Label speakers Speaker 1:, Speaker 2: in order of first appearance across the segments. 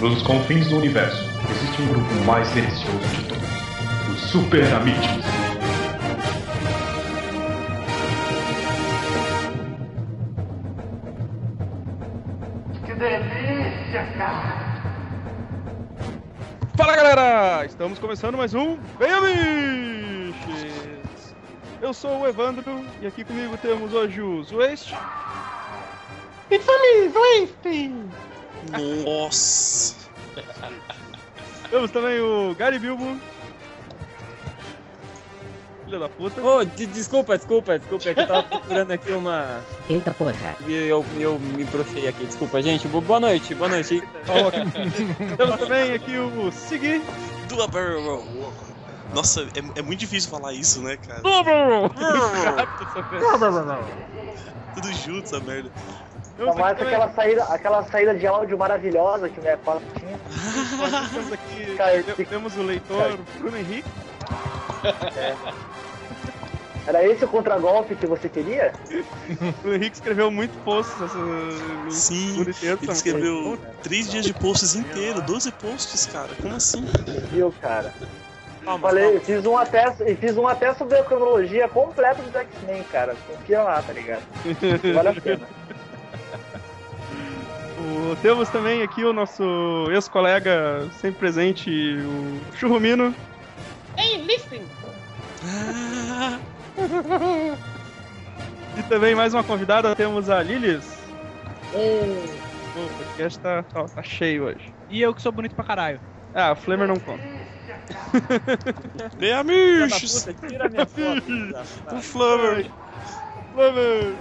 Speaker 1: Nos confins do universo, existe um grupo mais delicioso de todos: os Super Amigos.
Speaker 2: Que delícia, cara!
Speaker 3: Fala galera! Estamos começando mais um Bem Amixes! Eu sou o Evandro e aqui comigo temos hoje o Zueste,
Speaker 4: It's me, Wasting!
Speaker 5: Nossa!
Speaker 3: temos também o Gary Bilbo. Filha da puta.
Speaker 6: Ô, de- desculpa, desculpa, desculpa, é que eu tava procurando aqui uma.
Speaker 7: Eita porra.
Speaker 6: e Eu, eu me brochei aqui, desculpa, gente. bo- Boa noite, boa noite.
Speaker 3: Temos também aqui o Sigui.
Speaker 5: Dula Barrel Roll. Nossa, é, é muito difícil falar isso, né, cara? Tudo junto, essa merda.
Speaker 3: Temos
Speaker 4: mais
Speaker 3: aqui, Então, também,
Speaker 4: aquela saída, aquela saída de áudio maravilhosa que o minha pasta tinha.
Speaker 3: temos, aqui-
Speaker 4: Caiu.
Speaker 3: te- temos o leitor Bruno Henrique.
Speaker 4: Era esse o contragolpe que você queria?
Speaker 3: O Bruno Henrique escreveu muito posts essa- no
Speaker 5: Sim,
Speaker 3: mundo inteiro. tá?
Speaker 5: ele escreveu três dias de posts inteiro, 12 posts, cara. Como assim?
Speaker 4: Viu, cara?
Speaker 6: Calma,
Speaker 4: Falei, eu fiz um até, eu fiz um até sobre a cronologia completa do X-Men, cara. Confia lá, tá ligado? Vale a pena.
Speaker 3: O- temos também aqui o nosso ex-colega sempre presente, o Churrumino.
Speaker 5: Ah,
Speaker 3: E também mais uma convidada, temos a Lilis. O podcast tá, tá- tá cheio hoje.
Speaker 8: E eu que sou bonito pra caralho.
Speaker 3: Ah, o Flamer não conta.
Speaker 5: Bem
Speaker 6: filha da
Speaker 5: amigos!
Speaker 6: puta, tira minha foto. desgraçado.
Speaker 5: O Flammer!
Speaker 3: Flamer!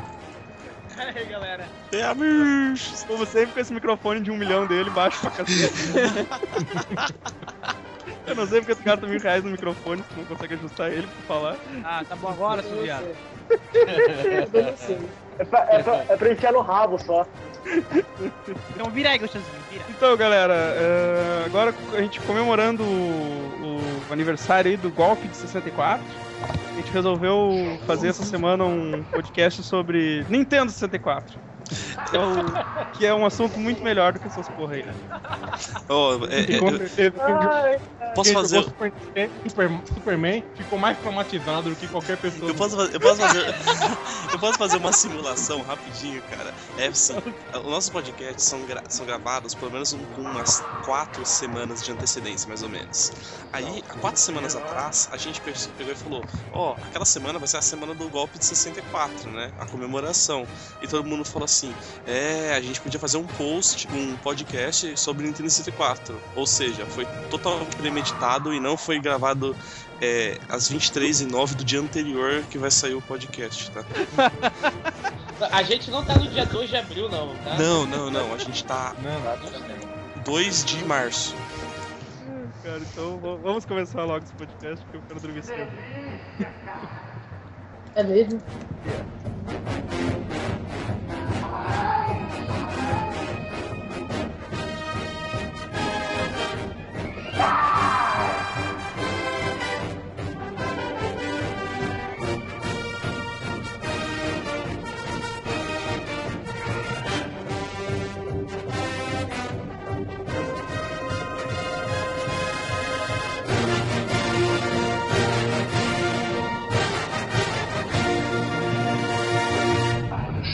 Speaker 8: Aí, galera.
Speaker 5: Bem amigos!
Speaker 3: Como sempre, com esse microfone de um milhão dele, baixo pra cacete. Eu não sei porque tu gasta mil reais no microfone, tu não consegue ajustar ele pra falar.
Speaker 8: Ah, tá bom agora, seu viado.
Speaker 4: É pra, é pra, é pra enfiar no rabo só.
Speaker 8: Então vira aí, gostosinho, vira.
Speaker 3: Então, galera, é, agora a gente comemorando o, o aniversário aí do golpe de 64, a gente resolveu fazer essa semana um podcast sobre Nintendo 64. Que é, o- que é um assunto muito melhor do que essas porra aí. né?
Speaker 5: Ó, é- é-
Speaker 4: Ai,
Speaker 5: eu posso fazer.
Speaker 9: Super- Superman ficou mais traumatizado do que qualquer pessoa.
Speaker 5: Eu posso, fa- eu posso fazer. eu posso fazer uma simulação rapidinho, cara. É assim, os nossos podcasts são, gra- são gravados pelo menos um- com umas quatro semanas de antecedência, mais ou menos. Aí, há quatro semanas atrás, a gente pe- pegou e falou, ó, aquela semana vai ser a semana do golpe de 64, né? A comemoração. E todo mundo falou assim, é, a gente podia fazer um post, um podcast sobre Nintendo 64. Ou seja, foi totalmente premeditado e não foi gravado é, às 23 e 09 do dia anterior que vai sair o podcast, tá?
Speaker 10: A gente não tá no dia 2 de abril, não, tá?
Speaker 5: Não, não, não. A gente tá
Speaker 9: Não,
Speaker 5: 2 de março.
Speaker 3: Cara, então v- vamos começar logo esse podcast, porque eu quero dormir cedo.
Speaker 7: É mesmo?
Speaker 2: Quando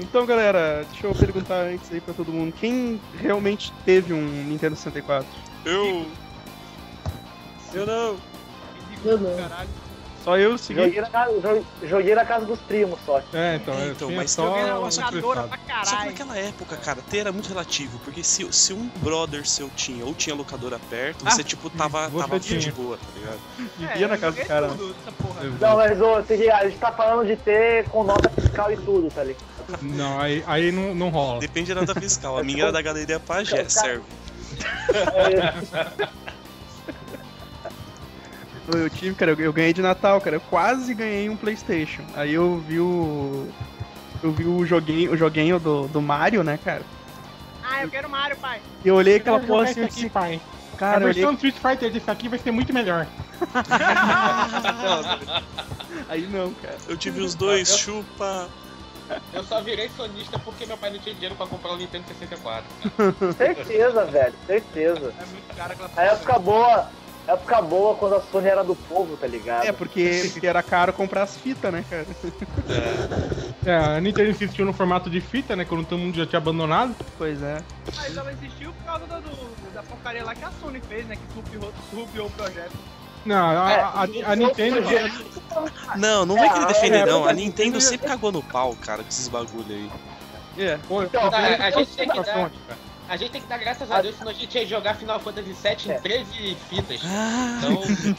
Speaker 3: Então, galera, deixa eu perguntar antes aí pra todo mundo. Quem realmente teve um Nintendo 64?
Speaker 5: Eu.
Speaker 6: Eu não.
Speaker 8: Ridículo,
Speaker 10: Não, não.
Speaker 8: caralho.
Speaker 3: Só eu segui.
Speaker 4: Joguei na, casa, jo- joguei na casa dos primos só.
Speaker 9: É, então,
Speaker 5: É,
Speaker 9: eu
Speaker 5: então,
Speaker 9: tinha
Speaker 5: mas
Speaker 9: só
Speaker 5: também era
Speaker 9: um
Speaker 8: Locadora
Speaker 9: emprestado.
Speaker 8: pra
Speaker 5: Só que
Speaker 8: caralho.
Speaker 5: naquela época, cara, ter era muito relativo, porque se, se um brother seu tinha ou tinha locadora perto, você, tipo, tava,
Speaker 9: Ah, você
Speaker 5: tava
Speaker 9: tinha.
Speaker 5: de boa, tá ligado?
Speaker 3: Vivia na casa do cara.
Speaker 4: Não, mas ô, seguinte, a gente tá falando de ter com nota fiscal e tudo, tá ligado?
Speaker 9: Não, aí, aí não, não rola.
Speaker 5: Depende da nota fiscal. A minha era da Galeria
Speaker 10: Então,
Speaker 5: Pajé,
Speaker 4: Cara,
Speaker 5: serve.
Speaker 3: Eu eu tive, cara, eu- eu ganhei de Natal, cara. Eu quase ganhei um Playstation. Aí eu vi o. Eu vi o joguinho, o joguinho do, do Mario, né, cara?
Speaker 8: Ah, eu quero Mario, pai.
Speaker 3: E eu olhei aquela porra assim, eu
Speaker 9: aqui,
Speaker 3: disse,
Speaker 9: pai. a
Speaker 3: cara, eu olhei,
Speaker 9: versão do Street Fighter desse aqui vai ser muito melhor.
Speaker 3: aí não, cara.
Speaker 5: Eu tive os dois, chupa.
Speaker 10: Eu só virei sonista porque meu pai não tinha dinheiro pra comprar o Nintendo 64.
Speaker 4: Certeza, velho, certeza.
Speaker 8: É muito caro aquela
Speaker 4: A época boa, a época boa quando a Sony era do povo, tá ligado?
Speaker 3: É, porque, porque era caro comprar as fitas, né, cara?
Speaker 9: É, a Nintendo insistiu no formato de fita, né? Quando todo mundo já tinha abandonado.
Speaker 3: Pois é.
Speaker 8: Mas ela existiu por causa da, do, da porcaria lá que a Sony fez, né? Que subiu, subiu o projeto.
Speaker 9: Não, a,
Speaker 4: É,
Speaker 9: a- a-
Speaker 4: os
Speaker 9: a Nintendo.
Speaker 4: outros já-
Speaker 5: Não, não vem
Speaker 4: É,
Speaker 5: querer
Speaker 4: a-
Speaker 5: defender,
Speaker 9: é,
Speaker 5: não.
Speaker 9: a
Speaker 5: A
Speaker 9: Nintendo-
Speaker 5: Nintendo sempre cagou no pau, cara, com esses bagulho aí.
Speaker 3: É.
Speaker 9: Pô, eu
Speaker 4: Então,
Speaker 9: só
Speaker 10: a- a
Speaker 9: tenho
Speaker 10: gente tem que dar-
Speaker 9: Sony, cara.
Speaker 10: A gente tem que dar graças a Deus, senão a gente ia jogar Final Fantasy VII
Speaker 4: É.
Speaker 10: em 13 fitas.
Speaker 5: Ah,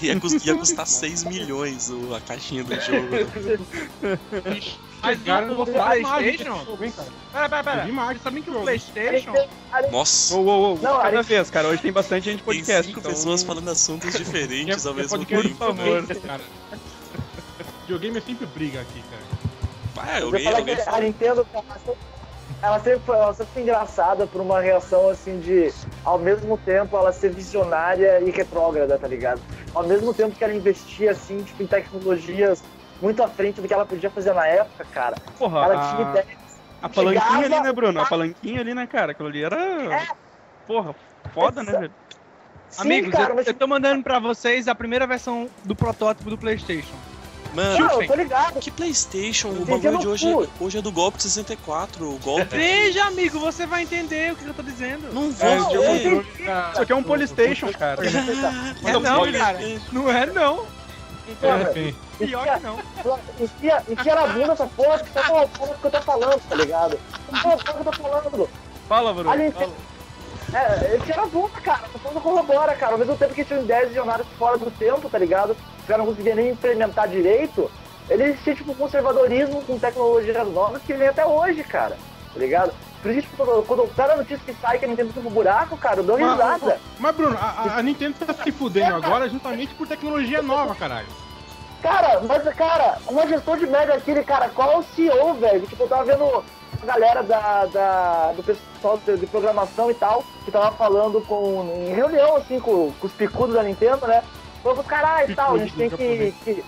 Speaker 5: ia, cus- ia custar 6 milhões o- a caixinha do jogo.
Speaker 8: Mas
Speaker 9: Chegaram
Speaker 8: o-
Speaker 9: e
Speaker 8: o
Speaker 9: mostraram a imagem
Speaker 8: PlayStation?
Speaker 9: desse jogo, hein,
Speaker 8: Pera,
Speaker 9: cara.
Speaker 8: pera,
Speaker 9: Eu vi
Speaker 8: pera.
Speaker 9: imagem, sabe que
Speaker 8: O
Speaker 9: jogo.
Speaker 8: PlayStation?
Speaker 5: Nossa,
Speaker 9: Um
Speaker 3: Uou, uou, uou.
Speaker 4: Não,
Speaker 3: cada
Speaker 4: Alex-
Speaker 3: vez, cara. Hoje tem bastante gente de
Speaker 5: tem
Speaker 3: podcast.
Speaker 5: 5
Speaker 3: então-
Speaker 5: pessoas falando assuntos diferentes ao
Speaker 9: Porque
Speaker 5: mesmo
Speaker 9: podcast
Speaker 5: tempo. né?
Speaker 9: é
Speaker 3: favor.
Speaker 9: sempre, cara. Videogame é sempre briga aqui, cara.
Speaker 5: Pai,
Speaker 4: Eu ia
Speaker 5: alguém,
Speaker 4: falar que
Speaker 5: alguém
Speaker 4: a
Speaker 5: fala.
Speaker 4: Nintendo, cara, ela sempre- ela sempre, foi, ela sempre foi engraçada por uma reação assim de, ao mesmo tempo, ela ser visionária e retrógrada, tá ligado? Ao mesmo tempo que ela investia assim, tipo, em tecnologias muito à frente do que ela podia fazer na época, cara.
Speaker 3: Porra,
Speaker 4: Ela
Speaker 3: a-
Speaker 4: tinha ideias.
Speaker 3: A palanquinha
Speaker 4: Chegava- É.
Speaker 3: ali, né, Bruno? A palanquinha ali, né, cara? Aquilo ali era. Porra, foda, né, velho?
Speaker 4: Sim,
Speaker 8: Amigos,
Speaker 4: cara,
Speaker 8: eu,
Speaker 4: mas
Speaker 8: eu tô mandando pra vocês a primeira versão do protótipo do PlayStation.
Speaker 5: Mano,
Speaker 4: não, eu tô ligado.
Speaker 5: que Playstation? O
Speaker 4: Entendi
Speaker 5: bagulho
Speaker 4: no
Speaker 5: de hoje,
Speaker 4: cu.
Speaker 5: hoje é do golpe de 64. O golpe...
Speaker 8: Veja, amigo, você vai entender o que eu tô dizendo.
Speaker 5: Não
Speaker 4: Não,
Speaker 5: vou
Speaker 4: eu
Speaker 5: ver.
Speaker 4: entendi.
Speaker 3: Isso aqui é um Polystation, cara.
Speaker 8: É
Speaker 5: Não,
Speaker 8: não,
Speaker 5: olha,
Speaker 8: cara.
Speaker 5: é.
Speaker 8: Não é não.
Speaker 4: Cara,
Speaker 9: Enfim.
Speaker 8: Pior que não.
Speaker 4: Enfia, enfia na bunda essa porra, que só tá porra que eu tô falando, tá ligado? Não tô que eu tô falando.
Speaker 3: Fala, Bruno.
Speaker 4: A Nintendo. É, enfia na bunda, cara. Tô falando corrobora, cara. Ao mesmo tempo que tinha 10 jornadas fora do tempo, tá ligado? Os caras não conseguiam nem implementar direito. Eles tinham, tipo, conservadorismo com tecnologias novas que vem até hoje, cara. Tá ligado? Por isso, tipo, quando, quando cada notícia que sai que a Nintendo fica pro buraco, cara, eu dou
Speaker 9: Mas-
Speaker 4: risada.
Speaker 9: Mas, Bruno, a- a, a Nintendo tá se fudendo agora justamente por tecnologia nova, caralho.
Speaker 4: Cara, mas, cara, uma gestão de merda aquele, cara, qual é o CEO, velho? Tipo, eu tava vendo a galera da, da- do pessoal de, de programação e tal, que tava falando com, em reunião, assim, com, com os picudos da Nintendo, né? Falou, caralho, e tal, a gente tem que... que-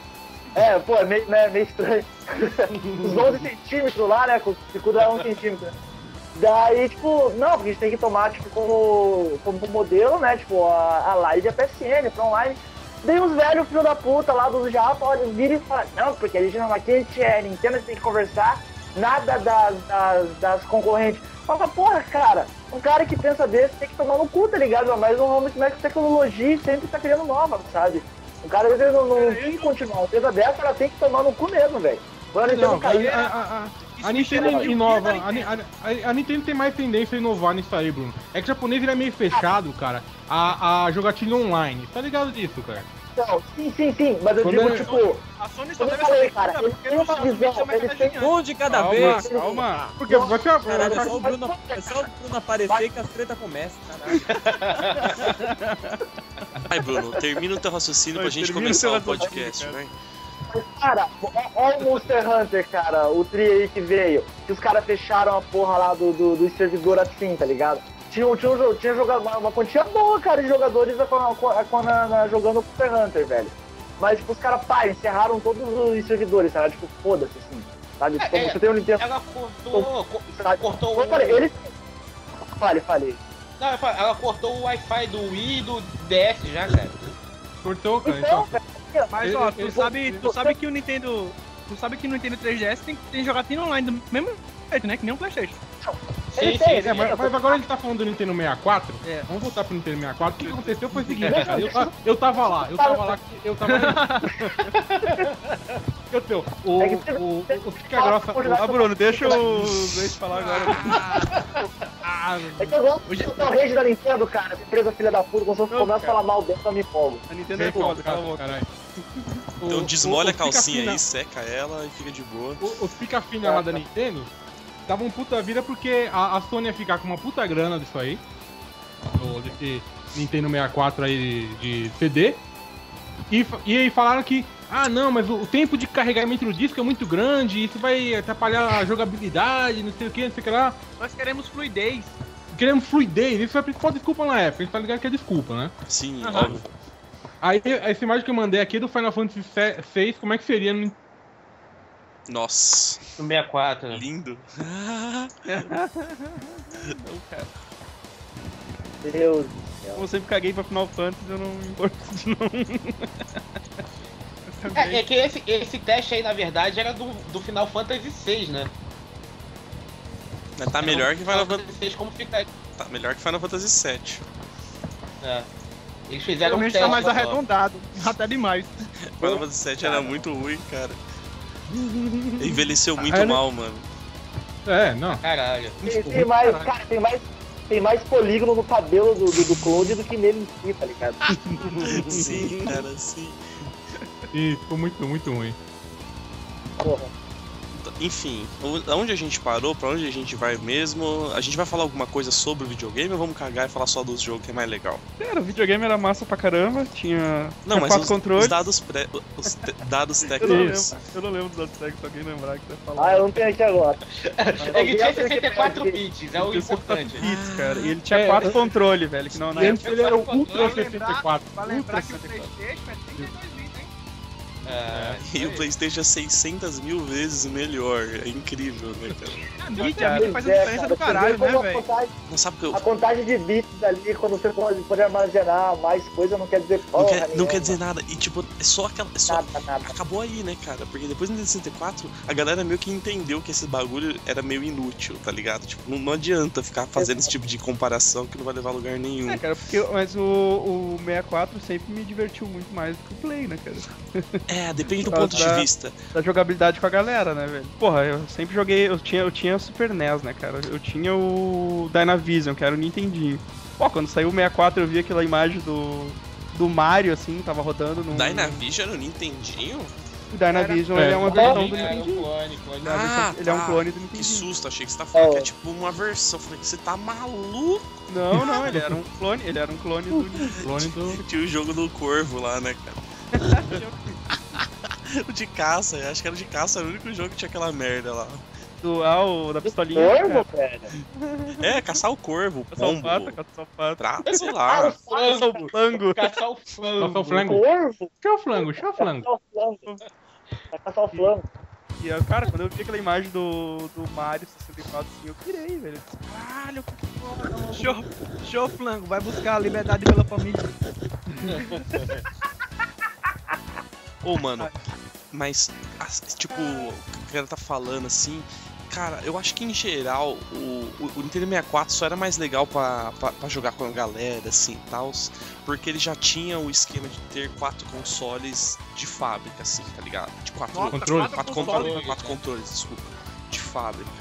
Speaker 4: É, pô, é meio, né, meio estranho. os 11 centímetros lá, né, com os picudos era 1 centímetro, né? Daí, tipo, não, porque a gente tem que tomar, tipo, como, como modelo, né, tipo, a, a live e a PSN pra online. Daí uns velhos filho da puta lá do Japa, olha, vira e fala, não, porque a gente não aqui, a gente é Nintendo, a gente tem que conversar, nada das, das, das concorrentes. Fala, porra, cara, um cara que pensa desse tem que tomar no cu, tá ligado? Mas um homem que mexe com tecnologia e sempre tá criando nova, sabe? O cara às vezes não, não tem que continuar. Uma empresa dessa, ela tem que tomar no cu mesmo, velho. Agora então, né? a Nintendo caiu,
Speaker 9: Não,
Speaker 8: é,
Speaker 9: a, a- a- a Nintendo
Speaker 3: é
Speaker 4: chama de
Speaker 9: inova. A, a- a- a Nintendo tem mais tendência a inovar nisso aí, Bruno. É que o japonês ele é meio fechado, cara, a, a jogatina online. Tá ligado disso, cara?
Speaker 4: então, sim, sim, sim, mas eu
Speaker 9: Quando
Speaker 4: digo,
Speaker 9: eu-
Speaker 4: tipo,
Speaker 8: A Sony só
Speaker 4: como eu
Speaker 8: deve saber
Speaker 4: falei, cara,
Speaker 8: tudo,
Speaker 4: ele
Speaker 8: porque é
Speaker 4: tem
Speaker 8: no
Speaker 4: uma
Speaker 8: chão do vídeo
Speaker 4: visão,
Speaker 8: chama
Speaker 4: ele
Speaker 8: cada
Speaker 4: tem
Speaker 8: gigante.
Speaker 6: Um de cada
Speaker 9: Calma,
Speaker 6: vez.
Speaker 9: calma. Porque vai ser uma-
Speaker 6: Caralho, é
Speaker 9: vai-
Speaker 6: só o Bruno, é só o Bruno aparecer que as treta começam, caralho.
Speaker 5: Vai, Bruno, termina o teu raciocínio pra
Speaker 3: Vai,
Speaker 5: gente
Speaker 3: termina
Speaker 5: começar
Speaker 3: o teu
Speaker 5: o podcast,
Speaker 3: raciocínio,
Speaker 5: vai.
Speaker 4: Cara, olha o Monster Hunter, cara, o tri aí que veio. Que os caras fecharam a porra lá do, do, do servidor assim, tá ligado? Tinha, um- tinha, um jo- tinha jogado uma, uma quantia boa, cara, de jogadores a- com- a- com- na- na- jogando Monster Hunter, velho. Mas, tipo, os caras, pá, encerraram todos os servidores, sabe? Tipo, foda-se, assim. Sabe? Tipo,
Speaker 10: É, é.
Speaker 4: você tem o Nintendo,
Speaker 10: Ela cortou. co-
Speaker 4: sabe?
Speaker 10: Cortou
Speaker 4: Eu falei,
Speaker 10: o.
Speaker 4: eles... Fale, fale.
Speaker 10: Não, eu falo, ela cortou o Wi-Fi do Wii e do DS já, cara.
Speaker 9: Cortou, cara.
Speaker 4: Então,
Speaker 9: Então,
Speaker 4: velho,
Speaker 8: Mas ó,
Speaker 9: Eu-
Speaker 8: tu sabe, tu sabe que o Nintendo. Tu sabe que o Nintendo 3DS tem, tem jogatina online do mesmo Playstation, né? Que nem um Playstation.
Speaker 4: Ele
Speaker 10: Sim,
Speaker 4: tem, né,
Speaker 10: sim,
Speaker 4: ele
Speaker 9: É, mas,
Speaker 4: tem.
Speaker 9: mas agora a gente tá falando do Nintendo 64.
Speaker 3: É.
Speaker 9: Vamos voltar pro Nintendo 64. O que que aconteceu foi o seguinte, cara. Eu, ta- eu tava lá, eu tava lá, que- eu tava lá. Eu tenho, o, o, o, o Pica Grossa.
Speaker 3: Ah, Bruno, deixa o Zeus falar agora.
Speaker 9: Ah,
Speaker 4: É que eu gosto de soltar o rage da Nintendo, cara. essa Empresa filha da puta, quando você começa a falar mal dela, eu me empolgo.
Speaker 3: A Nintendo é
Speaker 9: sempre
Speaker 3: foda, cala a
Speaker 9: cara,
Speaker 3: boca.
Speaker 9: caralho. O-
Speaker 5: Então
Speaker 9: o-
Speaker 5: desmolha
Speaker 9: o
Speaker 5: a
Speaker 9: Pica
Speaker 5: calcinha
Speaker 9: Fina-
Speaker 5: aí, seca ela e fica de boa.
Speaker 9: o- Os pica fina lá da Nintendo davam puta vida porque a, a Sony ia ficar com uma puta grana disso aí. do- desse Nintendo 64 aí de CD. E, fa- e aí falaram que, ah não, mas o, o tempo de carregamento do disco é muito grande, isso vai atrapalhar a jogabilidade, não sei o que, não sei o que lá.
Speaker 8: Nós queremos fluidez.
Speaker 9: Queremos fluidez, isso foi a principal desculpa na época, a gente tá ligado que é desculpa, né?
Speaker 5: Sim,
Speaker 8: Aham.
Speaker 5: óbvio.
Speaker 9: Aí essa imagem que eu mandei aqui é do Final Fantasy VI, como é que seria no
Speaker 5: Nossa,
Speaker 10: No 64. né?
Speaker 5: lindo.
Speaker 4: Deus.
Speaker 3: Como eu sempre caguei pra Final Fantasy, eu não me importo de não. Eu
Speaker 10: É,
Speaker 3: também.
Speaker 10: é que esse, esse teste aí, na verdade, era do, do Final Fantasy VI, né?
Speaker 5: Mas tá melhor que Final
Speaker 10: Final
Speaker 5: Fantasy,
Speaker 10: Fantasy VI como ficaria.
Speaker 5: tá melhor que Final Fantasy VII.
Speaker 10: É. Eles
Speaker 8: Pelo
Speaker 10: fizeram um
Speaker 8: menos
Speaker 10: teste.
Speaker 8: tá mais
Speaker 10: só.
Speaker 8: arredondado. Até demais.
Speaker 5: Final Fantasy VII era muito ruim, cara. Envelheceu muito
Speaker 9: Era-
Speaker 5: mal, mano.
Speaker 9: É, não.
Speaker 10: Caralho.
Speaker 4: Tem, tem mais, cara, tem mais, tem mais polígono no cabelo do, do, do Cloud do que nele em si, tá ligado?
Speaker 5: sim, cara, sim.
Speaker 9: E ficou muito, muito ruim.
Speaker 4: Porra.
Speaker 5: Então, Enfim, o- aonde a gente parou, pra onde a gente vai mesmo? A gente vai falar alguma coisa sobre o videogame ou vamos cagar e falar só dos jogos que é mais legal?
Speaker 3: Cara, o videogame era massa pra caramba, tinha,
Speaker 5: Não,
Speaker 3: tinha
Speaker 5: mas
Speaker 3: É quatro
Speaker 5: os,
Speaker 3: controles.
Speaker 5: os dados pré, os te- dados
Speaker 3: Eu não, lembro,
Speaker 5: técnicos.
Speaker 3: eu não lembro dos dados técnicos, se alguém lembrar que tá falando.
Speaker 4: Ah, eu não tenho aqui agora.
Speaker 10: É que tinha 64 bits, é o importante.
Speaker 3: Isso, cara. E ele tinha
Speaker 9: É,
Speaker 3: quatro
Speaker 9: eu-
Speaker 3: controles, velho, que não é. na época.
Speaker 9: Antes ele era o
Speaker 8: Pra
Speaker 9: Ultra
Speaker 8: lembrar,
Speaker 9: 64.
Speaker 8: pra lembrar
Speaker 9: Ultra
Speaker 8: que o
Speaker 9: 64.
Speaker 8: Playstation é 32 bits, hein?
Speaker 10: É,
Speaker 5: E o PlayStation é 600 mil vezes melhor. É incrível, né, cara?
Speaker 8: A mídia, a mídia
Speaker 4: Pois
Speaker 8: faz a
Speaker 4: é,
Speaker 8: diferença
Speaker 4: cara,
Speaker 8: do
Speaker 4: você
Speaker 8: caralho,
Speaker 4: vê como
Speaker 8: né,
Speaker 4: a
Speaker 8: velho?
Speaker 4: contagem-
Speaker 5: Não sabe que eu.
Speaker 4: A contagem de bits ali, quando você pode, pode armazenar mais coisa, não quer dizer
Speaker 5: Não
Speaker 4: porra
Speaker 5: quer, não
Speaker 4: nenhuma.
Speaker 5: quer dizer nada. E tipo, é só aquela. É só,
Speaker 4: nada, nada.
Speaker 5: acabou aí, né, cara? Porque depois do 64, a galera meio que entendeu que esse bagulho era meio inútil, tá ligado? Tipo, não, não adianta ficar fazendo esse tipo de comparação que não vai levar a lugar nenhum.
Speaker 3: É, cara, porque, mas o, o 64 sempre me divertiu muito mais do que o Play, né, cara?
Speaker 5: É, depende do
Speaker 3: Mas
Speaker 5: ponto de
Speaker 3: é-
Speaker 5: vista.
Speaker 3: Da jogabilidade com a galera, né, velho? Porra, eu sempre joguei. Eu tinha, eu tinha o Super NES, né, cara? Eu tinha o Dynavision, que era o Nintendinho. Pô, quando saiu o 64, eu vi aquela imagem do. Do Mario, assim, tava rodando no.
Speaker 5: Dynavision era o Nintendinho?
Speaker 3: O Dynavision ele é uma
Speaker 9: É.
Speaker 3: versão do
Speaker 10: Era um
Speaker 3: Nintendinho.
Speaker 10: clone, clone.
Speaker 5: Ah,
Speaker 3: Ele é um
Speaker 5: tá.
Speaker 3: clone do
Speaker 5: Que
Speaker 3: Nintendinho.
Speaker 5: susto, achei que você tá falando
Speaker 4: É.
Speaker 5: que é tipo uma versão. Eu Falei que você tá maluco.
Speaker 3: Não, não, ele era um clone. Ele era um clone do Nintendo.
Speaker 9: Clone do.
Speaker 5: Tinha o jogo do corvo lá, né, cara? o de caça, eu acho que era o de caça, era o único jogo que tinha aquela merda lá.
Speaker 3: do ah, o, da pistolinha.
Speaker 4: Corvo,
Speaker 3: cara.
Speaker 4: velho.
Speaker 5: É, caçar o corvo, o
Speaker 3: Caçar o pato,
Speaker 5: pombo,
Speaker 3: caçar o pato.
Speaker 5: trato, sei lá.
Speaker 3: Caçar o flango.
Speaker 10: Caçar o flango.
Speaker 9: Caçar o flango.
Speaker 4: Corvo?
Speaker 9: Chama o flango, chama o
Speaker 4: Vai
Speaker 9: flango.
Speaker 4: caçar o flango. Vai caçar o flango.
Speaker 3: E, eu, cara, quando eu vi aquela imagem do, do Mario 64, assim, eu pirei, velho.
Speaker 8: Caralho, que porra, não. Show, show flango, vai buscar a liberdade pela família.
Speaker 5: Ô, mano, mas, as- tipo, o cara tá falando assim. Cara, eu acho que em geral o, o, o Nintendo 64 só era mais legal pra, pra, pra jogar com a galera, assim, tal, porque ele já tinha o esquema de ter quatro consoles de fábrica, assim, tá ligado? De quatro
Speaker 9: Controle.
Speaker 5: Quatro
Speaker 8: consoles.
Speaker 5: controles, quatro controles, desculpa. De fábrica.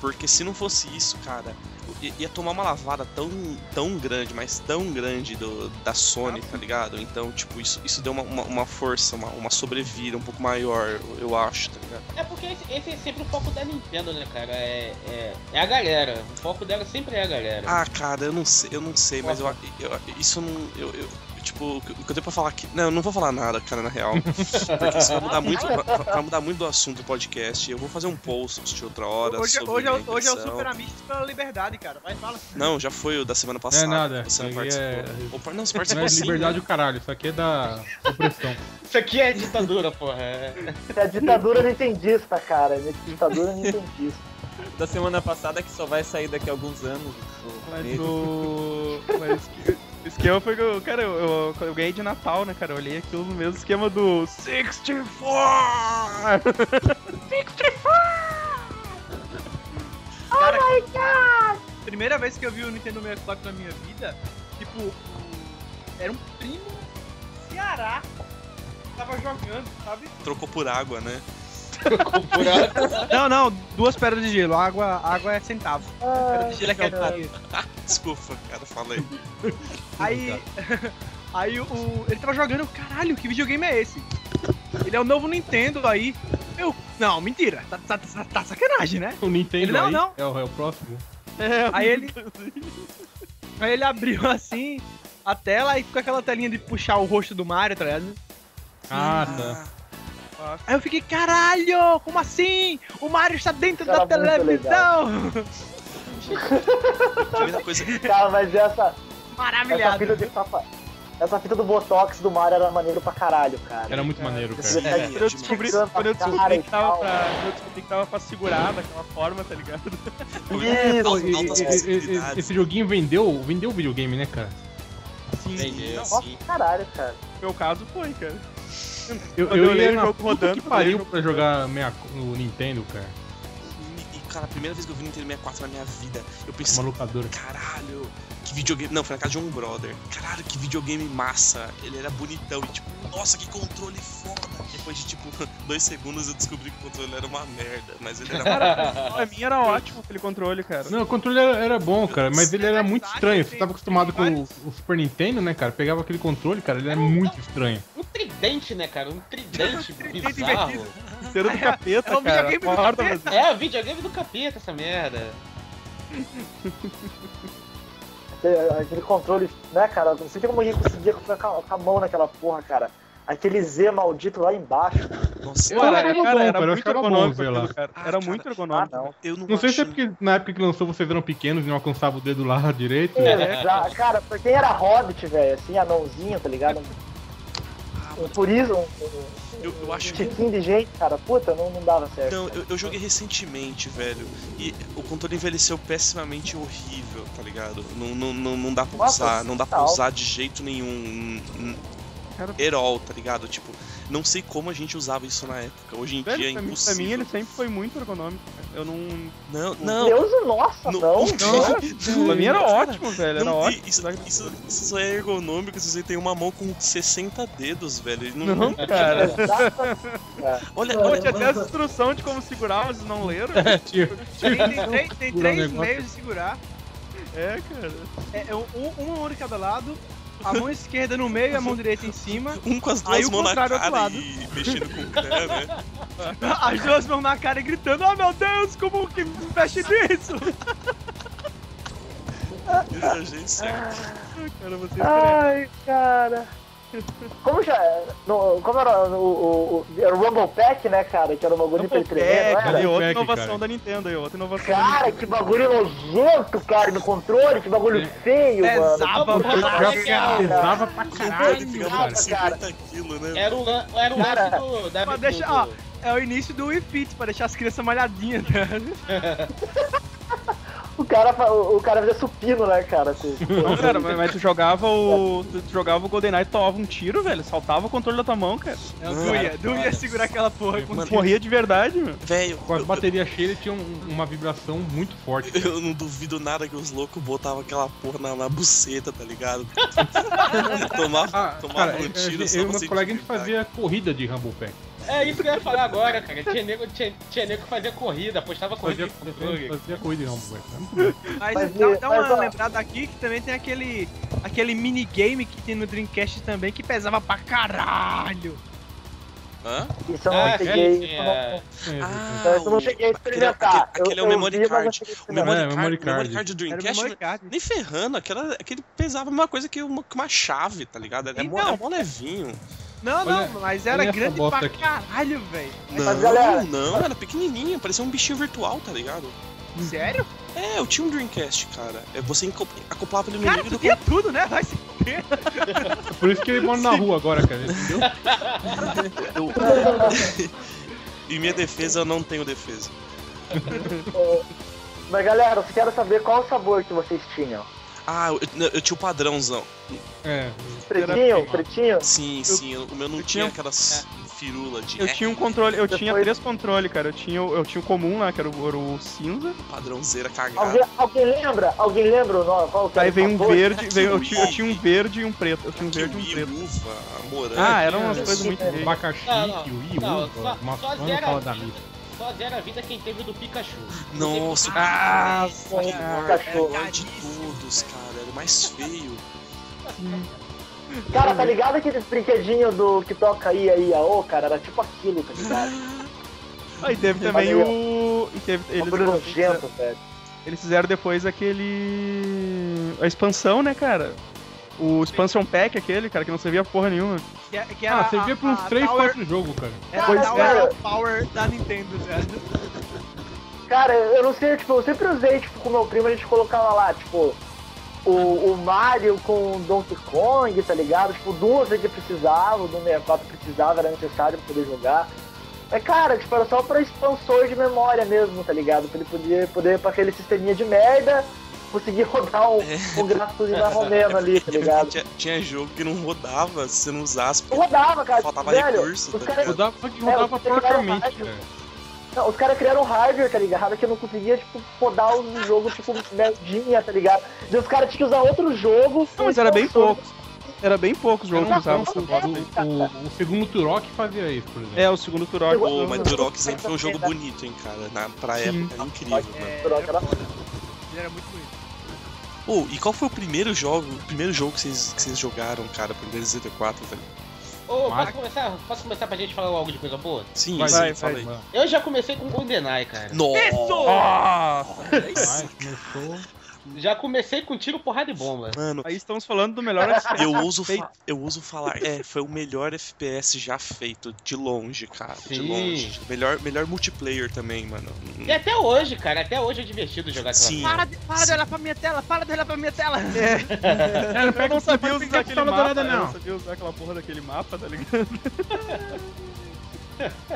Speaker 5: Porque se não fosse isso, cara, i- ia tomar uma lavada tão, tão grande, mas tão grande do, da Sony, tá ligado? Então, tipo, isso, isso deu uma, uma, uma força, uma, uma sobrevida um pouco maior, eu- eu acho, tá ligado?
Speaker 10: É porque esse, esse é sempre o foco da Nintendo, né, cara? É, é, é a galera. O foco dela sempre é a galera.
Speaker 5: Ah, cara, eu não sei, eu não sei, mas eu, eu isso não. Eu, eu- tipo, o que eu tenho pra falar aqui. Não, eu não vou falar nada, cara, na real. Porque isso vai mudar muito, vai, vai mudar muito do assunto do podcast. Eu vou fazer um post de outra hora.
Speaker 8: Hoje,
Speaker 5: sobre
Speaker 8: hoje, é
Speaker 5: a
Speaker 8: o- hoje é o
Speaker 5: impressão.
Speaker 8: Super Amigos pela liberdade, cara. Vai, fala.
Speaker 5: Não, já foi o da semana passada.
Speaker 9: É nada,
Speaker 5: Você não
Speaker 9: isso aí
Speaker 5: participou.
Speaker 9: é-
Speaker 5: Ou par- não, você
Speaker 9: Não
Speaker 5: participou
Speaker 9: é
Speaker 5: sim.
Speaker 9: liberdade o caralho, isso aqui é da opressão.
Speaker 10: Isso aqui é ditadura, porra. É.
Speaker 4: É a ditadura nintendista, cara. É a ditadura nintendista.
Speaker 6: Da semana passada que só vai sair daqui a alguns anos. o-
Speaker 3: Mas
Speaker 6: mesmo.
Speaker 3: o. Mas o esquema foi que eu. Cara, eu, eu, eu ganhei de Natal, né, cara? Eu olhei aquilo no mesmo esquema do 64! 64!
Speaker 8: Cara, Primeira vez que eu vi o Nintendo 64 na minha vida, tipo, o- era um primo Ceará que tava jogando, sabe?
Speaker 5: Trocou por água, né?
Speaker 3: Não, não, duas pedras de gelo. Água, água é centavo.
Speaker 4: Ah,
Speaker 8: Ele é aquele-
Speaker 5: Desculpa, cara, falei.
Speaker 8: Aí. Aí o. Ele tava jogando, eu, caralho, que videogame é esse? Ele é o novo Nintendo aí. Eu. Não, mentira. Tá, tá, tá, tá sacanagem, né?
Speaker 9: O Nintendo
Speaker 8: Não,
Speaker 9: aí
Speaker 8: não.
Speaker 9: É, o, é o próximo.
Speaker 3: É,
Speaker 8: Aí ele. Aí ele abriu assim a tela e ficou aquela telinha de puxar o rosto do Mario, tá ligado?
Speaker 9: Ah, tá.
Speaker 8: Aí eu fiquei, caralho, como assim? O Mario está dentro
Speaker 4: Cara,
Speaker 8: da
Speaker 4: muito legal.
Speaker 8: televisão!
Speaker 5: Primeira coisa.
Speaker 4: Cara, mas essa, essa
Speaker 8: Maravilhado!
Speaker 4: fita de tapa- Essa fita do Botox do Mario era maneiro pra caralho, cara.
Speaker 9: Era muito maneiro, cara.
Speaker 4: Esse detalhe
Speaker 5: É,
Speaker 3: Quando eu descobri,
Speaker 4: Ficando
Speaker 3: quando eu
Speaker 4: pra
Speaker 3: descobri
Speaker 4: cara
Speaker 3: que
Speaker 4: e
Speaker 3: tava
Speaker 4: tal. né?
Speaker 3: pra. Quando eu descobri que tava pra segurar daquela forma, tá ligado?
Speaker 5: Al-
Speaker 9: E- e-
Speaker 5: é altas
Speaker 9: e- e-
Speaker 5: possibilidades.
Speaker 9: esse joguinho vendeu, vendeu o videogame, né, cara?
Speaker 5: Entendi,
Speaker 4: Nossa,
Speaker 5: assim.
Speaker 4: caralho, cara.
Speaker 3: No meu caso foi, cara.
Speaker 9: Eu,
Speaker 3: Eu olhei
Speaker 9: ia
Speaker 3: o
Speaker 9: na
Speaker 3: jogo
Speaker 9: puta
Speaker 3: rodando,
Speaker 9: que pariu
Speaker 3: olhei o
Speaker 9: pra jogar meia, o Nintendo, cara.
Speaker 5: E, e, cara, a primeira vez que eu vi o Nintendo 64 na minha vida, eu pensei,
Speaker 9: Uma locadora.
Speaker 5: caralho, que videogame. Não, foi na casa de um brother. Caralho, que videogame massa. Ele era bonitão e tipo, nossa, que controle foda. Depois de tipo, dois segundos eu descobri que o controle era uma merda, mas ele era
Speaker 3: Pra mim era ótimo aquele controle, cara.
Speaker 9: Não, o controle era, era bom, cara, mas ele era muito estranho. Você tava acostumado com o,
Speaker 8: Vários-
Speaker 9: o Super Nintendo, né, cara? Pegava aquele controle, cara, ele era muito estranho.
Speaker 10: Um tridente, né, cara? Um tridente
Speaker 8: tridente
Speaker 10: bizarro.
Speaker 3: Inteiro do capeta,
Speaker 8: É o
Speaker 3: cara.
Speaker 8: videogame do
Speaker 3: Acorda,
Speaker 8: capeta.
Speaker 3: mas-
Speaker 10: É, o videogame do capeta, essa merda.
Speaker 4: Aquele, aquele controle, né, cara? Não sei como ninguém conseguia colocar com a- com a mão naquela porra, cara. Aquele Z maldito lá embaixo.
Speaker 5: Nossa,
Speaker 9: Eu
Speaker 3: Cara, cara,
Speaker 9: achava bom,
Speaker 3: era
Speaker 9: cara, eu
Speaker 3: muito
Speaker 9: achava bom
Speaker 3: ergonômico
Speaker 9: ver lá.
Speaker 3: aquilo, cara.
Speaker 5: Ah,
Speaker 3: Era
Speaker 5: cara.
Speaker 3: muito
Speaker 4: Ah,
Speaker 3: ergonômico.
Speaker 4: não.
Speaker 5: eu não
Speaker 9: Não sei se é
Speaker 5: acho-
Speaker 9: porque na época que lançou vocês eram pequenos e não alcançavam o dedo lá direito. né?
Speaker 4: É, já- cara, pra quem era hobbit, velho, assim, anãozinho, tá ligado? Um turismo, um,
Speaker 5: Ah, Eu- eu
Speaker 4: um
Speaker 5: acho-
Speaker 4: tiquinho de jeito, cara, puta, não, não dava certo.
Speaker 5: Não, eu, eu joguei recentemente, velho. E o controle envelheceu pessimamente horrível, tá ligado? Não, não, não, não dá pra
Speaker 4: Nossa,
Speaker 5: usar, não dá pra
Speaker 4: total.
Speaker 5: usar de jeito nenhum. hum,
Speaker 3: Cara-
Speaker 5: Herol, tá ligado? Tipo, não sei como a gente usava isso na época. Hoje em dia é
Speaker 3: Velho, pra, mim, pra
Speaker 5: impossível.
Speaker 3: mim ele sempre foi muito ergonômico. cara. Eu não.
Speaker 5: Não,
Speaker 4: Não,
Speaker 5: não.
Speaker 4: Deus, nossa,
Speaker 5: No-
Speaker 4: não.
Speaker 3: pra mim era
Speaker 5: Cara,
Speaker 3: ótimo, velho. Era
Speaker 5: não tem-
Speaker 3: ótimo.
Speaker 5: isso, isso, isso só é ergonômico se você tem uma mão com 60 dedos, velho. Ele Não,
Speaker 3: Não, cara.
Speaker 5: Olha,
Speaker 3: Pô,
Speaker 5: olha,
Speaker 3: tinha até as instruções de como segurar, mas não leram.
Speaker 9: tio.
Speaker 8: Tem, tem três, tem
Speaker 9: Segura o
Speaker 8: três
Speaker 9: negócio.
Speaker 8: meios de segurar.
Speaker 3: É, cara.
Speaker 8: É, é um, um mão de cada lado, a mão esquerda no meio e a mão direita em cima.
Speaker 5: um com as
Speaker 8: Aí
Speaker 5: duas
Speaker 8: o
Speaker 5: mãos na
Speaker 8: contrário, outro
Speaker 5: cara
Speaker 8: lado.
Speaker 5: e mexendo com o pé, né?
Speaker 8: As duas mãos na cara e gritando, oh meu Deus, como que mexe nisso?
Speaker 5: Esse é o jeito certo.
Speaker 3: Cara, você
Speaker 4: Ai, cara. Como já era? No- como era o, o, o- era o Rumble Pack, né, cara? Que era um bagulho de play 3, não
Speaker 3: cara,
Speaker 4: era?
Speaker 3: e outra
Speaker 9: Pack,
Speaker 3: inovação
Speaker 9: cara.
Speaker 3: da Nintendo aí, outra inovação
Speaker 4: Cara, que bagulho nojento, cara, no controle, que
Speaker 5: É
Speaker 4: bagulho feio, mano.
Speaker 8: Pesava pra
Speaker 9: Já
Speaker 3: É,
Speaker 8: caralho.
Speaker 10: cara.
Speaker 9: pesava pra
Speaker 5: Ele
Speaker 9: caralho,
Speaker 5: pegava
Speaker 9: cara.
Speaker 5: uns 50 quilos, né?
Speaker 10: Era o, lan- era o
Speaker 4: Cara,
Speaker 10: lance do... Da,
Speaker 8: mas
Speaker 10: do-
Speaker 8: deixa-
Speaker 10: do-
Speaker 8: ó. É o início do Wii Fit, pra deixar as crianças malhadinhas, né?
Speaker 4: O cara, fa- o, o cara fazia supino, né, cara? com-
Speaker 3: Não, cara, mas, mas tu jogava o. Tu jogava o GoldenEye, tomava um tiro, velho. Saltava o controle da tua mão, cara.
Speaker 8: Não ia, não ia
Speaker 10: É, cara.
Speaker 8: segurar aquela porra com
Speaker 5: Mano,
Speaker 3: Morria de verdade, meu.
Speaker 5: Velho,
Speaker 9: Com as
Speaker 5: eu-
Speaker 9: baterias cheias ele tinha um- uma vibração muito forte. cara.
Speaker 5: Eu não duvido nada que os loucos botavam aquela porra na, na buceta, tá ligado? tomava
Speaker 9: Ah,
Speaker 5: tomava
Speaker 9: cara,
Speaker 5: um tiro
Speaker 9: eu,
Speaker 5: só
Speaker 9: eu
Speaker 5: pra
Speaker 9: e meus
Speaker 5: sentir
Speaker 9: colegas a gente
Speaker 5: vontade.
Speaker 9: fazia corrida de Rumble Pack.
Speaker 10: É isso que eu ia falar agora, cara. Tinha nego, tinha, tinha nego que fazia corrida, apostava corrida
Speaker 9: Fazia,
Speaker 10: de controle.
Speaker 9: fazia corrida de né? Rumble Pack. cara.
Speaker 8: Mas,
Speaker 4: Mas,
Speaker 8: dá,
Speaker 4: e-
Speaker 8: dá
Speaker 4: mas,
Speaker 8: uma
Speaker 4: ó.
Speaker 8: lembrada aqui que também tem aquele aquele minigame que tem no Dreamcast também que pesava pra caralho.
Speaker 5: tá Hã?
Speaker 4: Isso eu não
Speaker 10: Ah,
Speaker 4: cheguei.
Speaker 10: sim,
Speaker 4: isso eu não-
Speaker 10: é.
Speaker 9: É,
Speaker 5: Ah,
Speaker 4: então Eu não cheguei a experimentar.
Speaker 5: Aquele, aquele é o
Speaker 4: Eu- eu
Speaker 5: memory
Speaker 4: vi, mas
Speaker 5: card.
Speaker 4: não cheguei a
Speaker 5: O
Speaker 4: experimentar.
Speaker 5: memory,
Speaker 9: É, o
Speaker 5: card,
Speaker 9: memory
Speaker 5: o memory
Speaker 9: card.
Speaker 8: Era o
Speaker 5: card do
Speaker 10: é
Speaker 5: Dreamcast, né?
Speaker 8: memory card.
Speaker 5: nem ferrando, aquela, aquele pesava a mesma coisa que uma, que uma chave, tá ligado? Era, mó,
Speaker 8: Então.
Speaker 5: era mó levinho.
Speaker 8: Não,
Speaker 9: Olha-
Speaker 8: não, mas
Speaker 9: olha
Speaker 8: era
Speaker 9: essa
Speaker 8: grande
Speaker 9: bosta
Speaker 8: pra
Speaker 9: aqui.
Speaker 8: caralho, velho.
Speaker 5: Não,
Speaker 4: galera-
Speaker 5: não, era pequenininho, parecia um bichinho virtual, tá ligado?
Speaker 9: Hum.
Speaker 8: Sério?
Speaker 5: É, eu tinha um Dreamcast, cara. É, Você enco- acoplava ele no
Speaker 8: Cara,
Speaker 5: nível
Speaker 8: tu
Speaker 5: do
Speaker 8: tinha tudo, né? Vai se fuder.
Speaker 9: Por isso que ele mora na rua agora, cara. Entendeu?
Speaker 5: Eu... em minha defesa, eu não tenho defesa.
Speaker 4: Mas galera, eu quero saber qual o sabor que vocês tinham.
Speaker 5: Ah, eu, eu- eu tinha o padrãozão.
Speaker 9: É.
Speaker 4: Pretinho? Pretinho?
Speaker 5: Sim, sim, eu- o meu não tinha aquelas firula de
Speaker 3: um- Eu
Speaker 5: é,
Speaker 3: tinha um controle, eu
Speaker 4: Depois-
Speaker 3: tinha três controles, cara. Eu tinha, o- eu tinha o comum lá, que era o, era o cinza.
Speaker 5: padrãozeira
Speaker 4: Alguém,
Speaker 5: cagada.
Speaker 4: alguém lembra? Alguém lembra o nome? Qual que era
Speaker 3: Aí
Speaker 4: o
Speaker 3: veio um
Speaker 4: sabor?
Speaker 3: verde, veio, eu,
Speaker 5: Kiwi.
Speaker 3: tinha, eu tinha um verde e um preto. Eu tinha um verde e um
Speaker 4: Tá
Speaker 5: Kiwi,
Speaker 3: preto.
Speaker 5: uva,
Speaker 3: Ah,
Speaker 5: morango.
Speaker 3: eram
Speaker 9: Então,
Speaker 3: umas coisas muito verdes.
Speaker 9: Abacaxi,
Speaker 10: Não, não,
Speaker 9: kiwi,
Speaker 10: não,
Speaker 9: uva,
Speaker 10: só-
Speaker 9: uma
Speaker 10: só
Speaker 9: fã não
Speaker 10: zero
Speaker 9: fala
Speaker 10: a
Speaker 9: da
Speaker 10: vida.
Speaker 9: vida.
Speaker 10: Só zera a vida quem teve o do Pikachu.
Speaker 5: Nossa,
Speaker 3: Ah,
Speaker 4: Foi um cachorro.
Speaker 5: pior de todos, cara. Era o mais feio.
Speaker 4: Cara, tá ligado aqueles brinquedinhos do que toca aí, aí, aô, cara? Era tipo aquilo, tá ligado?
Speaker 3: Aí teve também o. E teve,
Speaker 4: Um
Speaker 3: eles,
Speaker 4: bagulho nojento, velho.
Speaker 3: eles fizeram depois aquele. A expansão, né, cara? O Expansion Pack, aquele, cara, que não servia pra porra nenhuma.
Speaker 8: Que, é- que era
Speaker 9: Ah, você via por uns
Speaker 8: a
Speaker 9: 3,
Speaker 8: Tower,
Speaker 9: 4 jogos, cara.
Speaker 8: era
Speaker 4: Pois
Speaker 8: a Tower
Speaker 4: é.
Speaker 8: um of Power da Nintendo, né? velho.
Speaker 4: Cara, eu não sei, tipo, eu sempre usei, tipo, com meu primo, a gente colocava lá, tipo, o, o Mario com o Donkey Kong, tá ligado? Tipo, duas que precisava, o do 64 precisava, era necessário pra poder jogar. Mas, cara, tipo, era só pra expansor de memória mesmo, tá ligado? Pra ele poder, poder pra aquele sisteminha de merda, conseguir rodar um, um gráfico de romeno ali,
Speaker 5: É
Speaker 4: tá
Speaker 5: porque
Speaker 4: ligado?
Speaker 5: Tinha, tinha jogo que não rodava se você não usasse.
Speaker 4: Eu rodava, cara. tipo,
Speaker 5: Faltava
Speaker 4: velho,
Speaker 5: recurso,
Speaker 4: os
Speaker 5: tá
Speaker 4: caras
Speaker 9: Rodava, só que
Speaker 4: É,
Speaker 9: rodava
Speaker 4: você pegava
Speaker 9: porcamente,
Speaker 4: rádio.
Speaker 9: cara.
Speaker 4: Não, os caras criaram um hardware, tá ligado? Que eu não conseguia, tipo, podar o jogo, tipo, merdinha, tá ligado? E os caras tinham que usar outro jogo.
Speaker 3: Não, mas era bem
Speaker 4: Então,
Speaker 3: poucos. Era bem poucos jogos que
Speaker 9: Era um
Speaker 3: usavam essa
Speaker 9: jogo,
Speaker 3: bosta
Speaker 8: né?
Speaker 3: aí.
Speaker 9: o, o, o segundo Turok fazia isso, por exemplo.
Speaker 3: É, o segundo Turok.
Speaker 4: Eu-
Speaker 5: Pô, mas
Speaker 4: eu-
Speaker 5: Turok sempre foi um jogo bonito, hein, cara. Na, pra
Speaker 3: Sim. É.
Speaker 5: época era incrível, mano.
Speaker 4: Droga, era-
Speaker 8: Ele era muito bonito.
Speaker 5: Pô, e qual foi o primeiro jogo, o primeiro jogo que vocês, que vocês jogaram, cara, pro Nintendo 64, velho?
Speaker 10: Ô,
Speaker 9: Mas-
Speaker 10: posso começar? Posso começar pra gente falar logo de coisa boa?
Speaker 5: Sim,
Speaker 9: Vai,
Speaker 5: sim,
Speaker 3: vai,
Speaker 5: fala aí.
Speaker 9: Mano,
Speaker 10: Eu já comecei
Speaker 5: um
Speaker 10: com GoldenEye, cara.
Speaker 9: vai, começou.
Speaker 10: Já comecei com tiro, porrada e bomba.
Speaker 5: Mano,
Speaker 3: Aí estamos falando do melhor FPS.
Speaker 5: eu uso, fa-
Speaker 3: Feito.
Speaker 5: eu uso falar, é, foi o melhor FPS já feito, de longe, cara, de
Speaker 10: Sim.
Speaker 5: longe. Melhor, melhor multiplayer também, mano.
Speaker 10: E até hoje, cara, até hoje é divertido jogar aquela
Speaker 5: Sim.
Speaker 8: Para, de, para de olhar pra minha tela, para de olhar pra minha tela.
Speaker 9: Era
Speaker 3: Eu não sabia
Speaker 9: porque
Speaker 3: usar aquele
Speaker 9: pistola
Speaker 3: mapa,
Speaker 9: dourada,
Speaker 3: eu
Speaker 9: não.
Speaker 3: não sabia usar aquela porra daquele mapa, tá ligado?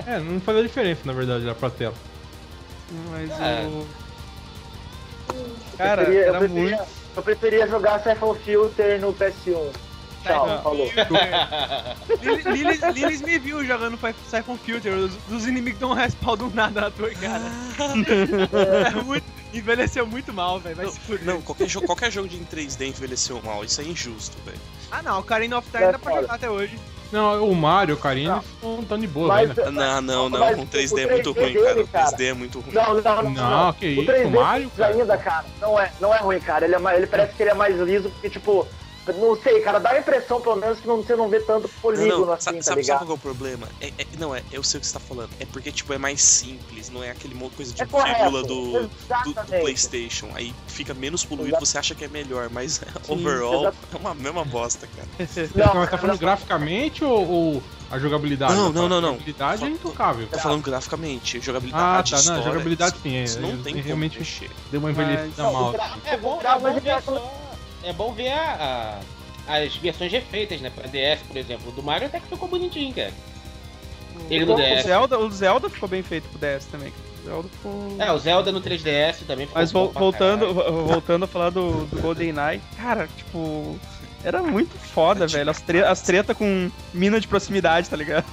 Speaker 9: É, não fazia diferença, na verdade, lá pra tela.
Speaker 3: Mas
Speaker 10: É.
Speaker 3: o...
Speaker 4: eu
Speaker 3: Cara,
Speaker 4: preferia, eu,
Speaker 3: era
Speaker 4: preferia,
Speaker 3: muito...
Speaker 4: eu preferia jogar Siphon Filter no PS1. Tchau,
Speaker 8: Siphon
Speaker 4: falou.
Speaker 8: Lili- Lili- Lilis me viu jogando Fi- Siphon Filter, os, os inimigos dão um respawn do nada na tua cara. É muito- envelheceu muito mal, velho. Vai se fuder.
Speaker 5: Não, qualquer jogo, qualquer jogo de em 3D envelheceu mal, isso é injusto, velho.
Speaker 8: Ah não, o Karina of Time
Speaker 4: É
Speaker 8: dá pra
Speaker 4: foda.
Speaker 8: jogar até hoje.
Speaker 9: Não, o Mario, o Karine, eles estão tão de boa, né?
Speaker 4: Mas,
Speaker 9: ainda.
Speaker 5: Não, não, não,
Speaker 4: Mas
Speaker 5: o
Speaker 4: o
Speaker 5: 3D é muito
Speaker 4: 3D
Speaker 5: ruim, cara, o
Speaker 4: dele, cara.
Speaker 5: 3D é muito ruim.
Speaker 4: não, não, não,
Speaker 9: Não, que
Speaker 4: o
Speaker 9: isso,
Speaker 4: 3D
Speaker 9: Mario, cara.
Speaker 4: ainda, cara, não é, não é ruim, cara. Ele, é mais, ele parece que ele é mais liso, porque, tipo, não sei, cara, dá a impressão, pelo menos, que não, você não vê tanto polígono
Speaker 5: Não, não,
Speaker 4: assim,
Speaker 5: sabe, sabe,
Speaker 4: tá
Speaker 5: sabe
Speaker 4: ligado?
Speaker 5: qual é o problema? É, é- não, é, eu sei o que você tá falando. É porque, tipo, é mais simples, não é aquele mo- coisa de
Speaker 4: É
Speaker 5: vírgula
Speaker 4: correto.
Speaker 5: do, do- do,
Speaker 4: exatamente.
Speaker 5: Playstation. Aí fica menos poluído,
Speaker 4: Exato.
Speaker 5: você acha que é melhor, mas overall é uma mesma bosta, cara.
Speaker 9: Não, mas tá
Speaker 4: cara,
Speaker 9: falando graficamente ou, ou a jogabilidade?
Speaker 5: Não,
Speaker 9: Eu
Speaker 5: não,
Speaker 9: falo,
Speaker 5: não, não.
Speaker 9: A jogabilidade é
Speaker 5: Fala-
Speaker 9: intocável.
Speaker 5: Tá falando graficamente, jogabilidade,
Speaker 9: Ah, tá, não,
Speaker 5: história,
Speaker 9: jogabilidade
Speaker 5: isso-
Speaker 9: sim, é,
Speaker 5: isso não
Speaker 9: eles
Speaker 5: tem
Speaker 9: realmente-
Speaker 5: como mexer.
Speaker 9: Deu uma envelhecida
Speaker 4: Não,
Speaker 9: mal.
Speaker 4: o gráfico-
Speaker 10: É bom,
Speaker 4: o
Speaker 10: é
Speaker 4: gráfico
Speaker 10: bom
Speaker 4: de
Speaker 10: ver,
Speaker 4: gráfico-
Speaker 10: só, é bom ver a- a- as versões refeitas, né? Pra DS, por exemplo. O Do Mario até que ficou bonitinho, cara. Ele no
Speaker 3: O
Speaker 10: DS.
Speaker 3: Zelda, o Zelda ficou bem feito pro DS também. cara. O Zelda ficou...
Speaker 10: É, o Zelda no 3DS também ficou
Speaker 3: Mas vol-
Speaker 10: bom pra
Speaker 3: voltando,
Speaker 10: caralho.
Speaker 3: vo- voltando a falar do, do GoldenEye, cara, tipo... Era muito foda,
Speaker 8: É
Speaker 3: velho. As, tre as treta com mina de proximidade, tá ligado?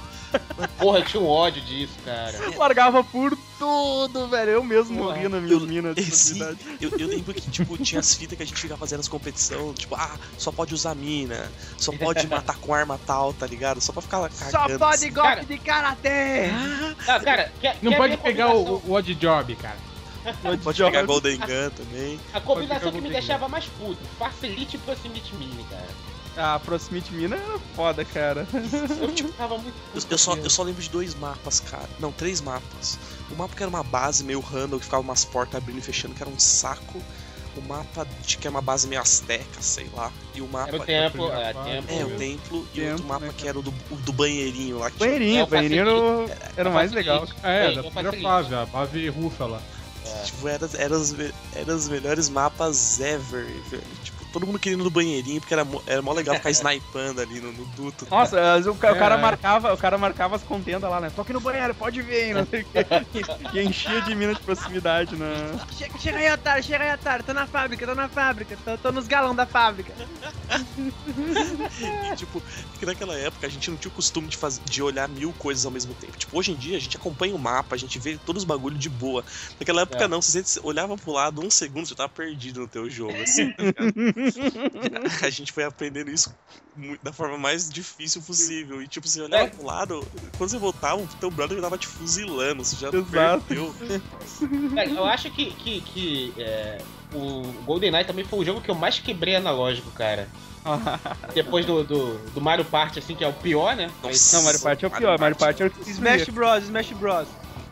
Speaker 10: Porra, eu tinha um ódio disso, cara.
Speaker 3: Largava por tudo, velho. Eu mesmo morria na minha
Speaker 5: eu-
Speaker 3: mina tipo, de
Speaker 5: esse-
Speaker 3: proximidade.
Speaker 5: Eu, eu lembro que, tipo, tinha as fitas que a gente ficava fazendo as competições, tipo, ah, só pode usar mina, só pode matar com arma tal, tá ligado? Só pra ficar lá cagando.
Speaker 8: Só pode golpe
Speaker 10: Cara.
Speaker 8: de karatê!
Speaker 10: Ah, cara, quer,
Speaker 9: Não
Speaker 10: quer
Speaker 9: pode
Speaker 10: ver a
Speaker 9: pegar o,
Speaker 10: combinação-
Speaker 9: o Odd Job, cara.
Speaker 5: Pode pegar Golden Gun também.
Speaker 10: A
Speaker 9: pode
Speaker 10: combinação
Speaker 9: pegar
Speaker 10: que
Speaker 9: o
Speaker 10: me
Speaker 9: Golden
Speaker 10: deixava mais puto. Facilite e Proximity Mini, cara.
Speaker 3: Ah, Proximity Mina era foda, cara.
Speaker 10: Eu tipo, tava muito
Speaker 5: Eu,
Speaker 10: puto.
Speaker 5: eu só,
Speaker 10: com
Speaker 5: eu só lembro de dois mapas, cara. Não, três mapas. O mapa que era uma base meio random, que ficava umas portas abrindo e fechando, que era um saco. O mapa de que era uma base meio asteca, sei lá. E o mapa.
Speaker 10: Era o tempo,
Speaker 9: primeira
Speaker 10: é,
Speaker 9: fase.
Speaker 10: tempo.
Speaker 5: É, o templo. E o outro
Speaker 3: Templo,
Speaker 5: mapa
Speaker 3: né,
Speaker 5: que era o do, o do banheirinho lá. Que tinha-
Speaker 3: Banheirinho,
Speaker 10: É,
Speaker 3: o
Speaker 10: o
Speaker 3: banheirinho era o- era o mais
Speaker 10: Facility.
Speaker 3: legal.
Speaker 9: É,
Speaker 10: Ei,
Speaker 9: da
Speaker 10: eu
Speaker 9: primeira
Speaker 10: facilito.
Speaker 9: fase, a base russa lá.
Speaker 5: Tipo, era, era, os, me- era os melhores mapas ever, velho. Tipo, todo mundo querendo ir no banheirinho, porque era, mo- era mó legal ficar snipando ali no, no duto.
Speaker 3: Nossa, às vezes o, ca- o cara
Speaker 9: É.
Speaker 3: marcava, o cara marcava as contendas lá, né? Tô aqui no banheiro, pode vir, não sei o quê. E enchia de mina de proximidade, né?
Speaker 8: Chega, chega aí, otário, chega aí, otário. Tô na fábrica, tô na fábrica. Tô, tô nos galão da fábrica.
Speaker 5: E, tipo, porque naquela época a gente não tinha o costume de, faz... de olhar mil coisas ao mesmo tempo. Tipo, hoje em dia a gente acompanha o mapa, a gente vê todos os bagulhos de boa. Naquela época
Speaker 3: É.
Speaker 5: não, se você olhava pro lado um segundo, você tava perdido no teu jogo, assim, tá ligado? E a gente foi aprendendo isso mu- da forma mais difícil possível. E tipo, você
Speaker 3: É.
Speaker 5: olhava pro lado, quando você voltava, o teu brother já tava te fuzilando, você já
Speaker 3: Exato.
Speaker 5: perdeu.
Speaker 10: Cara, eu acho que, que, que é, o GoldenEye também foi o jogo que eu mais quebrei analógico, cara. Depois do, do, do Mario Party, assim, que é o pior, né?
Speaker 3: Não, Mario Party é o pior, Mario Party é o que se
Speaker 8: Smash Bros, Smash Bros.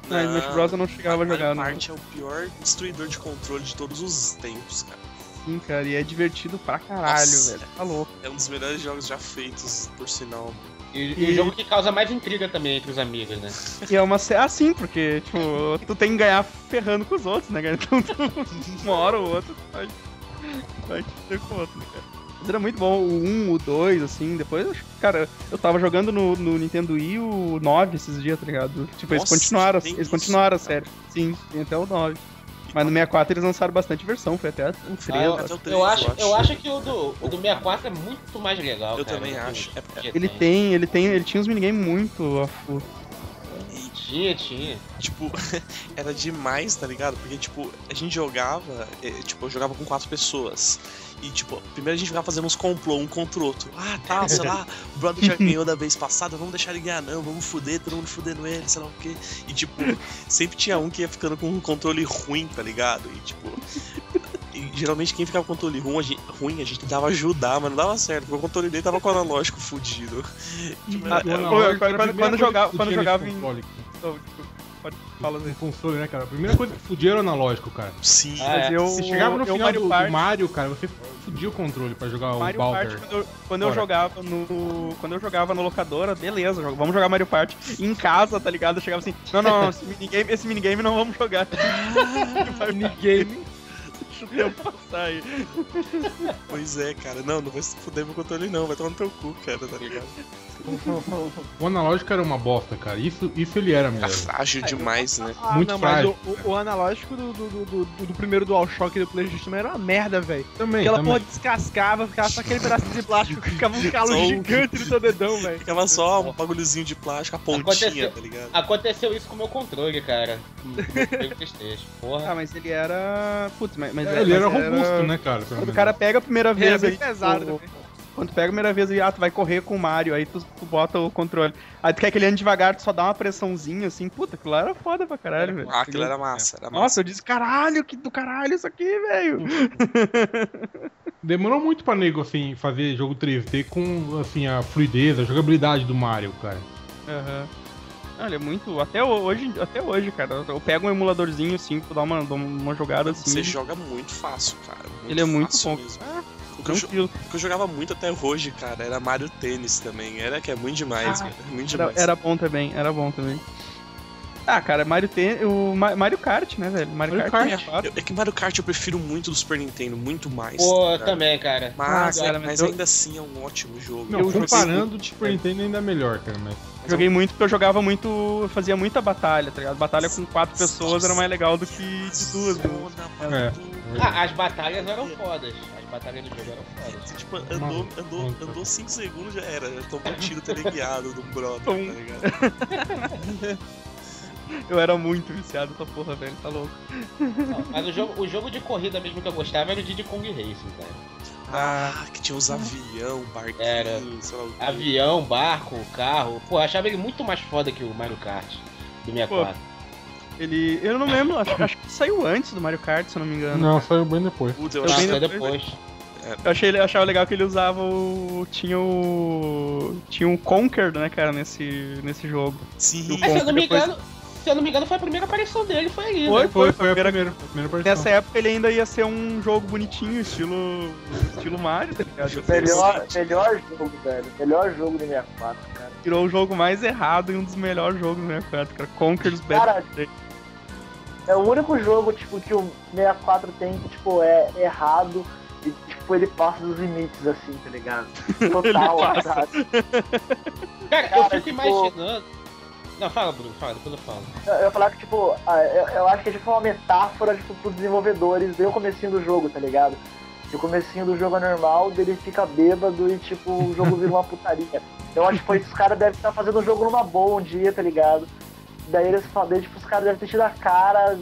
Speaker 3: Não, Smash Bros eu não chegava a jogar,
Speaker 5: Mario
Speaker 3: não.
Speaker 5: Party é o pior destruidor de controle de todos os tempos, cara.
Speaker 3: Sim, cara, e é divertido pra caralho,
Speaker 5: Nossa.
Speaker 3: velho. Tá louco.
Speaker 5: É um dos melhores jogos já feitos, por sinal.
Speaker 10: E, e o jogo que causa mais intriga também entre os amigos, né?
Speaker 3: E é uma série assim, porque, tipo, tu tem que ganhar ferrando com os outros, né, cara? Então, tu, uma hora ou outra, tu vai, vai te ter com o outro, né, cara? Mas era muito bom, o 1, o 2, assim, depois, eu acho que, cara, eu tava jogando no, no Nintendo Wii o 9 esses dias, tá ligado? Tipo, eles
Speaker 5: Nossa,
Speaker 3: continuaram,
Speaker 5: tem
Speaker 3: eles
Speaker 5: isso,
Speaker 3: continuaram a
Speaker 5: cara.
Speaker 3: série. Sim, tem até o 9. Mas no 64 eles lançaram bastante versão, foi até o 3.
Speaker 10: eu-
Speaker 5: Até o três,
Speaker 10: Eu acho, eu acho que o do, o do 64 é muito mais legal,
Speaker 5: Eu
Speaker 10: cara,
Speaker 5: também
Speaker 10: do que
Speaker 5: acho. É porque-
Speaker 10: GTA.
Speaker 3: Ele tem, ele tem, ele tinha uns minigames muito a fu-
Speaker 10: Tinha, tinha.
Speaker 5: Tipo, era demais, tá ligado? Porque, tipo, a gente jogava, eh, tipo, eu jogava com quatro pessoas. E, tipo, primeiro a gente ficava fazendo uns complô um contra o outro. Ah, tá, sei lá, o brother já ganhou da vez passada, vamos deixar ele ganhar, não, vamos fuder, todo mundo fudendo ele, sei lá o quê. E, tipo, sempre tinha um que ia ficando com um controle ruim, tá ligado? E, tipo. e, geralmente quem ficava com o controle ruim a, gente, ruim, a gente tentava ajudar, mas não dava certo, porque o controle dele tava com o analógico fudido. Tipo, era-
Speaker 3: quando- quando- quando jogava- quando jogava em- Então, tipo, pode falar
Speaker 9: em
Speaker 3: assim.
Speaker 9: console, né, cara? A primeira coisa que fudia era o analógico, cara.
Speaker 5: Sim.
Speaker 10: Ah,
Speaker 3: Mas
Speaker 10: é.
Speaker 3: eu,
Speaker 9: Você chegava no
Speaker 3: eu
Speaker 9: final
Speaker 3: Mario
Speaker 9: do,
Speaker 3: Party-
Speaker 9: do Mario, cara, você fudia o controle pra jogar
Speaker 3: Mario
Speaker 9: o
Speaker 3: Party,
Speaker 9: Balter.
Speaker 3: quando, eu, quando eu
Speaker 9: Bora.
Speaker 3: jogava no. Quando eu jogava na locadora, beleza, jogo- vamos jogar Mario Party. E em casa, tá ligado? Eu chegava assim, não, não, não, esse minigame, esse minigame não vamos jogar.
Speaker 8: Ah,
Speaker 3: minigame. Deixa o tempo passar aí.
Speaker 5: Pois é, cara. Não, não vai se fuder meu controle, não. Vai tomar no teu cu, cara, tá ligado?
Speaker 9: O analógico era uma bosta, cara. Isso, isso ele era
Speaker 5: Tá
Speaker 9: mesmo.
Speaker 5: frágil demais, né?
Speaker 8: Ah,
Speaker 9: Muito
Speaker 8: não,
Speaker 9: frágil.
Speaker 8: mas o, o- o analógico do, do, do, do, do primeiro DualShock do Playstation também era uma merda, velho.
Speaker 9: Também,
Speaker 8: Aquela porra
Speaker 9: também.
Speaker 8: descascava, ficava só aquele pedacinho de plástico que ficava um calo
Speaker 5: Só um.
Speaker 8: gigante no teu dedão, velho.
Speaker 5: Ficava só um bagulhozinho de plástico, a pontinha,
Speaker 10: Aconteceu.
Speaker 5: tá ligado?
Speaker 10: Aconteceu isso com o meu controle, cara. Com o meu Playstation. Porra.
Speaker 3: Ah, mas ele era. Putz, mas, mas
Speaker 9: É, ele
Speaker 3: mas
Speaker 9: era robusto, né, cara? pelo
Speaker 3: Quando o
Speaker 9: menos.
Speaker 3: cara pega a primeira
Speaker 8: Era
Speaker 3: vez
Speaker 8: bem
Speaker 3: aí,
Speaker 8: pesado
Speaker 3: tipo,
Speaker 8: também.
Speaker 3: Quando tu pega a primeira vez e ah, tu vai correr com o Mario, aí tu, tu bota o controle. Aí tu quer que ele ande devagar, tu só dá uma pressãozinha assim. Puta, aquilo lá era foda pra caralho, velho.
Speaker 5: Ah, aquilo era massa, era massa.
Speaker 3: Nossa, eu disse, caralho, que do caralho isso aqui, velho.
Speaker 9: Demorou muito pra nego, assim, fazer jogo 3D com, assim, a fluidez, a jogabilidade do Mario, cara.
Speaker 3: Aham. Olha, é muito. Até ho- hoje, até hoje, cara. Eu pego um emuladorzinho assim, pra dar uma, dou uma jogada assim.
Speaker 5: Você joga muito fácil, cara. muito
Speaker 3: Ele é muito
Speaker 5: fácil
Speaker 3: bom.
Speaker 5: mesmo.
Speaker 3: Ah,
Speaker 5: O que, eu, jo-
Speaker 3: tranquilo.
Speaker 5: o que eu jogava muito até hoje, cara, era Mario Tênis também. Era que é muito demais,
Speaker 3: Ah,
Speaker 5: velho. Muito
Speaker 3: Era,
Speaker 5: demais.
Speaker 3: era bom também, era bom também. Ah, cara, Mario tem. O Ma- Mario Kart, né, velho? Mario,
Speaker 9: Mario
Speaker 3: Kart.
Speaker 9: Kart.
Speaker 3: 64.
Speaker 5: Eu- é que Mario Kart eu prefiro muito do Super Nintendo, muito mais.
Speaker 10: Pô,
Speaker 5: tá ligado?
Speaker 10: também, cara.
Speaker 5: Mas,
Speaker 3: Ah, cara, mas
Speaker 5: mas
Speaker 3: eu-
Speaker 5: ainda assim é um ótimo jogo.
Speaker 9: Não,
Speaker 3: Eu joguei
Speaker 9: comparando, o Super Nintendo ainda é melhor, cara, mas...
Speaker 5: mas
Speaker 3: Joguei muito porque eu jogava muito. Eu fazia muita batalha, tá ligado? Batalha com quatro pessoas era mais legal do que de duas. né?
Speaker 5: Zona, mano,
Speaker 9: É.
Speaker 5: tudo.
Speaker 10: Ah, as batalhas eram fodas. As batalhas do jogo eram fodas.
Speaker 5: Você, tipo, andou,
Speaker 9: Maluco,
Speaker 5: andou,
Speaker 9: maluco.
Speaker 5: andou 5 segundos já era. Já tomou um tiro teleguiado do brother, tá
Speaker 3: Tom.
Speaker 5: ligado?
Speaker 3: Eu era muito viciado essa porra, velho. Tá louco.
Speaker 10: Não, Mas o jogo, o jogo de corrida mesmo que eu gostava era o Diddy Kong Racing, cara.
Speaker 5: Ah, que tinha uns avião, barquinho,
Speaker 10: Era.
Speaker 5: sei lá o quê.
Speaker 10: Avião, barco, carro. Pô, eu achava ele muito mais foda que o Mario Kart do 64.
Speaker 3: Ele. Eu não lembro, acho, acho que saiu antes do Mario Kart, se eu não me engano.
Speaker 9: Não, saiu bem depois.
Speaker 5: Puta, eu
Speaker 10: Tá,
Speaker 5: achei
Speaker 3: bem
Speaker 10: até
Speaker 3: depois,
Speaker 10: depois.
Speaker 3: Eu achei, ele- achava legal que ele usava o. Tinha o. Tinha um Conquered, né, cara, nesse, nesse jogo.
Speaker 5: sim.
Speaker 3: do
Speaker 10: Ah, se eu não me
Speaker 3: Depois-
Speaker 10: engano, se eu não me engano, foi a primeira aparição dele, foi aí, né?
Speaker 3: Foi,
Speaker 9: Foi, foi a
Speaker 3: primeira-
Speaker 9: primeira, a primeira versão.
Speaker 3: Nessa época ele ainda ia ser um jogo bonitinho, estilo. estilo Mario, tá ligado?
Speaker 4: Melhor, melhor jogo, velho. Melhor jogo do 64, cara.
Speaker 3: Tirou o jogo mais errado e um dos melhores jogos do 64, cara. Conker's
Speaker 8: Ah,
Speaker 4: Cara,
Speaker 3: Bad Fur Day.
Speaker 4: É o único jogo, tipo, que o 64 tem que, tipo, é errado e, tipo, tipo, ele passa dos limites, assim, tá ligado? Total, sabe?
Speaker 10: Cara, eu
Speaker 4: Cara,
Speaker 10: fico
Speaker 4: tipo-
Speaker 10: imaginando. Não, fala, Bruno, fala, depois eu falo.
Speaker 4: Eu eu ia falar que, tipo, ah, eu, eu acho que é tipo uma metáfora, tipo, pros desenvolvedores, deu o comecinho do jogo, tá ligado? E o comecinho do jogo é normal, dele fica bêbado e, tipo, o jogo vira uma putaria. Eu acho que foi isso, os caras devem estar fazendo o jogo numa boa um dia, tá ligado? Daí eles falam, daí, tipo, os caras devem ter tido a cara,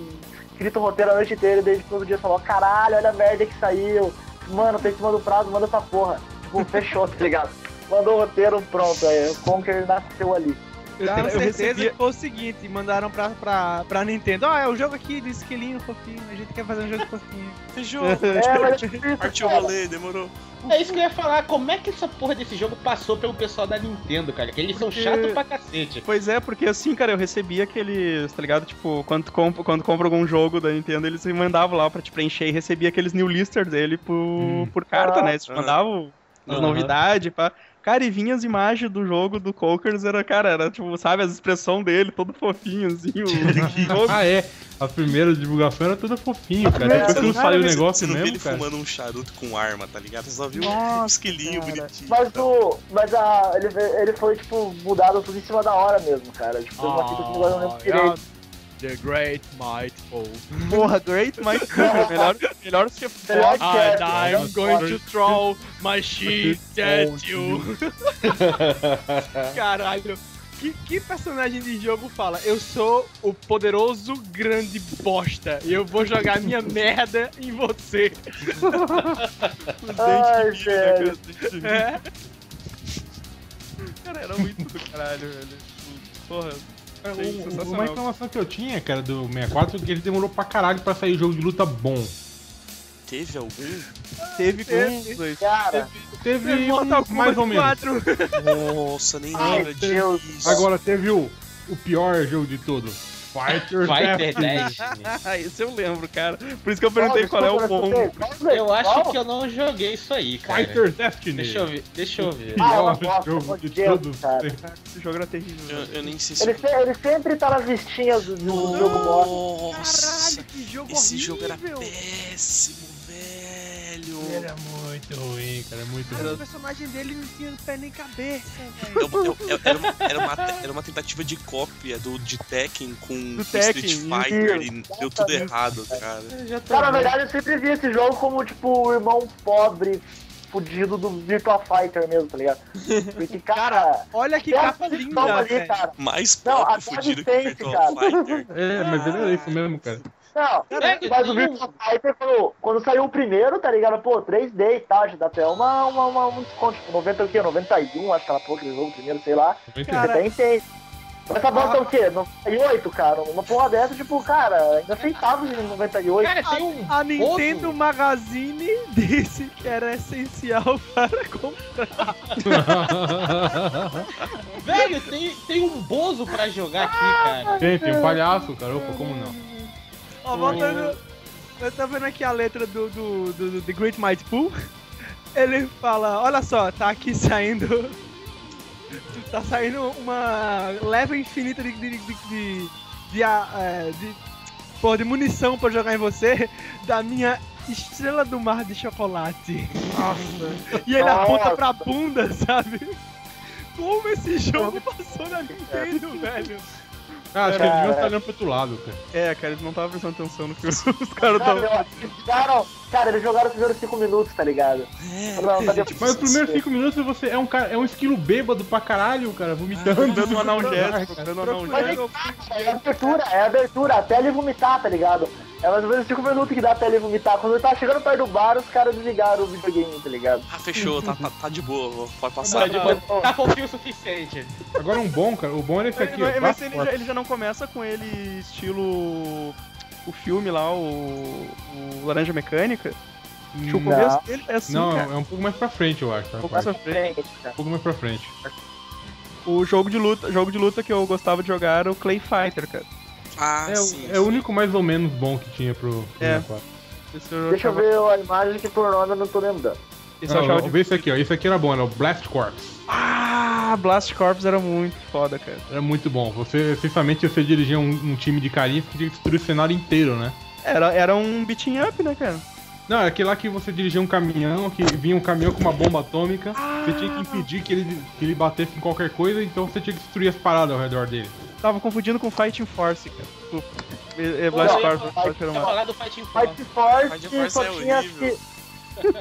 Speaker 4: escrito o roteiro a noite inteira, e daí tipo, todo dia falou, caralho, olha a merda que saiu. Mano, tá em cima do prazo, manda essa porra. Tipo, fechou, tá ligado? Mandou o roteiro, pronto, aí o Conker nasceu ali.
Speaker 3: Eu
Speaker 8: Tenho
Speaker 3: tenho- eu
Speaker 8: certeza
Speaker 3: recebia-
Speaker 8: que foi o seguinte, mandaram pra, pra, pra Nintendo, ó, é o jogo aqui de esquilinho fofinho, a gente quer fazer um jogo fofinho.
Speaker 5: Fechou.
Speaker 4: É, mas é difícil,
Speaker 5: Partiu o
Speaker 4: cara.
Speaker 5: rolê, demorou.
Speaker 10: É isso que eu ia falar, como é que essa porra desse jogo passou pelo pessoal da Nintendo, cara? Que eles são
Speaker 3: Porque-
Speaker 10: chatos pra cacete.
Speaker 3: Pois é, porque assim, cara, eu recebia aqueles, tá ligado? Tipo, quando tu compra, quando compra algum jogo da Nintendo, eles me mandavam lá pra te preencher e recebia aqueles new listers dele por, por carta, né? Eles te
Speaker 5: Ah.
Speaker 3: mandavam as
Speaker 6: Aham.
Speaker 3: novidades, pá. Cara, e vinha as imagens do jogo do Cokers, era, cara, era tipo, sabe, as expressões dele, todo fofinho, assim, o jogo.
Speaker 9: Ah, é. A primeira divulgação era toda fofinho, cara.
Speaker 3: É,
Speaker 9: Depois que não
Speaker 3: cara,
Speaker 9: saiu o
Speaker 3: mas
Speaker 5: Você
Speaker 9: negócio
Speaker 5: não viu
Speaker 9: mesmo,
Speaker 5: ele
Speaker 9: cara.
Speaker 5: fumando um charuto com arma, tá ligado? Você só viu um
Speaker 3: Nossa,
Speaker 5: esquilinho
Speaker 3: cara.
Speaker 5: bonitinho.
Speaker 4: Mas
Speaker 5: tá?
Speaker 4: o. Mas a. Ele, ele foi, tipo, mudado tudo em cima da hora mesmo, cara. Tipo, uma fita que eu não lembro direito.
Speaker 8: The Great Might Fall.
Speaker 3: Porra, Great Mike Cooper, melhor, melhor que
Speaker 4: Melhor que é,
Speaker 8: And I'm
Speaker 4: melhor
Speaker 8: going to
Speaker 4: que
Speaker 8: throw my shit at you. Caralho. Que, que personagem de jogo fala? Eu sou o poderoso grande bosta. E eu vou jogar minha merda em você.
Speaker 4: Ai, velho.
Speaker 8: É.
Speaker 3: Cara, era muito do caralho, velho. Porra,
Speaker 9: Cara,
Speaker 3: Sim,
Speaker 9: É, o- o-
Speaker 3: sensacional.
Speaker 9: uma reclamação que eu tinha, cara, do 64, que ele demorou pra caralho pra sair jogo de luta bom.
Speaker 5: Teve algum?
Speaker 3: teve com dois.
Speaker 4: Cara,
Speaker 9: Teve um, mais ou menos.
Speaker 5: Nossa, nem lembra
Speaker 4: Deus.
Speaker 5: disso.
Speaker 9: Agora teve o, o pior jogo de todos. Fighter
Speaker 10: Fighter 10.
Speaker 3: Ah, isso eu lembro, cara. Por isso que eu perguntei qual é o bom.
Speaker 10: Eu acho que eu não joguei isso aí, cara.
Speaker 9: Fighter Destiny.
Speaker 10: Deixa eu ver, deixa eu ver.
Speaker 9: Pior
Speaker 4: Ah, eu não gosto,
Speaker 9: jogo
Speaker 4: meu
Speaker 9: de
Speaker 4: Deus,
Speaker 9: todos.
Speaker 4: cara.
Speaker 3: Esse jogo era terrível.
Speaker 5: Eu, eu nem sei se.
Speaker 4: Ele, se- ele sempre tá nas listinhas do, do jogo morto.
Speaker 5: Nossa,
Speaker 8: Caralho, que jogo
Speaker 5: esse jogo era
Speaker 8: horrível.
Speaker 5: péssimo, velho.
Speaker 9: Era muito ruim, cara, é muito
Speaker 8: Mas
Speaker 9: ruim.
Speaker 8: o personagem dele não tinha pé nem cabeça, velho.
Speaker 5: É uma- é- é- Era uma, era uma te- era uma tentativa de cópia do, de Tekken com
Speaker 3: Do
Speaker 5: com Street
Speaker 3: Tekken,
Speaker 5: Fighter e deu tudo errado, cara.
Speaker 10: Eu já tô
Speaker 4: Cara, na
Speaker 10: vendo.
Speaker 4: verdade, eu sempre vi esse jogo como, tipo, o irmão pobre, fudido do Virtua Fighter mesmo, tá ligado? Porque, cara.
Speaker 8: Olha que
Speaker 4: tem uma
Speaker 8: capa
Speaker 4: é posição
Speaker 8: linda,
Speaker 4: ali,
Speaker 8: velho.
Speaker 4: cara.
Speaker 5: Mais
Speaker 4: Não,
Speaker 5: pobre
Speaker 4: a
Speaker 5: fudido que o
Speaker 4: Tekken,
Speaker 5: Virtual
Speaker 4: cara.
Speaker 5: Fighter.
Speaker 9: É, mas era isso mesmo, cara.
Speaker 4: Não,
Speaker 10: Caraca,
Speaker 4: mas o
Speaker 10: tem
Speaker 4: Virtua Fighter, quando, quando saiu o primeiro, tá ligado? Pô, 3D e tal, já dá até uma, uma, uma, um desconto, tipo, 90 o quê? 91, acho que ela pô, aquele jogo primeiro, sei lá. Você
Speaker 8: Cara,
Speaker 4: até entende. Mas essa banda é o quê? 98, cara? Uma porra dessa, tipo, cara, ainda aceitava de 98.
Speaker 10: Cara, tem um.
Speaker 8: a Nintendo Magazine disse que era essencial para comprar.
Speaker 10: Velho, tem, tem um Bozo pra jogar aqui, cara.
Speaker 9: Gente, um palhaço, cara. Opa, como não?
Speaker 8: Ó, voltando. Eu tô vendo aqui a letra do, do, do, do The Great Might Pool. Ele fala, olha só, tá aqui saindo. tá saindo uma leva infinita de. de. de. de, de, a- é, de- porra, de munição pra jogar em você da minha estrela do mar de chocolate. Nossa. E ele aponta pra bunda, sabe? Como esse jogo passou na Nintendo, velho?
Speaker 9: Ah, acho que eles deviam
Speaker 4: Cara.
Speaker 9: estar olhando pro outro lado, cara.
Speaker 3: É, cara, eles não estavam prestando atenção no que os os caras
Speaker 4: Cara,
Speaker 3: estavam.
Speaker 4: eu- eles jogaram- cara, eles jogaram os primeiros 5 minutos, tá ligado? Não, tá depois.
Speaker 9: Mas os primeiros 5 minutos você é um cara, é um esquilo bêbado pra caralho, cara, vomitando.
Speaker 3: Dando um analgésico,
Speaker 9: Cara,
Speaker 3: dando um
Speaker 4: Mas
Speaker 3: analgésico.
Speaker 4: é, cara, é a abertura, é a abertura, até ele vomitar, tá ligado? É mais ou menos 5 minutos que dá até ele vomitar. Quando ele tá chegando perto do bar, os caras desligaram o videogame, tá ligado?
Speaker 5: Ah, fechou, tá, tá, tá de boa, pode
Speaker 10: Tá
Speaker 9: é
Speaker 5: passar.
Speaker 10: de boa. Tá fofinho o suficiente.
Speaker 9: Agora um bom, cara. O bom era esse aqui, ó.
Speaker 3: Mas- mas ele já,
Speaker 9: Passport.
Speaker 3: ele já não começa com ele estilo. O filme lá, o. o Laranja Mecânica. Que o
Speaker 9: Hum,
Speaker 3: começo dele é assim,
Speaker 9: Não,
Speaker 3: cara.
Speaker 9: é um pouco mais pra frente, eu acho. Tá? Um
Speaker 3: pouco mais pra
Speaker 9: pouco
Speaker 4: Frente, cara.
Speaker 9: mais pra frente.
Speaker 3: O jogo de luta, jogo de luta que eu gostava de jogar era o Clay Fighter, cara.
Speaker 5: Ah,
Speaker 9: É, o-
Speaker 5: sim.
Speaker 9: é o único mais ou menos bom que tinha pro, pro
Speaker 3: É.
Speaker 9: 64.
Speaker 3: Esse eu
Speaker 4: Deixa eu
Speaker 3: achava,
Speaker 4: ver a imagem que por nome eu não tô lembrando.
Speaker 3: Esse eu
Speaker 9: Não,
Speaker 3: achava
Speaker 9: eu-
Speaker 3: de...
Speaker 9: vê esse aqui, ó. Esse aqui era bom, era o Blast Corps.
Speaker 3: Ah, Blast Corps era muito foda, cara.
Speaker 9: Era muito bom. Você, essencialmente, você dirigia um, um time de carinha que tinha que destruir o cenário inteiro, né?
Speaker 3: Era, era um beating up, né, cara?
Speaker 9: Não, é aquele lá que você dirigia um caminhão, que vinha um caminhão com uma bomba atômica, você tinha que impedir que ele, que ele batesse em qualquer coisa, então você tinha que destruir as paradas ao redor dele.
Speaker 3: Tava confundindo com Fighting Force, cara. Desculpa. É, é
Speaker 10: Pô, eu
Speaker 3: Blast
Speaker 10: ia
Speaker 3: Force,
Speaker 10: falar-
Speaker 3: Blast Force era
Speaker 10: eu ia
Speaker 3: uma-
Speaker 10: falar do Fighting Force.
Speaker 4: Fight Force,
Speaker 5: Fight Force
Speaker 4: só
Speaker 5: é
Speaker 4: tinha as
Speaker 5: horrível.
Speaker 4: que.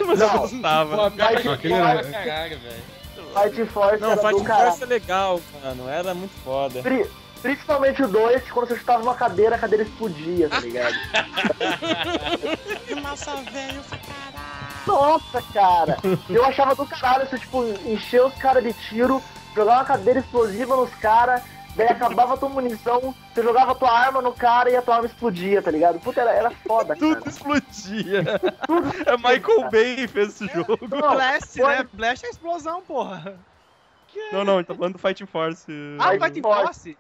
Speaker 3: Mas eu
Speaker 4: Não.
Speaker 3: gostava.
Speaker 10: Pô, pior que
Speaker 4: Não,
Speaker 9: aquele
Speaker 10: eu
Speaker 9: era-
Speaker 10: jogava, caralho, velho.
Speaker 4: Fight Force
Speaker 6: Não,
Speaker 4: era
Speaker 6: Fighting
Speaker 4: do caralho.
Speaker 6: Force é legal, mano. Era muito foda.
Speaker 4: Pri- Principalmente o 2, quando você chutava uma cadeira, a cadeira explodia, tá ligado?
Speaker 5: Massa velho pra caralho.
Speaker 4: Nossa, cara! Eu achava do caralho isso, tipo, encher os caras de tiro, jogar uma cadeira explosiva nos caras, daí acabava a tua munição, você jogava a tua arma no cara e a tua arma explodia, tá ligado? Puta, era, era foda, cara.
Speaker 3: Tudo explodia. É Michael Bay que fez esse jogo.
Speaker 4: Não,
Speaker 8: É, Blast,
Speaker 4: Pode-
Speaker 8: né? Blast é explosão, porra.
Speaker 3: Não, não, ele tá falando do Fighting Force.
Speaker 8: Ah,
Speaker 4: Aí
Speaker 8: vai de
Speaker 4: pode.
Speaker 8: posse.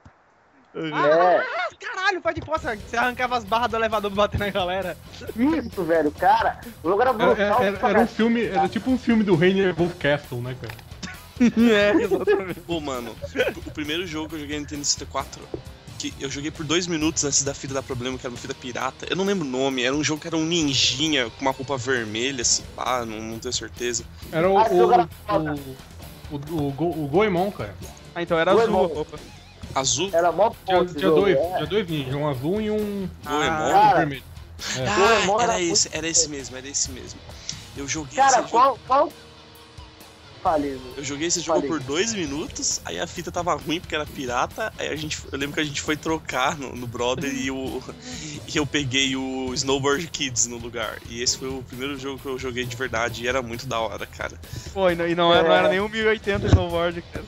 Speaker 4: é,
Speaker 8: Caralho, vai de posse. Você arrancava as barras do elevador pra bater na galera.
Speaker 4: isso, velho, cara. O jogo era
Speaker 9: Era,
Speaker 4: brutal.
Speaker 9: era- era- era um filme, era tipo um filme do Rainer Wolfcastle, né, cara?
Speaker 3: É, exatamente.
Speaker 5: Pô, mano, o primeiro jogo que eu joguei no Nintendo 64, que eu joguei por dois minutos antes da fita dar problema, que era uma fita pirata. Eu não lembro o nome, era um jogo que era um ninjinha com uma roupa vermelha, assim, pá, não, não tenho certeza.
Speaker 9: Era o.
Speaker 4: Ah, esse jogo era foda.
Speaker 9: O, o, o, o, Go- o Goemon, cara.
Speaker 3: Ah, então era
Speaker 4: Ué,
Speaker 3: azul a
Speaker 4: irmão.
Speaker 3: roupa.
Speaker 5: Azul,
Speaker 4: Era mó
Speaker 9: Tinha,
Speaker 4: ponto esse
Speaker 9: tinha
Speaker 4: jogo,
Speaker 9: dois,
Speaker 4: é.
Speaker 9: tinha dois ninjas, um azul e um
Speaker 5: Goemon.
Speaker 4: Ah, Cara,
Speaker 9: vermelho.
Speaker 5: é
Speaker 4: Goemon
Speaker 5: Ah,
Speaker 4: era
Speaker 5: era
Speaker 4: muito
Speaker 5: esse, era esse mesmo, era esse mesmo. Eu joguei
Speaker 4: Cara,
Speaker 5: esse jogo.
Speaker 4: qual. qual... Falei, Lu.
Speaker 5: Eu joguei esse jogo
Speaker 4: Falei.
Speaker 5: por dois minutos, aí a fita tava ruim porque era pirata, aí a gente, eu lembro que a gente foi trocar no, no Brother e, o, e eu peguei o Snowboard Kids no lugar. E esse foi o primeiro jogo que eu joguei de verdade e era muito da hora, cara.
Speaker 3: Pô, e não, e não, era, não era nem um 1080 snowboard, cara.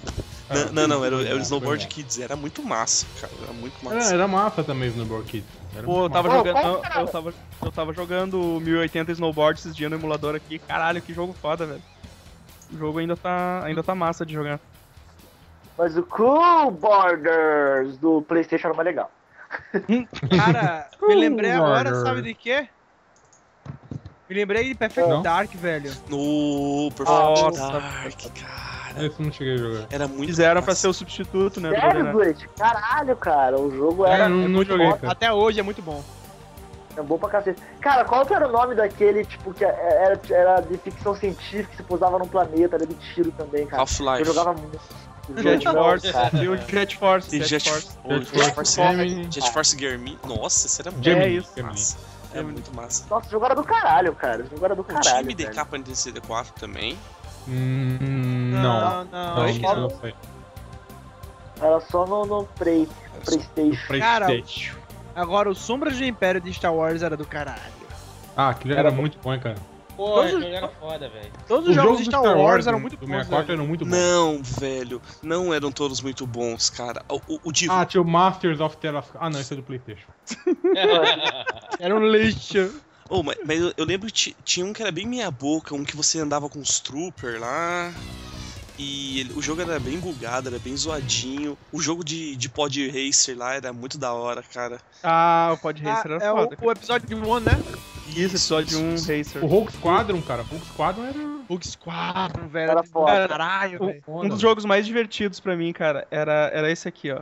Speaker 3: Ah,
Speaker 5: Não, não, não, era, o- era o
Speaker 9: Goemon.
Speaker 5: Snowboard Kids, era muito massa, cara, era muito
Speaker 3: Ah,
Speaker 9: Era,
Speaker 3: é.
Speaker 5: massa.
Speaker 9: era massa também o Snowboard Kids. Era
Speaker 3: Pô, eu
Speaker 9: muito
Speaker 3: tava
Speaker 4: Pô,
Speaker 3: jogando.
Speaker 4: qual
Speaker 3: eu- Eu, tava, eu tava jogando 1080 snowboard esses dias no emulador aqui. Caralho, que jogo foda, velho. O jogo ainda tá, ainda tá massa de jogar.
Speaker 4: Mas o Cool Borders do PlayStation era mais legal.
Speaker 8: Cara, me lembrei agora,
Speaker 9: Warner.
Speaker 8: sabe de quê? Me lembrei de Perfect
Speaker 9: Não?
Speaker 8: Dark, velho.
Speaker 5: No Perfect
Speaker 3: Nossa,
Speaker 5: Dark, cara.
Speaker 9: massa. Esse eu não cheguei a jogar.
Speaker 5: Era muito
Speaker 3: Fizeram pra
Speaker 5: massa.
Speaker 3: ser o substituto, né? do
Speaker 4: Sério,
Speaker 3: Goldeneye.
Speaker 4: Duet? Caralho, cara, o jogo
Speaker 9: É,
Speaker 4: era
Speaker 9: eu não, não joguei,
Speaker 4: foda.
Speaker 9: cara.
Speaker 8: Até hoje é muito bom.
Speaker 4: É bom pra cacete. Cara, qual que era o nome daquele, tipo, que era, era de ficção científica que se pousava num planeta, era de tiro também, cara. Eu
Speaker 5: Half-Life.
Speaker 4: jogava muito.
Speaker 3: Jet
Speaker 4: Jogão,
Speaker 3: Force.
Speaker 4: cara.
Speaker 3: Viu? Jet Force.
Speaker 5: Tem
Speaker 3: Jet,
Speaker 5: Jet,
Speaker 3: Force.
Speaker 5: Force. Oh, Jet Force.
Speaker 9: Gemini.
Speaker 4: Ah.
Speaker 5: Jet Force Germin. Nossa, isso era muito
Speaker 9: Gemini,
Speaker 3: isso.
Speaker 9: Gemini.
Speaker 5: massa. Era muito massa.
Speaker 4: Nossa, o jogo era do caralho, cara. O jogo era do
Speaker 5: O
Speaker 4: caralho.
Speaker 5: time de
Speaker 4: velho.
Speaker 5: capa Nintendo 64 também.
Speaker 9: Hum,
Speaker 8: não.
Speaker 9: não.
Speaker 8: não,
Speaker 9: Não,
Speaker 8: acho que
Speaker 9: não,
Speaker 8: não.
Speaker 9: foi.
Speaker 4: Era só no, no Play, Playstation.
Speaker 8: Cara,
Speaker 9: Playstation.
Speaker 8: Agora, o Sombras do Império de Star Wars era do caralho.
Speaker 9: Ah, aquilo era muito bom, hein, cara.
Speaker 10: Pô,
Speaker 8: Todos
Speaker 10: esse
Speaker 8: os-
Speaker 10: jogo era foda, velho.
Speaker 8: Todos
Speaker 9: Os
Speaker 8: os jogos
Speaker 9: jogos
Speaker 8: de
Speaker 9: do
Speaker 8: Star Wars
Speaker 9: do-
Speaker 8: eram muito
Speaker 9: do
Speaker 8: bons.
Speaker 9: 64
Speaker 8: velho.
Speaker 9: eram muito bons.
Speaker 5: Não, velho. Não eram todos muito bons, cara. O, o, o de.
Speaker 9: Ah, tinha o Masters of Terra. Ah, não, esse é do Playstation.
Speaker 8: Era um lixo.
Speaker 5: Oh, mas, mas eu, eu lembro que ti- tinha um que era bem meia-boca, um que você andava com os trooper lá. E ele- o jogo era bem bugado, era bem zoadinho. O jogo de, de pod racer lá era muito da hora, cara.
Speaker 3: Ah, o Pod Racer
Speaker 8: Ah,
Speaker 3: era
Speaker 8: é o,
Speaker 3: foda.
Speaker 8: o episódio 1, né?
Speaker 3: Isso, episódio 1 Racer.
Speaker 9: O Hulk Squadron, cara. Hulk Squadron era.
Speaker 8: Bug Squadron, velho.
Speaker 4: Era foda.
Speaker 8: Caralho,
Speaker 3: Um-
Speaker 8: velho.
Speaker 3: Um dos jogos mais divertidos pra mim, cara, era, era esse aqui, ó.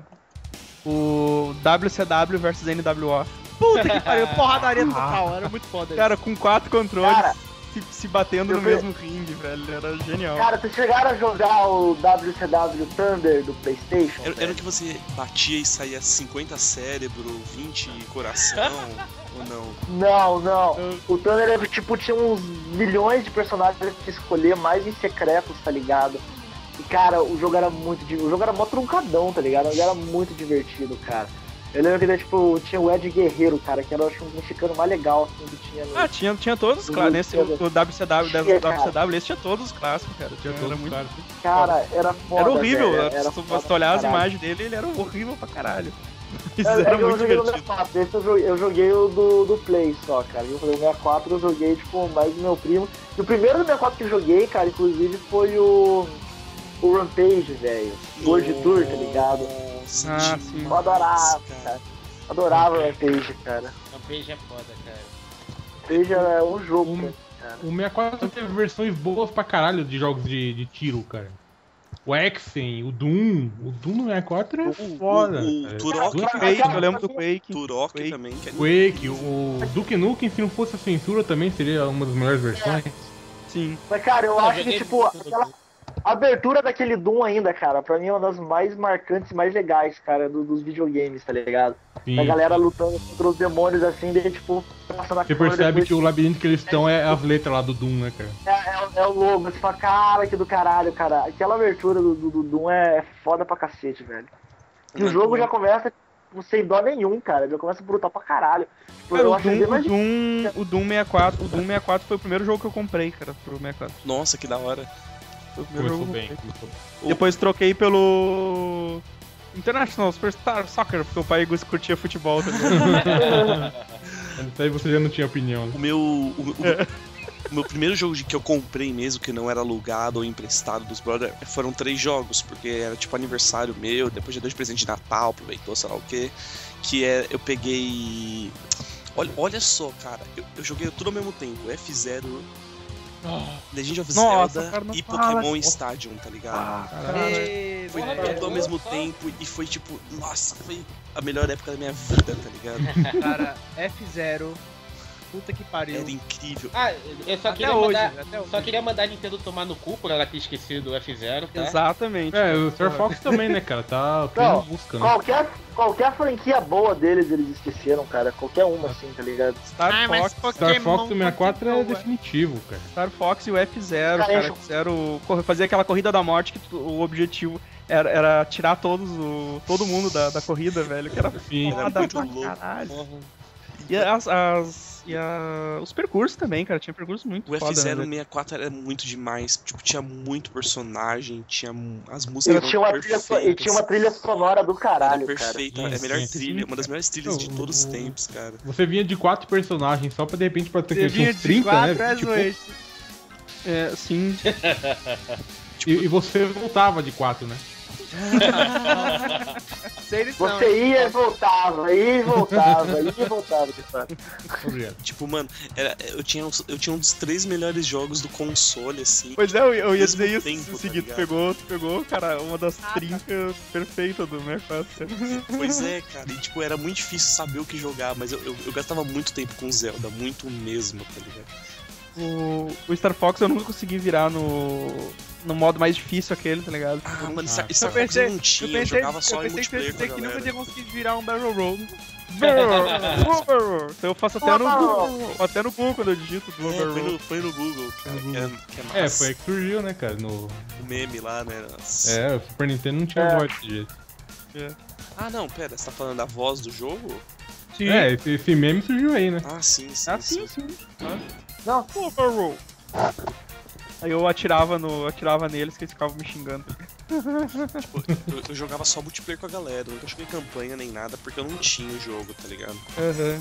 Speaker 3: O WCW vs NWO.
Speaker 8: Puta que pariu, porradaria total. Era muito foda.
Speaker 3: Ah. Cara, com quatro controles
Speaker 4: Cara,
Speaker 3: se, se batendo
Speaker 4: eu
Speaker 3: no
Speaker 4: vi-
Speaker 3: mesmo ringue, velho. Era genial.
Speaker 4: Cara, vocês chegaram a jogar o WCW Thunder do Playstation?
Speaker 5: Era, era
Speaker 4: velho?
Speaker 5: o que você batia e saía 50 cérebro, 20 coração, ou não?
Speaker 4: Não, não. O Thunder era, tipo, tinha uns milhões de personagens pra você escolher, mais em secretos, tá ligado? E, cara, o jogo era muito di- O jogo era mó truncadão, tá ligado? Ele era muito divertido, cara. Eu lembro que né, tipo, tinha o Ed Guerreiro, cara, que era eu acho, um mexicano mais legal assim, que tinha no.
Speaker 3: Ah, tinha, tinha todos os clássicos. Nesse, o, o WCW,
Speaker 4: Tinha,
Speaker 3: dessa
Speaker 4: cara.
Speaker 3: WCW, esse tinha todos os clássicos, cara. Tinha
Speaker 9: Era
Speaker 3: todos,
Speaker 9: muito
Speaker 3: muito...
Speaker 9: cara.
Speaker 4: cara, era foda.
Speaker 3: Era horrível.
Speaker 4: velho,
Speaker 3: Era, se tu- se
Speaker 4: foda
Speaker 3: tu olhar as
Speaker 4: pra caralho.
Speaker 3: imagens dele, ele era horrível pra caralho. Mas
Speaker 4: É, é
Speaker 3: era
Speaker 4: que eu
Speaker 3: muito
Speaker 4: joguei no
Speaker 3: divertido.
Speaker 4: 64, esse eu joguei, eu joguei o do, do Play só, cara. Eu falei, o 64 eu joguei, tipo, mais do meu primo. E o primeiro do 64 que eu joguei, cara, inclusive, foi o. O Rampage, velho. World Tour, tá ligado?
Speaker 5: Nossa,
Speaker 3: Ah,
Speaker 5: demais,
Speaker 3: sim.
Speaker 4: Eu adorava,
Speaker 5: cara.
Speaker 4: cara. Adorava o Rampage, cara.
Speaker 10: Rampage é foda, cara.
Speaker 4: Rampage era um jogo,
Speaker 9: Um-
Speaker 4: cara.
Speaker 9: O 64 teve versões boas pra caralho de jogos de, de tiro, cara. o Exen, o Doom. O Doom no 64 é
Speaker 5: O,
Speaker 9: foda.
Speaker 5: o, o
Speaker 9: cara.
Speaker 5: Turok,
Speaker 9: Doom é
Speaker 3: Quake, eu lembro do Quake.
Speaker 5: Turok
Speaker 3: Quake.
Speaker 5: também, que é
Speaker 9: Quake, o Duke Nukem, se não fosse a censura, também seria uma das melhores versões.
Speaker 3: Sim.
Speaker 4: Mas, cara, eu
Speaker 10: Ah,
Speaker 4: acho que,
Speaker 10: joguei
Speaker 4: tipo,
Speaker 10: tudo.
Speaker 4: aquela abertura daquele Doom ainda, cara, pra mim é uma das mais marcantes, mais legais, cara, do- dos videogames, tá ligado?
Speaker 9: Sim.
Speaker 4: A galera lutando contra os demônios, assim, daí, tipo, passando a
Speaker 9: Você
Speaker 4: câmera,
Speaker 9: percebe
Speaker 4: depois
Speaker 9: que o labirinto que eles estão é as letras lá do Doom, né, cara?
Speaker 4: É, é o logo, você fala, cara, que do caralho, cara. Aquela abertura do, do, do Doom é foda pra cacete, velho.
Speaker 5: né?
Speaker 4: E o jogo já começa tipo, sem dó nenhum, cara. Já começa brutal pra caralho. Tipo,
Speaker 3: Cara,
Speaker 4: eu
Speaker 3: o
Speaker 4: acho bem
Speaker 3: Doom, o
Speaker 4: mais
Speaker 3: Doom, o Doom 64, o Doom 64 foi o primeiro jogo que eu comprei, cara, pro 64.
Speaker 5: Nossa, que da hora.
Speaker 3: Foi o primeiro
Speaker 9: Começou
Speaker 3: jogo que eu
Speaker 9: bem.
Speaker 3: comprei.
Speaker 9: começou bem.
Speaker 3: Depois troquei pelo International Superstar Soccer, porque o pai curtia futebol também.
Speaker 9: Daí você já não tinha opinião. né?
Speaker 5: O meu. O, meu- o- o meu primeiro jogo de que eu comprei mesmo, que não era alugado ou emprestado dos brothers, foram três jogos, porque era tipo aniversário meu, depois já deu de presente de Natal, aproveitou, sei lá o quê. Que é. Eu peguei. Olha, olha só, cara, eu, eu joguei tudo ao mesmo tempo. F0, Legend of
Speaker 3: Nossa,
Speaker 5: Zelda
Speaker 3: cara, não
Speaker 5: e
Speaker 3: fala. assim.
Speaker 5: Pokémon Stadium, tá ligado? Foi
Speaker 3: é,
Speaker 10: Porra,
Speaker 5: tudo ao
Speaker 10: velho.
Speaker 5: mesmo tempo e foi tipo, nossa, foi a melhor época da minha vida, tá ligado?
Speaker 8: Cara, F0. Puta que pariu.
Speaker 5: Era incrível.
Speaker 10: Ah, eu só
Speaker 8: Até
Speaker 10: queria
Speaker 8: hoje,
Speaker 10: mandar.
Speaker 8: até hoje.
Speaker 10: Só queria mandar a Nintendo tomar no cu por ela ter esquecido o F0, tá?
Speaker 3: Exatamente.
Speaker 9: É, o Star Fox também, né, cara? Tá
Speaker 4: Não,
Speaker 9: tendo busca, né?
Speaker 4: Qualquer, qualquer franquia boa deles, eles esqueceram, cara. Qualquer uma, assim, tá ligado?
Speaker 3: Star,
Speaker 8: Ah, mas
Speaker 3: Fox,
Speaker 9: Star
Speaker 8: Pokémon
Speaker 9: Fox do 64 é
Speaker 8: continua.
Speaker 9: definitivo, cara.
Speaker 3: Star Fox e o F0,
Speaker 4: Cara,
Speaker 3: cara,
Speaker 4: eu-
Speaker 3: F0 corre- fazia aquela corrida da morte que tu- o objetivo era, era tirar todos o todo mundo da, da corrida, velho, que era
Speaker 9: Sim.
Speaker 5: Era
Speaker 3: foda
Speaker 5: muito
Speaker 3: pra
Speaker 5: louco.
Speaker 3: caralho.
Speaker 10: Porra.
Speaker 3: E as, as- e a- os percursos também, cara, tinha percursos muito
Speaker 5: O
Speaker 3: foda, né, velho?
Speaker 5: F064 era muito demais, tipo, tinha muito personagem, tinha mu- as músicas
Speaker 4: E
Speaker 5: eram
Speaker 4: tinha, uma trilha, so- e tinha uma trilha sonora do
Speaker 5: Era
Speaker 4: caralho, cara.
Speaker 5: perfeita,
Speaker 9: Sim,
Speaker 5: é a melhor
Speaker 9: sim,
Speaker 5: trilha,
Speaker 9: sim,
Speaker 5: uma das melhores trilhas de
Speaker 9: Não,
Speaker 5: todos os
Speaker 9: o-
Speaker 5: tempos, cara.
Speaker 9: Você vinha de quatro personagens só pra de repente pra ter
Speaker 8: Você
Speaker 9: que ser
Speaker 8: vinha
Speaker 9: uns
Speaker 8: de
Speaker 9: 30,
Speaker 8: 4
Speaker 9: né?
Speaker 8: às
Speaker 9: Tipo,
Speaker 8: 8.
Speaker 3: É, sim.
Speaker 9: e, e você voltava de quatro, né?
Speaker 8: Sei eles não.
Speaker 4: Você ia e voltava, ia e voltava, ia e voltava, cara.
Speaker 9: Obrigado.
Speaker 5: Tipo, mano, era- eu, tinha, uns- eu tinha um dos três melhores jogos do console, assim.
Speaker 3: Pois é, eu, eu ia
Speaker 5: Mesmo
Speaker 3: dizer isso.
Speaker 5: tempo,
Speaker 3: em
Speaker 5: tá
Speaker 3: seguida, tu
Speaker 5: ligado?
Speaker 3: pegou, tu pegou, cara, uma
Speaker 5: Ah,
Speaker 3: das
Speaker 5: tá.
Speaker 3: trincas perfeitas do meu
Speaker 5: Pois é, cara, e tipo, era muito difícil saber o que jogar, mas eu, eu, eu gastava muito tempo com Zelda, muito mesmo, tá ligado?
Speaker 3: O, o Star Fox eu nunca consegui virar no, no modo mais difícil aquele, tá ligado?
Speaker 5: Ah, mano,
Speaker 9: Ah,
Speaker 5: Star Star
Speaker 8: eu
Speaker 5: Fox
Speaker 8: pensei-
Speaker 5: não tinha, eu, jogava só em multiplayer com a
Speaker 8: que nunca
Speaker 5: galera.
Speaker 8: tinha conseguido virar um Battle Roll.
Speaker 3: Então eu faço até no
Speaker 4: Opa,
Speaker 3: Google, faço até no Google quando eu digito do
Speaker 5: É, põe,
Speaker 3: Overworld.
Speaker 5: no, põe no Google, cara, que é, que é
Speaker 9: É,
Speaker 5: massa.
Speaker 9: foi aí que surgiu, né, cara? No...
Speaker 5: o meme lá, né? Nossa.
Speaker 9: É, o Super Nintendo não tinha
Speaker 4: É.
Speaker 9: voz desse jeito.
Speaker 5: Ah, não, pera, você tá falando da voz do jogo?
Speaker 3: Sim.
Speaker 9: É, esse, esse meme surgiu aí, né?
Speaker 5: Ah, sim, sim.
Speaker 3: Ah,
Speaker 5: sim.
Speaker 3: sim, sim. Não, Overworld. Aí eu atirava, no, atirava neles que eles ficavam me xingando.
Speaker 5: Eu, eu jogava só multiplayer com a galera, nunca joguei campanha nem nada, porque eu não tinha o jogo, tá ligado?
Speaker 3: Aham.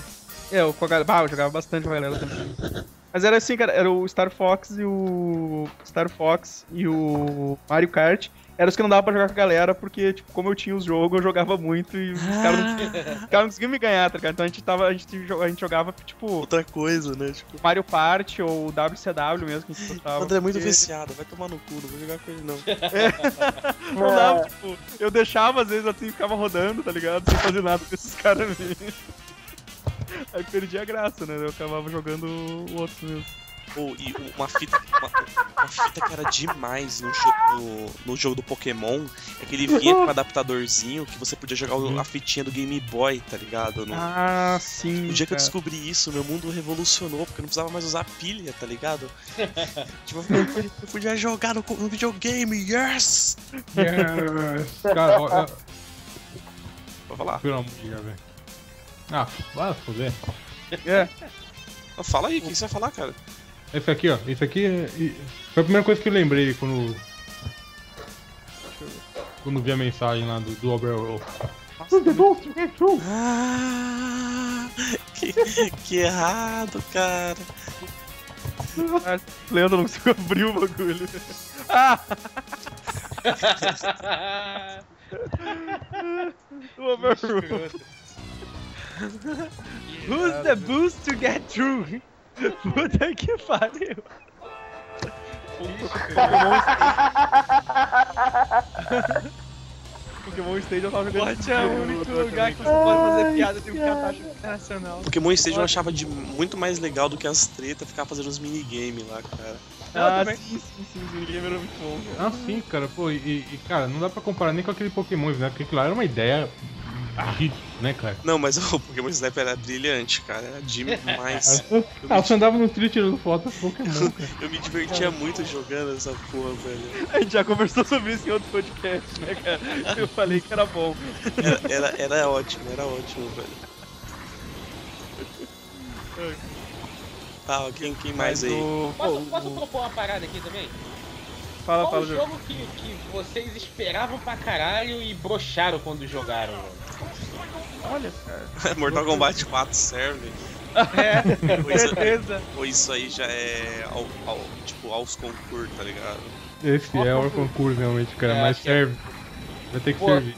Speaker 3: É, eu, com a galera, bah, eu jogava bastante com a galera também. Mas era assim, cara, era o Star Fox e o. Star Fox e o Mario Kart. Eram os que não dava pra jogar com a galera, porque, tipo, como eu tinha os jogos, eu jogava muito e os caras não, os caras não conseguiam me ganhar, tá ligado? Então a gente tava. A gente, jo- a gente jogava, tipo,
Speaker 5: Outra coisa, né? Tipo,
Speaker 3: Mario Party ou WCW mesmo que a gente
Speaker 5: o
Speaker 3: gostava.
Speaker 5: André é muito
Speaker 3: porque
Speaker 5: viciado, vai tomar no cu, não vou jogar com ele não.
Speaker 3: Não dava, tipo, eu deixava, às vezes, assim, ficava rodando, tá ligado? Sem fazer nada pra esses caras virem. Aí perdi a graça, né? Eu acabava jogando o outro mesmo.
Speaker 5: Pô, e uma fita, uma, uma fita que era demais no, jo- no- no jogo do Pokémon é que ele vinha com um adaptadorzinho que você podia jogar o- a fitinha do Game Boy, tá ligado? No-
Speaker 3: Ah, sim.
Speaker 5: O dia que eu
Speaker 3: cara.
Speaker 5: descobri isso, meu mundo revolucionou, porque eu não precisava mais usar pilha, tá ligado? tipo, eu podia, eu podia jogar no, co- no videogame, yes!
Speaker 9: Yes. Cara, ó, ó,
Speaker 5: Pode falar.
Speaker 9: pelo amor de Deus, velho. Ah, vai foder.
Speaker 5: Ah, Fala aí, o que você vai falar, cara?
Speaker 9: Esse aqui, ó. Esse aqui é- e- foi a primeira coisa que eu lembrei quando. Quando vi a mensagem lá do, do Overworld.
Speaker 5: Ah, que, que errado, cara.
Speaker 8: Ah,
Speaker 3: Leandro não conseguiu abrir o bagulho. Ah! O Overrule.
Speaker 8: Who's the boost to get through? Puta que pariu.
Speaker 3: Isso, cara. Pokémon Stage. Pokémon Stage eu tava jogando.
Speaker 8: Watch é o único lugar que você pode fazer piada, tem um catástrofe internacional.
Speaker 5: Pokémon Stage eu achava de muito mais legal do que as treta ficar fazendo os minigames lá, cara.
Speaker 3: Ah, sim, sim, sim, os minigames eram muito bons. cara.
Speaker 9: Ah, sim, cara, pô, e, e, cara, não dá pra comparar nem com aquele Pokémon, né? Porque aquilo lá era uma ideia ridícula, né, cara?
Speaker 5: Não, mas o Pokémon Snap era brilhante, cara. Era demais.
Speaker 9: Ah, você andava no trilho tirando foto dos Pokémon, cara.
Speaker 5: Eu me divertia muito jogando essa porra, velho.
Speaker 3: A gente já conversou sobre isso em outro podcast, né, cara? Eu falei que era bom.
Speaker 5: Era, era, era ótimo, era ótimo, velho. Tá, quem, quem mais aí?
Speaker 3: o- pô,
Speaker 10: Posso, posso
Speaker 3: o-
Speaker 10: propor uma parada aqui também?
Speaker 3: Fala,
Speaker 10: Qual
Speaker 3: fala,
Speaker 10: o
Speaker 3: Ju.
Speaker 10: jogo que, que vocês esperavam pra caralho e broxaram quando jogaram? mano?
Speaker 3: Olha, cara.
Speaker 5: Mortal Kombat 4 serve.
Speaker 3: É,
Speaker 5: Pois é.
Speaker 3: certeza.
Speaker 5: Ou isso aí já é ao, ao- tipo aos concursos, tá ligado?
Speaker 9: Esse é o concurso, realmente, cara,
Speaker 10: É,
Speaker 9: mas
Speaker 10: acho que é.
Speaker 9: serve. Vai ter que
Speaker 10: Pô,
Speaker 9: servir.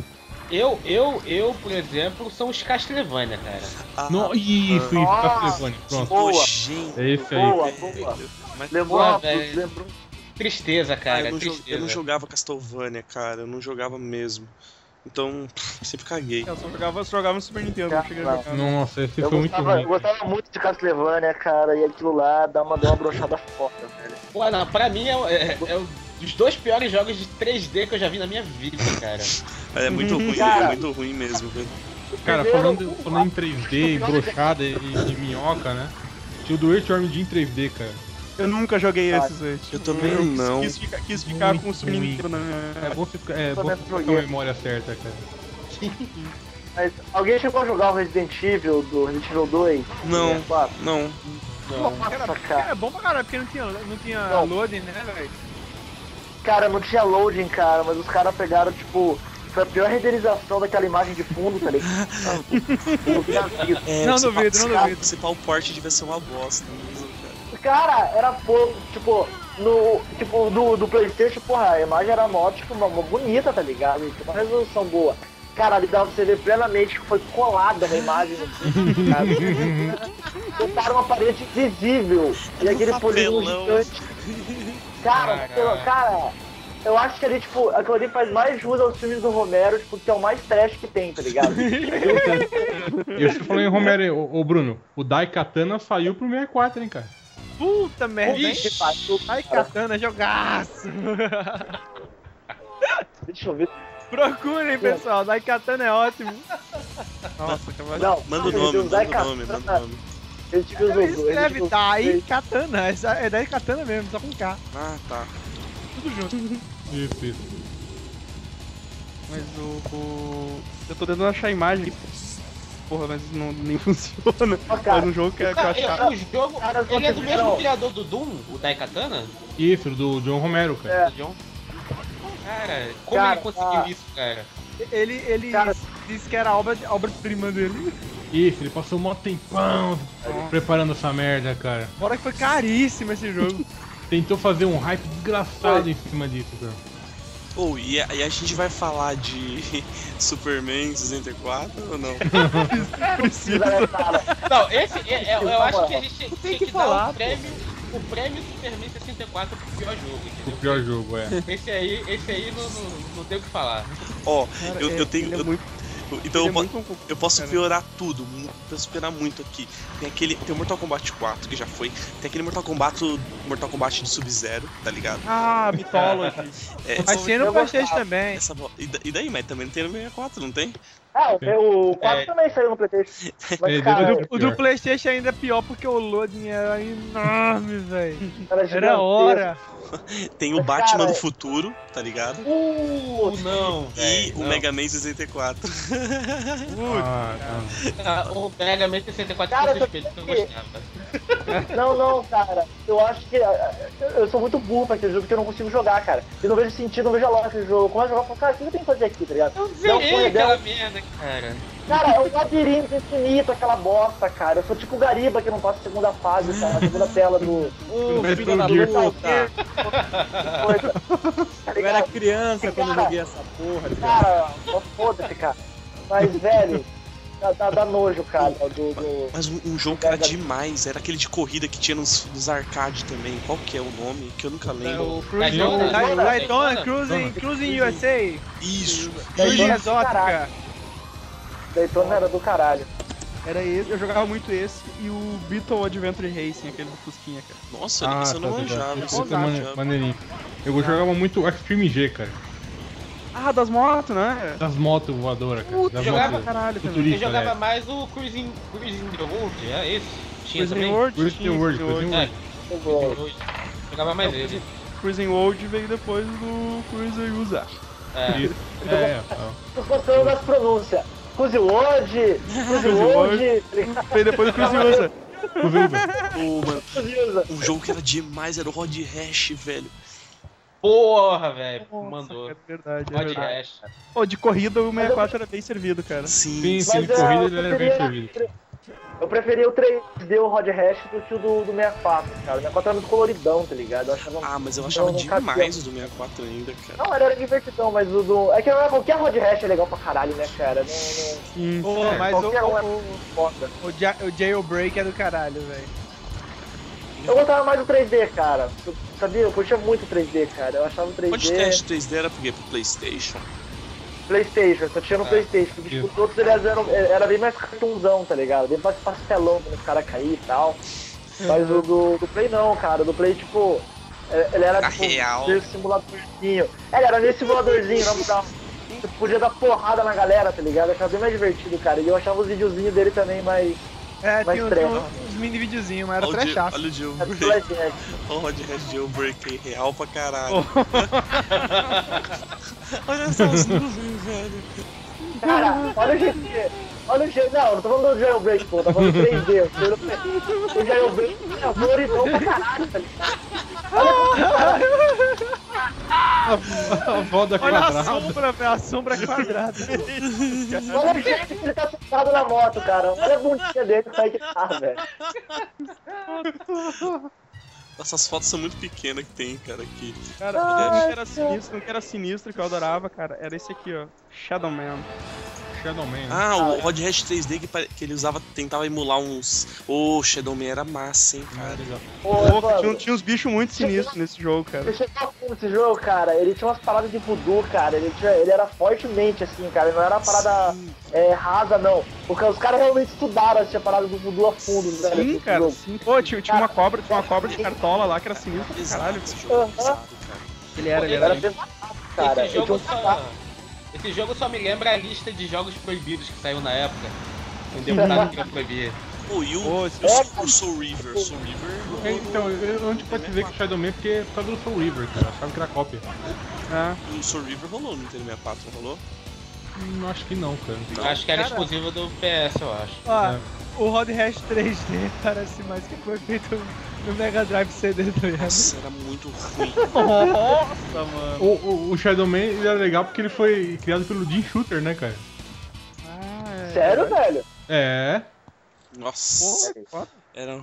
Speaker 10: Eu, eu, eu, por exemplo, são os Castlevania, cara.
Speaker 5: Ah,
Speaker 9: No, isso, isso,
Speaker 4: Nossa.
Speaker 9: Castlevania,
Speaker 5: que
Speaker 9: pronto.
Speaker 4: Boa.
Speaker 5: nojento.
Speaker 9: É esse aí.
Speaker 4: Boa,
Speaker 5: velho.
Speaker 4: boa.
Speaker 5: Mas,
Speaker 4: Lembrou,
Speaker 10: Boa,
Speaker 4: uma-
Speaker 10: velho.
Speaker 4: lembrou.
Speaker 10: Tristeza,
Speaker 5: cara,
Speaker 10: cara,
Speaker 5: Ah, eu, não jo- eu
Speaker 10: tristeza.
Speaker 5: não jogava Castlevania, cara. Eu não jogava mesmo. Então, pff, sempre caguei.
Speaker 3: Eu só jogava, eu só jogava no Super Nintendo, não cheguei a
Speaker 4: Cara,
Speaker 3: jogar.
Speaker 9: Nossa, esse
Speaker 4: Eu
Speaker 9: foi muito
Speaker 4: gostava, eu
Speaker 9: ruim.
Speaker 4: gostava muito de Castlevania, cara, e aquilo lá dá uma, deu uma brochada foda, velho.
Speaker 10: Pô, não, pra mim é, é- é um dos dois piores jogos de 3D que eu já vi na minha vida, cara.
Speaker 5: É muito ruim,
Speaker 4: Cara.
Speaker 5: é muito ruim mesmo, velho.
Speaker 9: Cara,
Speaker 4: Primeiro,
Speaker 9: falando, falando em 3D, brochada e, e minhoca, né? Tinha o do Earthworm Jim em 3D, cara.
Speaker 3: Eu nunca joguei esses, gente.
Speaker 5: Eu também não.
Speaker 3: Quis ficar, quis ficar com o Super
Speaker 9: Muito
Speaker 3: Nintendo na minha...
Speaker 9: É bom você ficar, é, bom você ficar com a memória certa, cara.
Speaker 4: Mas alguém chegou a jogar o Resident Evil do Resident Evil 2?
Speaker 5: Não.
Speaker 4: 64?
Speaker 5: Não,
Speaker 4: Nossa, cara.
Speaker 10: É
Speaker 8: Era bom pra caralho, porque não tinha, não tinha
Speaker 4: Não.
Speaker 8: loading, né, velho?
Speaker 4: Cara, não tinha loading, cara, mas os caras pegaram, tipo, foi a pior renderização daquela imagem de fundo, tá ligado? Eu vi na vida.
Speaker 5: É,
Speaker 8: Não
Speaker 5: se pá-
Speaker 8: duvido,
Speaker 5: se
Speaker 8: não
Speaker 5: pá-
Speaker 8: duvido.
Speaker 5: Se pá, o porte devia ser uma bosta né? mesmo, cara.
Speaker 4: Cara, era pouco, tipo, no. Tipo, do, do Playstation, porra, a imagem era mó, tipo, uma, uma bonita, tá ligado? Tinha uma resolução boa. Cara, ali dava pra você ver plenamente que foi colada uma imagem no fundo, sabe? Botaram uma parede invisível e aquele polígono
Speaker 5: Tipo um papelão. né?
Speaker 4: gigante. Cara, sei lá, cara, eu acho que ali, tipo, aquilo ali faz mais jus aos filmes do Romero, tipo, que é o mais trash que tem, tá ligado?
Speaker 9: E você falou em Romero, ô, ô Bruno, o Daikatana saiu pro 64, hein, cara.
Speaker 8: Puta merda, hein?
Speaker 4: Ixi, pariu,
Speaker 8: Ai,
Speaker 4: cara.
Speaker 8: Katana, é jogaço!
Speaker 4: Deixa eu ver.
Speaker 8: Procurem, pessoal, Daikatana é ótimo. Nossa, que
Speaker 4: Não,
Speaker 5: Manda
Speaker 8: Ah,
Speaker 5: o
Speaker 4: ele
Speaker 5: nome,
Speaker 4: deu Zé
Speaker 5: manda o nome,
Speaker 4: Catana.
Speaker 5: manda o nome.
Speaker 4: Ele te usou. ele te
Speaker 8: Escreve
Speaker 4: usou-
Speaker 10: tá
Speaker 8: Daikatana, é Daikatana mesmo, só com K.
Speaker 5: Ah, tá.
Speaker 8: Tudo junto.
Speaker 9: Isso, isso.
Speaker 3: Mas o, o- Eu tô tentando achar a imagem. Porra, mas não, nem funciona.
Speaker 4: Ó, cara.
Speaker 3: Mas um jogo que, é- que eu
Speaker 10: Cara,
Speaker 3: acho
Speaker 10: eu- o jogo,
Speaker 4: Cara,
Speaker 10: ele é do
Speaker 4: fizeram-
Speaker 10: mesmo criador do Doom, o Daikatana?
Speaker 9: Isso, do John Romero, cara.
Speaker 4: É.
Speaker 10: Do John? Cara, como
Speaker 4: Cara,
Speaker 10: ele conseguiu
Speaker 4: ah.
Speaker 10: isso, cara?
Speaker 8: Ele, ele
Speaker 4: Cara.
Speaker 8: disse que era a obra, a obra prima dele.
Speaker 9: Isso, ele passou mó tempão preparando essa merda, cara.
Speaker 8: Fora que foi caríssimo esse jogo.
Speaker 9: Tentou fazer um hype desgraçado em cima disso, cara.
Speaker 5: Ou, e, a, e a gente vai falar de Superman 64 ou não?
Speaker 4: Precisa, né, cara?
Speaker 10: Não, esse, é- é- eu,
Speaker 4: Não,
Speaker 10: acho
Speaker 4: mano.
Speaker 10: que a gente tinha
Speaker 8: tem
Speaker 10: que,
Speaker 8: que
Speaker 10: dar
Speaker 8: falar,
Speaker 10: o prêmio, o prêmio Superman 64 pro pior jogo,
Speaker 9: O
Speaker 10: entendeu?
Speaker 9: pior jogo, é.
Speaker 10: Esse aí, esse aí não, não, não tem o que falar.
Speaker 5: Ó,
Speaker 8: Cara,
Speaker 5: eu,
Speaker 8: é-
Speaker 5: eu tenho.
Speaker 8: ele é
Speaker 5: eu-
Speaker 8: muito-
Speaker 5: então
Speaker 8: ele
Speaker 5: eu,
Speaker 8: é
Speaker 5: po-
Speaker 8: muito concu-
Speaker 5: eu posso
Speaker 8: cara.
Speaker 5: piorar tudo, mu- posso piorar muito aqui. Tem aquele. Tem o Mortal Kombat 4, que já foi. Tem aquele Mortal Kombat. Mortal Kombat de Sub-Zero, tá ligado?
Speaker 8: Ah, Mythology.
Speaker 5: É,
Speaker 8: Mas tinha no
Speaker 4: Eu
Speaker 8: Playstation também.
Speaker 5: essa bo- e, da- e daí, mas também tem no 64, não tem?
Speaker 4: Ah, o, o 4
Speaker 10: É.
Speaker 4: também saiu no Playstation. Mas,
Speaker 9: É,
Speaker 4: cara,
Speaker 9: deu-
Speaker 8: O
Speaker 9: Pior.
Speaker 8: do Playstation ainda é pior porque o loading era enorme, velho.
Speaker 4: era
Speaker 8: Era
Speaker 4: gigantesco.
Speaker 8: hora.
Speaker 5: Tem o
Speaker 4: Mas,
Speaker 5: Batman
Speaker 4: cara,
Speaker 5: do
Speaker 4: é-
Speaker 5: futuro, tá ligado?
Speaker 10: Uh, não,
Speaker 5: E
Speaker 10: velho.
Speaker 5: o
Speaker 10: não.
Speaker 5: Mega Man 64.
Speaker 9: Ah, tá.
Speaker 10: Ah, o Mega Man 64
Speaker 4: Cara,
Speaker 10: foi
Speaker 4: eu
Speaker 10: suspeito, que eu
Speaker 4: tô-
Speaker 10: gostava.
Speaker 4: Não, não, cara. Eu acho que. ah, Eu eu sou muito burro pra aquele jogo porque eu não consigo jogar, cara. Eu não vejo sentido, não vejo a lógica do jogo. Como é que eu jogo? Eu falo, cara, o que eu tenho que fazer aqui, tá ligado?
Speaker 10: Eu
Speaker 4: Não, foi
Speaker 10: zerei
Speaker 4: legal.
Speaker 10: aquela merda, cara.
Speaker 4: Cara, é um labirinto infinito aquela bosta, cara. Eu sou tipo o Gariba que não passa a segunda fase, cara. A segunda tela do.
Speaker 6: Ô,
Speaker 9: Metal
Speaker 6: filho da
Speaker 9: Gear.
Speaker 6: puta!
Speaker 4: coisa. Tá
Speaker 6: Eu era
Speaker 4: ligado?
Speaker 6: criança quando eu joguei essa porra, cara.
Speaker 4: Cara, ó, foda-se, cara. Mas, velho, dá, dá, dá nojo, cara. Do, do...
Speaker 5: Mas um, um jogo que era demais, era aquele de corrida que tinha nos, nos arcade também. Qual que é o nome? Que eu nunca
Speaker 3: É
Speaker 5: lembro.
Speaker 3: o Cruising,
Speaker 10: Daytona, Daytona,
Speaker 3: Daytona,
Speaker 10: Daytona.
Speaker 3: Cruising, Cruising USA,
Speaker 5: Isso!
Speaker 3: Cruising
Speaker 4: Daytona.
Speaker 3: Exótica.
Speaker 4: Daytona era do caralho.
Speaker 3: Era esse, eu jogava muito esse e o Beetle Adventure Racing, aquele do Fusquinha, cara.
Speaker 5: Nossa, ah, eu não
Speaker 9: tá, tá, tá.
Speaker 5: manjava. isso eu
Speaker 9: Esse
Speaker 5: não
Speaker 9: é mane-
Speaker 5: manjava.
Speaker 9: maneirinho. Eu jogava muito Extreme G, cara.
Speaker 3: Ah, das motos, né?
Speaker 9: Das motos voadoras, cara.
Speaker 3: Puta,
Speaker 9: Das
Speaker 10: jogava
Speaker 9: motos
Speaker 3: caralho também.
Speaker 10: Eu
Speaker 9: futuristas,
Speaker 10: jogava
Speaker 9: né?
Speaker 10: mais o Cruising, Cruising the World, é esse? Tinha
Speaker 3: Cruising
Speaker 10: também?
Speaker 3: World,
Speaker 9: Cruising
Speaker 3: tinha
Speaker 9: World,
Speaker 3: Cruising
Speaker 9: Cruising
Speaker 10: É,
Speaker 9: World.
Speaker 4: Eu
Speaker 10: Cruising
Speaker 4: gosto.
Speaker 10: World. Jogava mais ele.
Speaker 3: Cruising World veio depois do Cruising USA.
Speaker 10: É.
Speaker 9: Isso. É, tá.
Speaker 4: Tô gostando das pronúncias. Fuziload, Fuziload,
Speaker 3: Veio depois do Cruising USA.
Speaker 5: Pô, mano,
Speaker 4: Fuziload.
Speaker 5: um jogo que era demais era o Rod Rash, velho.
Speaker 10: Porra, velho. Mandou.
Speaker 3: É verdade, é
Speaker 10: Pode
Speaker 3: verdade.
Speaker 10: resta.
Speaker 3: Pô, de corrida o 64 era bem servido, cara.
Speaker 5: Sim, sim.
Speaker 9: Sim, sim,
Speaker 4: Mas é,
Speaker 9: corrida
Speaker 4: eu
Speaker 9: ele era bem
Speaker 4: preferia,
Speaker 9: servido.
Speaker 4: eu preferia o 3D, o Rod Hash, do que o do, do 64, cara. O 64 era muito coloridão, tá ligado? Eu achava...
Speaker 5: Ah, mas eu achava
Speaker 4: Não, não cabia.
Speaker 5: demais o do 64 ainda, cara.
Speaker 4: Não, era, era divertidão, mas o do... É que agora qualquer Rod Hash é legal pra caralho, né, cara? Não, não...
Speaker 3: Pô, mas o,
Speaker 4: Qualquer um é
Speaker 3: o,
Speaker 4: foda.
Speaker 3: o, o ja- o Jailbreak é do caralho, velho.
Speaker 4: Eu gostava mais do 3D, cara. Eu- sabia? Eu curtia muito o 3D, cara. Eu achava o 3D...
Speaker 5: Podcast 3D era porque pro Playstation.
Speaker 4: Playstation, só tinha no Playstation, porque tipo, os outros eles eram, era bem mais cartunzão, tá ligado? Bem mais pastelão quando os caras caíam e tal. Mas o do, do Play não, cara, do Play tipo. é- Ele era
Speaker 5: Na
Speaker 4: tipo
Speaker 5: real.
Speaker 4: meio simuladorzinho. Ele era meio simuladorzinho, não dava. Você podia dar porrada na galera, tá ligado? Eu achava bem mais divertido, cara. E eu achava os videozinhos dele também mais.
Speaker 3: É,
Speaker 4: Mas
Speaker 3: tem, um- tem
Speaker 4: treva.
Speaker 3: um- uns mini videozinhos, mas
Speaker 5: Olha
Speaker 3: era
Speaker 5: o Jay-
Speaker 3: trechaço.
Speaker 5: olha o
Speaker 4: mais
Speaker 5: Jailbreak.
Speaker 4: flasheback.
Speaker 5: Olha o Rod Rash Jailbreak aí, real pra caralho. olha essas nuvens, velho.
Speaker 4: Cara, olha o GT. Olha o G. Não, não tô falando do jailbreak, pô, tô falando do 3D. eu tô falando- O jailbreak é horrorizou pra caralho, tá ligado?
Speaker 9: A vó da
Speaker 3: Olha a
Speaker 9: quadrada.
Speaker 3: sombra, velho, a sombra é quadrada.
Speaker 4: Olha o jeito que ele tá sentado na moto, cara. Olha a bundinha dele que sai de carro, velho.
Speaker 5: Essas fotos são muito pequenas que tem, cara, aqui.
Speaker 3: Cara, o que era sinistro, o que era sinistro que eu adorava, cara, era esse aqui, ó. Shadow Man.
Speaker 9: Shadow Man. né?
Speaker 5: Ah, o Rod Rash 3D que, pare- que ele usava, tentava emular uns... Ô, Shadow Man era massa, hein, cara.
Speaker 4: Ô,
Speaker 3: Pô, tinha, um,
Speaker 4: mano,
Speaker 3: tinha um uns bichos muito sinistros nesse jogo, cara.
Speaker 4: eu cheguei a fundo nesse jogo, cara. Ele tinha umas paradas de voodoo, cara. Ele, tinha, ele era fortemente assim, cara. Ele não era uma parada
Speaker 5: Sim.
Speaker 4: é, rasa, não. Porque os caras realmente estudaram essa parada do voodoo a fundo, velho.
Speaker 3: Sim,
Speaker 4: nesse
Speaker 3: cara,
Speaker 4: jogo.
Speaker 3: sim. Pô, tinha, tinha uma cobra, tinha uma cobra de cartola lá que era sinistra pra
Speaker 5: Pesado,
Speaker 3: caralho.
Speaker 5: esse jogo é pesado, cara.
Speaker 3: Ele era,
Speaker 10: ele
Speaker 3: ele
Speaker 4: Ele
Speaker 3: era.
Speaker 4: era pesado, cara.
Speaker 10: Esse
Speaker 4: Eu tinha
Speaker 10: jogo tá
Speaker 4: um
Speaker 10: só. Esse jogo só me lembra a lista de jogos proibidos que saiu na época. O deputado queria proibir.
Speaker 5: Pô, e o,
Speaker 3: Pô,
Speaker 5: o,
Speaker 3: esse-
Speaker 5: o Soul River? Soul
Speaker 9: É,
Speaker 5: River?
Speaker 9: Então, eu eu não te participei com o Shadow Man porque é por causa do Soul River, cara. Eu achava que era cópia.
Speaker 3: Ah,
Speaker 5: O Soul River rolou no Nintendo 64, não rolou?
Speaker 9: Hum, acho que não, cara.
Speaker 10: Eu Acho que era exclusivo do PS, eu acho.
Speaker 3: Ó, o Rod Hash 3D parece mais que foi feito no Mega Drive CD do Yamaha.
Speaker 5: Nossa, era muito ruim.
Speaker 3: Nossa, mano.
Speaker 9: O, o, o Shadow Man ele era legal porque ele foi criado pelo Jim Shooter, né, cara?
Speaker 4: Sério, velho?
Speaker 9: É.
Speaker 5: Nossa, era, um,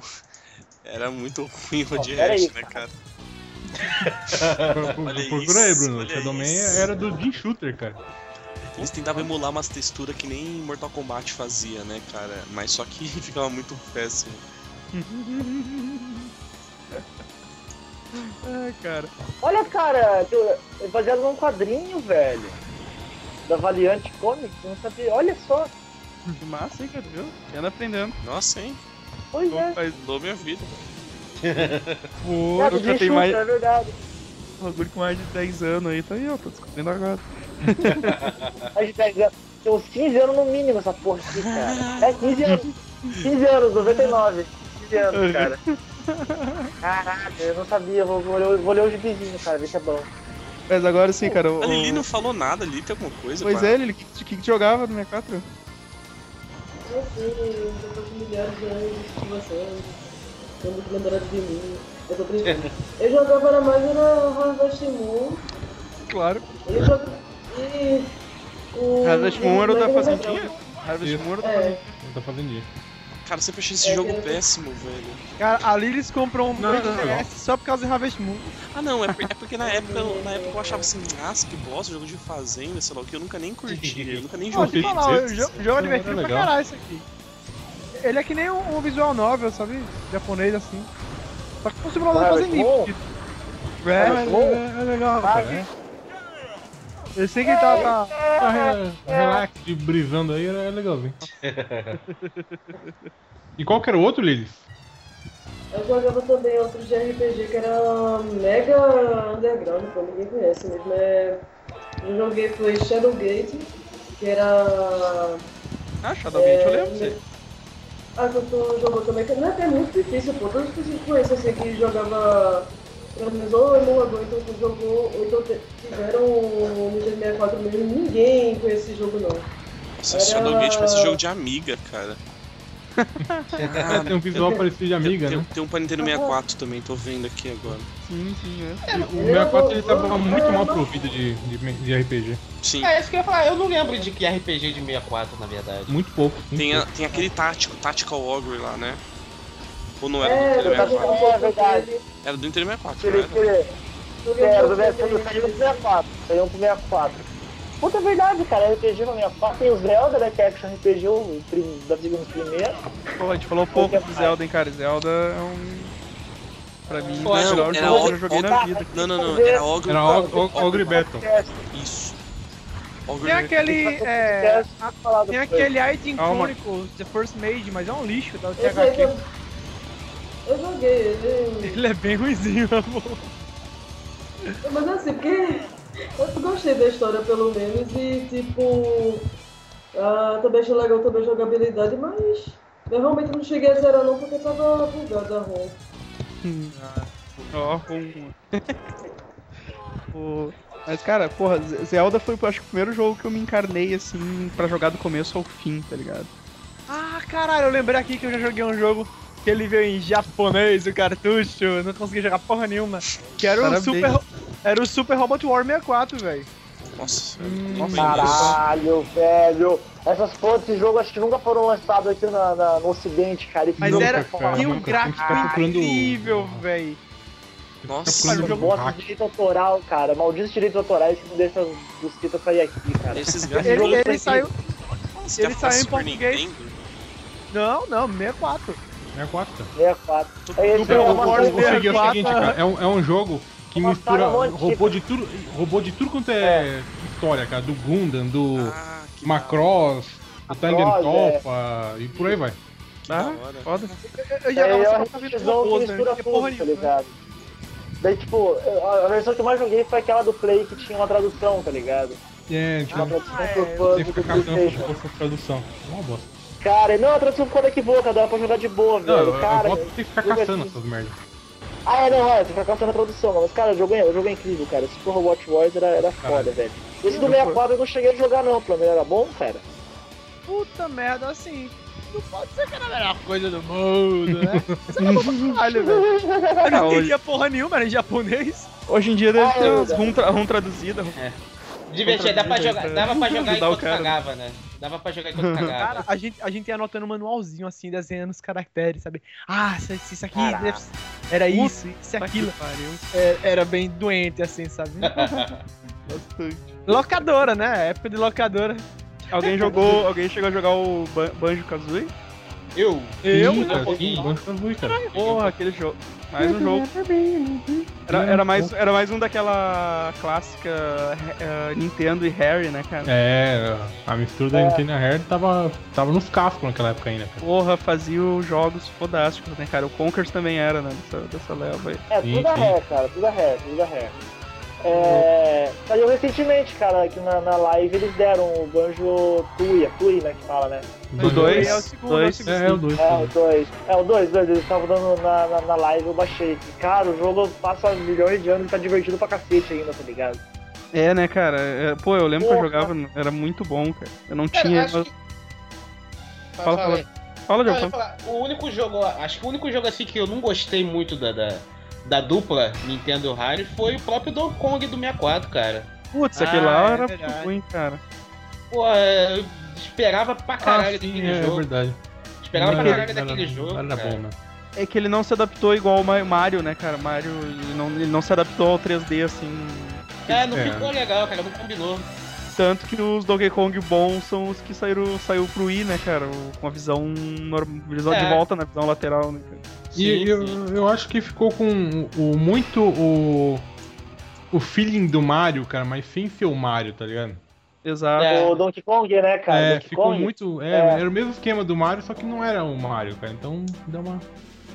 Speaker 5: era muito ruim o Rod
Speaker 4: pera aí,
Speaker 5: Rash, né, cara?
Speaker 9: Pro- pro-
Speaker 5: Olha
Speaker 9: Procura aí,
Speaker 5: isso,
Speaker 9: Bruno.
Speaker 5: olha
Speaker 9: Shadow Man
Speaker 5: isso.
Speaker 9: era do Jim Shooter, cara.
Speaker 5: Eles tentavam emular umas texturas que nem Mortal Kombat fazia, né, cara? Mas só que ficava muito péssimo.
Speaker 3: Ai, cara.
Speaker 4: Olha, cara, que- é baseado num quadrinho, velho. Da Valiante Comics, eu não sabia. Olha só.
Speaker 3: Que massa, hein, cara, viu? Anda aprendendo.
Speaker 5: Nossa, hein?
Speaker 4: Pois é.
Speaker 3: Faz
Speaker 5: Mudou minha vida.
Speaker 3: Pô,
Speaker 4: Cara,
Speaker 3: eu já tenho
Speaker 4: de chute,
Speaker 3: mais
Speaker 4: é verdade.
Speaker 3: um bagulho com mais de 10 anos aí, tá aí, ó, tô descobrindo agora.
Speaker 4: Mais de 10 anos. Tem uns 15 anos no mínimo essa porra aqui, cara. É 15 anos. 15 anos, 99. 15 anos, cara. Caralho, eu não sabia. Vou, vou, ler, o- vou ler o gibizinho, cara, ver se é bom.
Speaker 3: Mas agora sim, cara. O...
Speaker 5: A Lili não falou nada, a Lili tem alguma coisa?
Speaker 3: Pois
Speaker 5: pá?
Speaker 3: é, ele que, que, que jogava no 64?
Speaker 7: Eu sei, eu tô com milhares de anos de vocês. Tô muito lembrado de mim. Eu tô brincando. Eu jogava era mais era Harvest Moon.
Speaker 3: Claro.
Speaker 7: Eu jogava. E. O.
Speaker 3: Harvest Moon era o da
Speaker 7: Mas eu não
Speaker 3: fazendinha? Harvest Moon era da
Speaker 7: É.
Speaker 3: fazendinha.
Speaker 9: Não tá fazendo isso.
Speaker 5: Cara, eu sempre achei esse
Speaker 10: É,
Speaker 5: jogo
Speaker 10: eu-
Speaker 5: péssimo, velho.
Speaker 8: Cara, a Lilis comprou um
Speaker 5: Não, não,
Speaker 8: 3DS só por causa de Harvest Moon.
Speaker 5: Ah não, é, por- é porque na época, eu- na época eu achava assim, ah, que bosta, jogo de fazenda, sei lá o que, eu nunca nem curti, eu nunca nem
Speaker 8: Pô,
Speaker 5: joguei.
Speaker 8: te falar, o jo- o jogo é divertido pra caralho isso aqui. Ele é que nem um, um visual novel, sabe? Japonês assim. Só que com simulador
Speaker 4: Harvest
Speaker 8: fazendo
Speaker 4: Moon?
Speaker 8: isso. É, é, é legal, cara. Eu sei que ele
Speaker 3: É.
Speaker 8: tava.
Speaker 9: Ah, né? re- Relax, de brisando aí é legalzinho. e qual que era o outro, Lilis?
Speaker 7: Eu jogava também outro de RPG que era mega underground, então ninguém conhece mesmo. É... Eu joguei foi Shadowgate, que era.
Speaker 3: Ah, Shadowgate, eu lembro.
Speaker 7: né? Ah, que eu tô jogando também, que não é que é muito difícil, pô. Todas as pessoas que conhecem assim, que jogava pelo menos ou emulador, então que jogou, ou então te- tiveram o Nintendo 64 mesmo, ninguém conhecia esse jogo não.
Speaker 5: Nossa, esse Shadowgate parece jogo de amiga, cara.
Speaker 9: Ah, tem um visual parecido de amiga,
Speaker 5: tem,
Speaker 9: né?
Speaker 5: Tem um pra Nintendo 64 também, tô vendo aqui agora.
Speaker 3: Sim, sim, é.
Speaker 9: O 64 ele tava muito mal provido de, de, de RPG.
Speaker 5: Sim.
Speaker 10: É isso que eu ia falar, eu não lembro de que RPG de 64, na verdade.
Speaker 9: Muito pouco.
Speaker 5: Tem,
Speaker 3: Uhum.
Speaker 5: a- tem aquele tático, Tactical Ogre lá, né? Ou não era do
Speaker 4: É,
Speaker 5: Nintendo
Speaker 4: tá
Speaker 5: 64?
Speaker 4: bom, é verdade.
Speaker 5: Era do Nintendo 64,
Speaker 4: Ele,
Speaker 5: não era?
Speaker 4: ele,
Speaker 7: um
Speaker 4: é, eu saiu pro 64. Saiu um pro 64. Puta, é verdade, cara. RPG no 64. Tem o Zelda, né? Que é action RPG, o prim, da segunda
Speaker 8: É,
Speaker 4: primeira.
Speaker 3: Pô, a gente falou pouco do Zelda, hein, cara. Zelda é um. Pra mim,
Speaker 5: Não,
Speaker 3: o melhor
Speaker 5: era
Speaker 3: jogo que eu
Speaker 5: Og-
Speaker 3: joguei na
Speaker 5: Og-
Speaker 3: vida.
Speaker 5: Não, não, não, era Ogre
Speaker 9: Era Og- Og- Ogre Battle.
Speaker 5: Isso. Ogre
Speaker 8: Tem
Speaker 5: Battle.
Speaker 8: aquele. É,
Speaker 4: tá
Speaker 8: a- tem aquele Aiden
Speaker 9: Calma.
Speaker 8: Chronicles, The First Mage, mas é um lixo da
Speaker 7: Esse aí é que eu,
Speaker 8: THQ.
Speaker 7: eu joguei, né? ele.
Speaker 8: Ele é bem ruizinho, amor.
Speaker 7: Mas assim, porque eu gostei da história pelo menos e tipo. ah, também achei legal também a jogabilidade, mas eu realmente não cheguei a zerar não porque tava bugada a ROM.
Speaker 3: Ó, ruim. O- Mas, cara, porra, Ze- Zelda foi, acho que, o primeiro jogo que eu me encarnei, assim, pra jogar do começo ao fim, tá ligado?
Speaker 8: Ah, caralho, eu lembrei aqui que eu já joguei um jogo que ele veio em japonês, o cartucho. eu Não consegui jogar porra nenhuma. Que era o
Speaker 3: Parabéns.
Speaker 8: Super. Era o Super Robot War 64, velho.
Speaker 5: Nossa, nossa,
Speaker 4: Caralho, velho. Essas porra desse jogo acho que nunca foram lançadas aqui na, na- no ocidente, cara. E
Speaker 8: Mas
Speaker 9: Nunca,
Speaker 8: era.
Speaker 9: cara,
Speaker 8: Tinha um
Speaker 9: nunca. Tem que
Speaker 8: gráfico
Speaker 9: ficar procurando-
Speaker 8: incrível, velho.
Speaker 9: Hum,
Speaker 5: nossa.
Speaker 9: um
Speaker 8: Olha, o
Speaker 4: Eu
Speaker 8: jogo-
Speaker 4: gosto de direito autoral, cara. Malditos direitos autorais que não deixam os títulos sair aqui, cara.
Speaker 5: Esses gráficos
Speaker 8: Ele,
Speaker 5: todos
Speaker 8: ele saiu.
Speaker 5: Você
Speaker 8: ele
Speaker 5: quer falar
Speaker 8: saiu em
Speaker 5: Super
Speaker 8: português.
Speaker 5: Nintendo?
Speaker 8: Não, não, 64.
Speaker 9: 64, cara.
Speaker 4: 64. É esse é
Speaker 9: Eu, eu,
Speaker 4: uma
Speaker 9: eu consegui é o
Speaker 8: Plata.
Speaker 9: seguinte, cara. É um, é um jogo que
Speaker 4: Uma
Speaker 9: mistura
Speaker 4: saga longe,
Speaker 9: robô de tudo, robô de tudo quanto é, história, cara. Do Gundam, do
Speaker 5: Ah, que
Speaker 9: Macross, do Tangen
Speaker 4: Macross,
Speaker 9: Toppa e por aí vai.
Speaker 5: da hora.
Speaker 3: Foda-se.
Speaker 8: Eu já
Speaker 4: É, é uma
Speaker 8: jogava Super Robot
Speaker 4: revisão que
Speaker 8: Robôs, né?
Speaker 4: mistura
Speaker 8: Que porra
Speaker 4: tudo,
Speaker 8: nenhuma.
Speaker 4: tá ligado? Daí, tipo, a a versão que eu mais joguei foi aquela do Play que tinha uma tradução, tá ligado?
Speaker 9: É, tipo,
Speaker 4: Uma tradução
Speaker 8: é,
Speaker 4: pro fã
Speaker 9: tem que
Speaker 4: do
Speaker 9: ficar caçando
Speaker 4: PlayStation.
Speaker 9: por força de tradução. É uma bosta.
Speaker 4: Cara, não, a tradução ficou daqui boca, dá pra jogar de boa,
Speaker 9: Não,
Speaker 4: velho.
Speaker 9: eu, eu
Speaker 4: cara,
Speaker 9: boto tem que ficar
Speaker 4: jogo é
Speaker 9: caçando
Speaker 4: assim.
Speaker 9: essas merdas.
Speaker 4: Ah, é, não, é, você fica caçando a tradução, mas, cara, o jogo é, o jogo é incrível, cara. Esse Super Robot Wars era, era foda, velho. Esse do 64 eu não cheguei a jogar, não, pelo menos era bom, cara.
Speaker 8: Puta merda, assim. Não pode ser que era a melhor coisa do mundo, né? Isso é uma caralho, velho. Eu
Speaker 3: Ah,
Speaker 8: não
Speaker 3: hoje-
Speaker 8: entendia porra nenhuma, era em japonês.
Speaker 3: Hoje em dia deve
Speaker 4: Ah, é
Speaker 3: ter umas
Speaker 4: verdade.
Speaker 3: rum, tra rum traduzida.
Speaker 10: Divertido, dá pra
Speaker 3: Contra-
Speaker 10: jogar, dava pra jogar
Speaker 3: Ajudar o
Speaker 10: enquanto
Speaker 3: cara.
Speaker 10: cagava, né? Dava pra jogar enquanto
Speaker 8: Cara,
Speaker 10: cagava.
Speaker 8: a gente, a gente ia anotando um manualzinho assim, desenhando os caracteres, sabe? Ah, isso, isso aqui
Speaker 10: Caraca.
Speaker 8: deve- era
Speaker 3: Puta
Speaker 8: isso, isso e aquilo.
Speaker 3: pariu.
Speaker 8: É, era bem doente, assim, sabe? Locadora, né? Época de locadora.
Speaker 3: Alguém jogou, alguém chegou a jogar o Ban Banjo Kazooie?
Speaker 10: Eu?
Speaker 8: Eu?
Speaker 9: Ih, cara,
Speaker 10: Ih.
Speaker 9: esse banco tá azul, cara.
Speaker 3: Porra, aquele jogo. Mais um jogo. Era, era mais, era mais um daquela clássica eh, Nintendo e Harry, né, cara?
Speaker 9: É, a mistura da Nintendo Herd tava, tava nos cascos naquela época ainda, cara.
Speaker 3: Porra, fazia os jogos fodásticos, né, cara? O Conkers também era, né, dessa, dessa leva aí.
Speaker 4: É,
Speaker 9: Sim,
Speaker 4: tudo a
Speaker 9: sim.
Speaker 4: ré, cara, tudo a ré, tudo a ré. É, saiu recentemente, cara, aqui na, na live eles deram o Banjo Tuia, Tui, né, que fala, né?
Speaker 3: O dois,
Speaker 8: é o segundo, é o
Speaker 3: dois.
Speaker 8: segundo.
Speaker 9: É, é
Speaker 4: É, o
Speaker 9: o 2.
Speaker 4: 2. É, o 2, 2, eles estavam dando na, na, na live, eu baixei. Cara, o jogo passa milhões de anos e tá divertido pra cacete ainda, tá ligado?
Speaker 3: É, né, cara? É, pô, eu lembro que eu
Speaker 4: Porra.
Speaker 3: jogava, era muito bom, cara. Eu não
Speaker 10: Cara,
Speaker 3: tinha.
Speaker 10: acho
Speaker 3: mas-
Speaker 10: que-
Speaker 3: Fala, fala.
Speaker 10: aí.
Speaker 3: Fala,
Speaker 10: Não, eu ia
Speaker 3: Diogo.
Speaker 10: falar, o único jogo, acho que o único jogo assim que eu não gostei muito da, da, da dupla Nintendo Rare foi o próprio Donkey Kong do 64, cara.
Speaker 3: Putz,
Speaker 8: Ah,
Speaker 3: aquele lá
Speaker 8: é
Speaker 3: era
Speaker 8: verdade.
Speaker 3: ruim, cara.
Speaker 10: Pô, é, eu esperava pra
Speaker 9: Ah,
Speaker 10: caralho
Speaker 9: sim,
Speaker 10: aquele
Speaker 9: é, é
Speaker 10: jogo.
Speaker 9: verdade.
Speaker 10: Esperava pra caralho daquele jogo.
Speaker 9: Era
Speaker 10: cara.
Speaker 9: bom, né?
Speaker 3: É que ele não se adaptou igual o Ma- Mario, né, cara? Mario, ele não, ele não se adaptou ao 3D, assim.
Speaker 10: É, não
Speaker 9: É.
Speaker 10: ficou legal, cara, não combinou.
Speaker 3: Tanto que os Donkey Kong bons são os que saíram, saiu pro Wii, né, cara? O- Com a visão norm- visão de
Speaker 10: É.
Speaker 3: volta, né? Visão lateral, né, cara?
Speaker 10: Sim,
Speaker 9: E eu,
Speaker 10: assim.
Speaker 9: eu acho que ficou com o, o- muito o, o feeling do Mario, cara, mas sem ser o Mario, tá ligado?
Speaker 3: Exato.
Speaker 10: É.
Speaker 4: O Donkey Kong, né, cara?
Speaker 9: é,
Speaker 4: Donkey
Speaker 9: ficou
Speaker 4: Kong.
Speaker 9: muito. É,
Speaker 4: É.
Speaker 9: era o mesmo esquema do Mario, só que não era o Mario, cara. Então dá uma.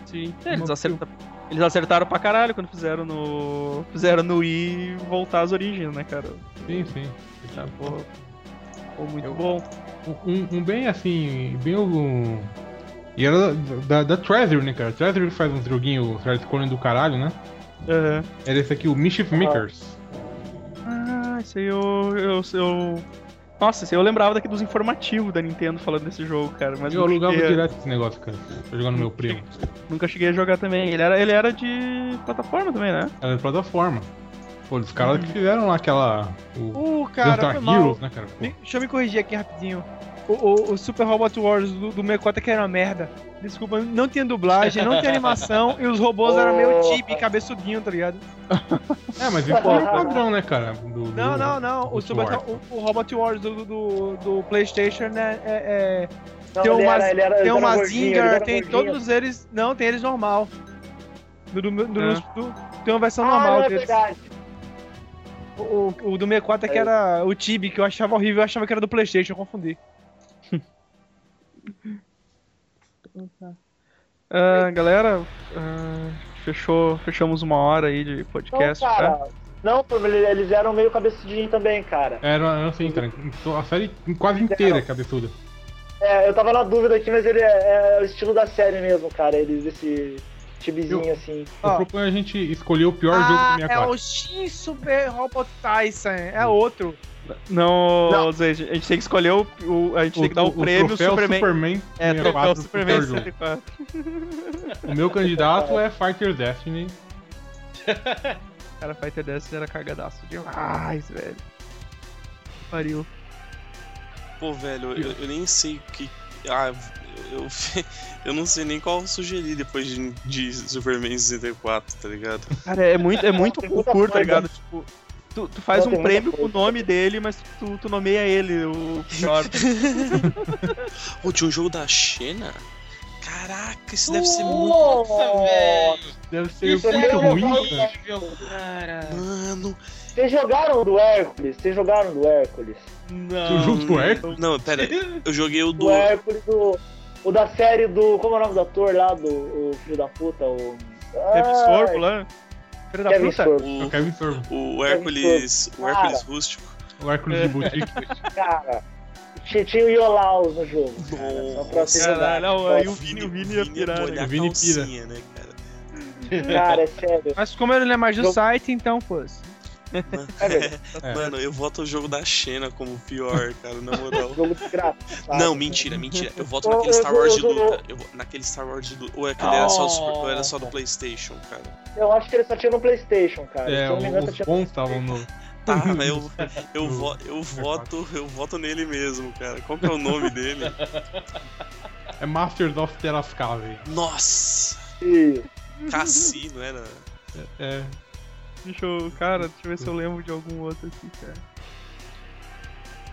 Speaker 3: Sim. É, eles,
Speaker 9: Uma-
Speaker 3: acerta- eles acertaram pra caralho quando fizeram no. Fizeram no Wii voltar às origens, né, cara?
Speaker 9: Sim, sim. Tá,
Speaker 3: Porra. Ficou muito bom.
Speaker 9: Um, um bem assim, bem o. E era da, da, da Treasure, né, cara? Treasure faz uns joguinhos hardcore do caralho, né?
Speaker 3: Aham.
Speaker 9: Era esse aqui, o Mischief Makers.
Speaker 3: Ah, isso aí eu, eu, eu. Nossa, isso aí eu lembrava daqui dos informativos da Nintendo falando desse jogo, cara. Mas
Speaker 9: eu
Speaker 3: nunca
Speaker 9: alugava
Speaker 3: cheguei a-
Speaker 9: direto esse negócio, cara. Pra jogar no meu primo.
Speaker 3: Nunca cheguei a jogar também. Ele era, ele era de plataforma também, né?
Speaker 9: Era de plataforma. Pô, os caras que fizeram lá aquela. O
Speaker 8: Uh, cara, foi
Speaker 9: Gunstar
Speaker 8: mal.
Speaker 9: Heroes, né, cara? Pô,
Speaker 8: Me- deixa eu me corrigir aqui rapidinho. O, o- o Super Robot Wars do, do 64 que era uma merda. Desculpa, não tinha dublagem, não tinha animação e os robôs eram meio chibi, cabeçudinho, tá ligado?
Speaker 9: É, mas isso era o padrão, né, cara? Do,
Speaker 8: Não, não, não. O,
Speaker 9: do
Speaker 8: Super,
Speaker 9: Sword.
Speaker 8: o, o Robot Wars do, do, do PlayStation né, é- é-
Speaker 4: Não,
Speaker 8: tem o
Speaker 4: ele era-
Speaker 8: Maz-
Speaker 4: ele era- ele
Speaker 8: tem o
Speaker 4: era gordinho, ele
Speaker 8: Mazinger,
Speaker 4: era
Speaker 8: tem
Speaker 4: gordinho.
Speaker 8: todos eles. Não, tem eles normal. Do, do, do-
Speaker 3: É.
Speaker 8: do- tem uma versão
Speaker 4: Ah,
Speaker 8: normal
Speaker 4: não é
Speaker 8: deles.
Speaker 4: verdade.
Speaker 8: O, o- o do 64 é que
Speaker 4: É.
Speaker 8: era o Tibi, que eu achava horrível, eu achava que era do Playstation, eu confundi.
Speaker 3: Ah, galera, ah, fechou, fechamos uma hora aí de
Speaker 4: Não,
Speaker 3: podcast.
Speaker 8: Então,
Speaker 3: tá?
Speaker 4: Então, cara. Não, pô, ele- eles eram meio cabeçudinho também, cara.
Speaker 9: Era, era assim, cara. A série quase inteira é cabeçuda.
Speaker 4: É, eu tava na dúvida aqui, mas ele é, é o estilo da série mesmo, cara. Eles desse tibizinho assim.
Speaker 9: Eu
Speaker 8: Ó.
Speaker 9: proponho é a gente escolher o pior
Speaker 8: Ah,
Speaker 9: jogo do
Speaker 8: é
Speaker 9: 64.
Speaker 8: o Shin Super Robot Tyson, é outro.
Speaker 3: Hum. Não,
Speaker 4: Não.
Speaker 3: Zé, a gente tem que escolher o. o- a gente tem que dar
Speaker 8: um
Speaker 3: o, prêmio
Speaker 9: troféu
Speaker 3: Superman.
Speaker 9: Superman
Speaker 3: É,
Speaker 9: 64
Speaker 3: troféu
Speaker 9: pro
Speaker 3: Superman
Speaker 9: pior jogo.
Speaker 3: 64.
Speaker 9: O meu candidato é Fighter Destiny.
Speaker 3: Cara, Fighter 10 era cagadaço demais, velho. Pariu.
Speaker 5: Pô, velho, eu, eu nem sei o que. Ah, eu, eu, eu não sei nem qual sugerir depois de, de Superman 64, tá ligado?
Speaker 3: Cara, é muito, é muito
Speaker 4: Tem muita
Speaker 3: concurso, tá
Speaker 4: coisa.
Speaker 3: ligado? Tipo, tu, tu faz
Speaker 4: Não, tem
Speaker 3: um
Speaker 4: muita
Speaker 3: prêmio com o
Speaker 4: coisa.
Speaker 3: nome dele, mas tu, tu nomeia ele o pior.
Speaker 10: é
Speaker 5: Pô, tinha um jogo da Xena? Caraca, isso deve ser muito.
Speaker 10: Nossa, velho!
Speaker 9: Deve ser
Speaker 10: Isso
Speaker 9: muito
Speaker 10: é
Speaker 9: ruim, cara.
Speaker 10: horrível, cara.
Speaker 5: Mano.
Speaker 4: Vocês jogaram do Hércules? Vocês jogaram do Hércules?
Speaker 9: Tu
Speaker 10: Não.
Speaker 9: junto com o Hércules?
Speaker 5: Não, pera, eu joguei o do.
Speaker 4: Do Hércules, do, o da série do. Como é o nome do ator lá? Do o filho da puta? O.
Speaker 3: Teve
Speaker 4: Ai,
Speaker 3: sorvo lá. Filho da
Speaker 4: Kevin
Speaker 3: puta.
Speaker 4: Sorbo,
Speaker 5: O,
Speaker 9: Eu quero sorvo.
Speaker 5: o Hércules. O Hércules rústico.
Speaker 9: O Hércules
Speaker 8: É.
Speaker 9: de boutique.
Speaker 4: cara. Tinha tinha o Iolaus no jogo. Só pra
Speaker 5: Nossa,
Speaker 4: vocês jogarem.
Speaker 3: Caralho, ó, aí o
Speaker 5: o
Speaker 3: Vini, o Vini ia
Speaker 10: é
Speaker 3: pirar, né?
Speaker 5: molhar
Speaker 9: O Vini pira.
Speaker 5: calcinha, né, cara?
Speaker 4: Cara, é sério.
Speaker 8: Mas como ele não é mais do
Speaker 4: Eu-
Speaker 8: site, então, pô.
Speaker 4: É verdade.
Speaker 9: É.
Speaker 5: Mano, eu voto o jogo da Xena como pior, cara, na moral.
Speaker 4: Jogo desgraçado.
Speaker 5: Não, mentira, mentira. Eu voto
Speaker 4: Eu-
Speaker 5: naquele
Speaker 4: eu
Speaker 5: Star
Speaker 4: vou-
Speaker 5: Wars de
Speaker 4: eu vou-
Speaker 5: luta. Eu vou- naquele Star Wars de luta. Ou aquele era só do Super, ou era só do PlayStation, cara.
Speaker 4: Eu acho que ele só tinha no Playstation, cara.
Speaker 9: É,
Speaker 4: Se eu não me
Speaker 9: o-
Speaker 4: engano, só
Speaker 9: os
Speaker 4: tinha
Speaker 9: bons estavam no.
Speaker 5: Tá, mas eu, eu,
Speaker 9: No
Speaker 5: vo, eu voto, eu voto nele mesmo, cara. Qual que é o nome dele?
Speaker 9: É Masters of É, Terascar, velho.
Speaker 5: Nossa!
Speaker 4: Esse-
Speaker 5: Cassino né, era.
Speaker 9: É.
Speaker 3: Deixa eu, cara, deixa eu ver se eu lembro de algum outro aqui, cara.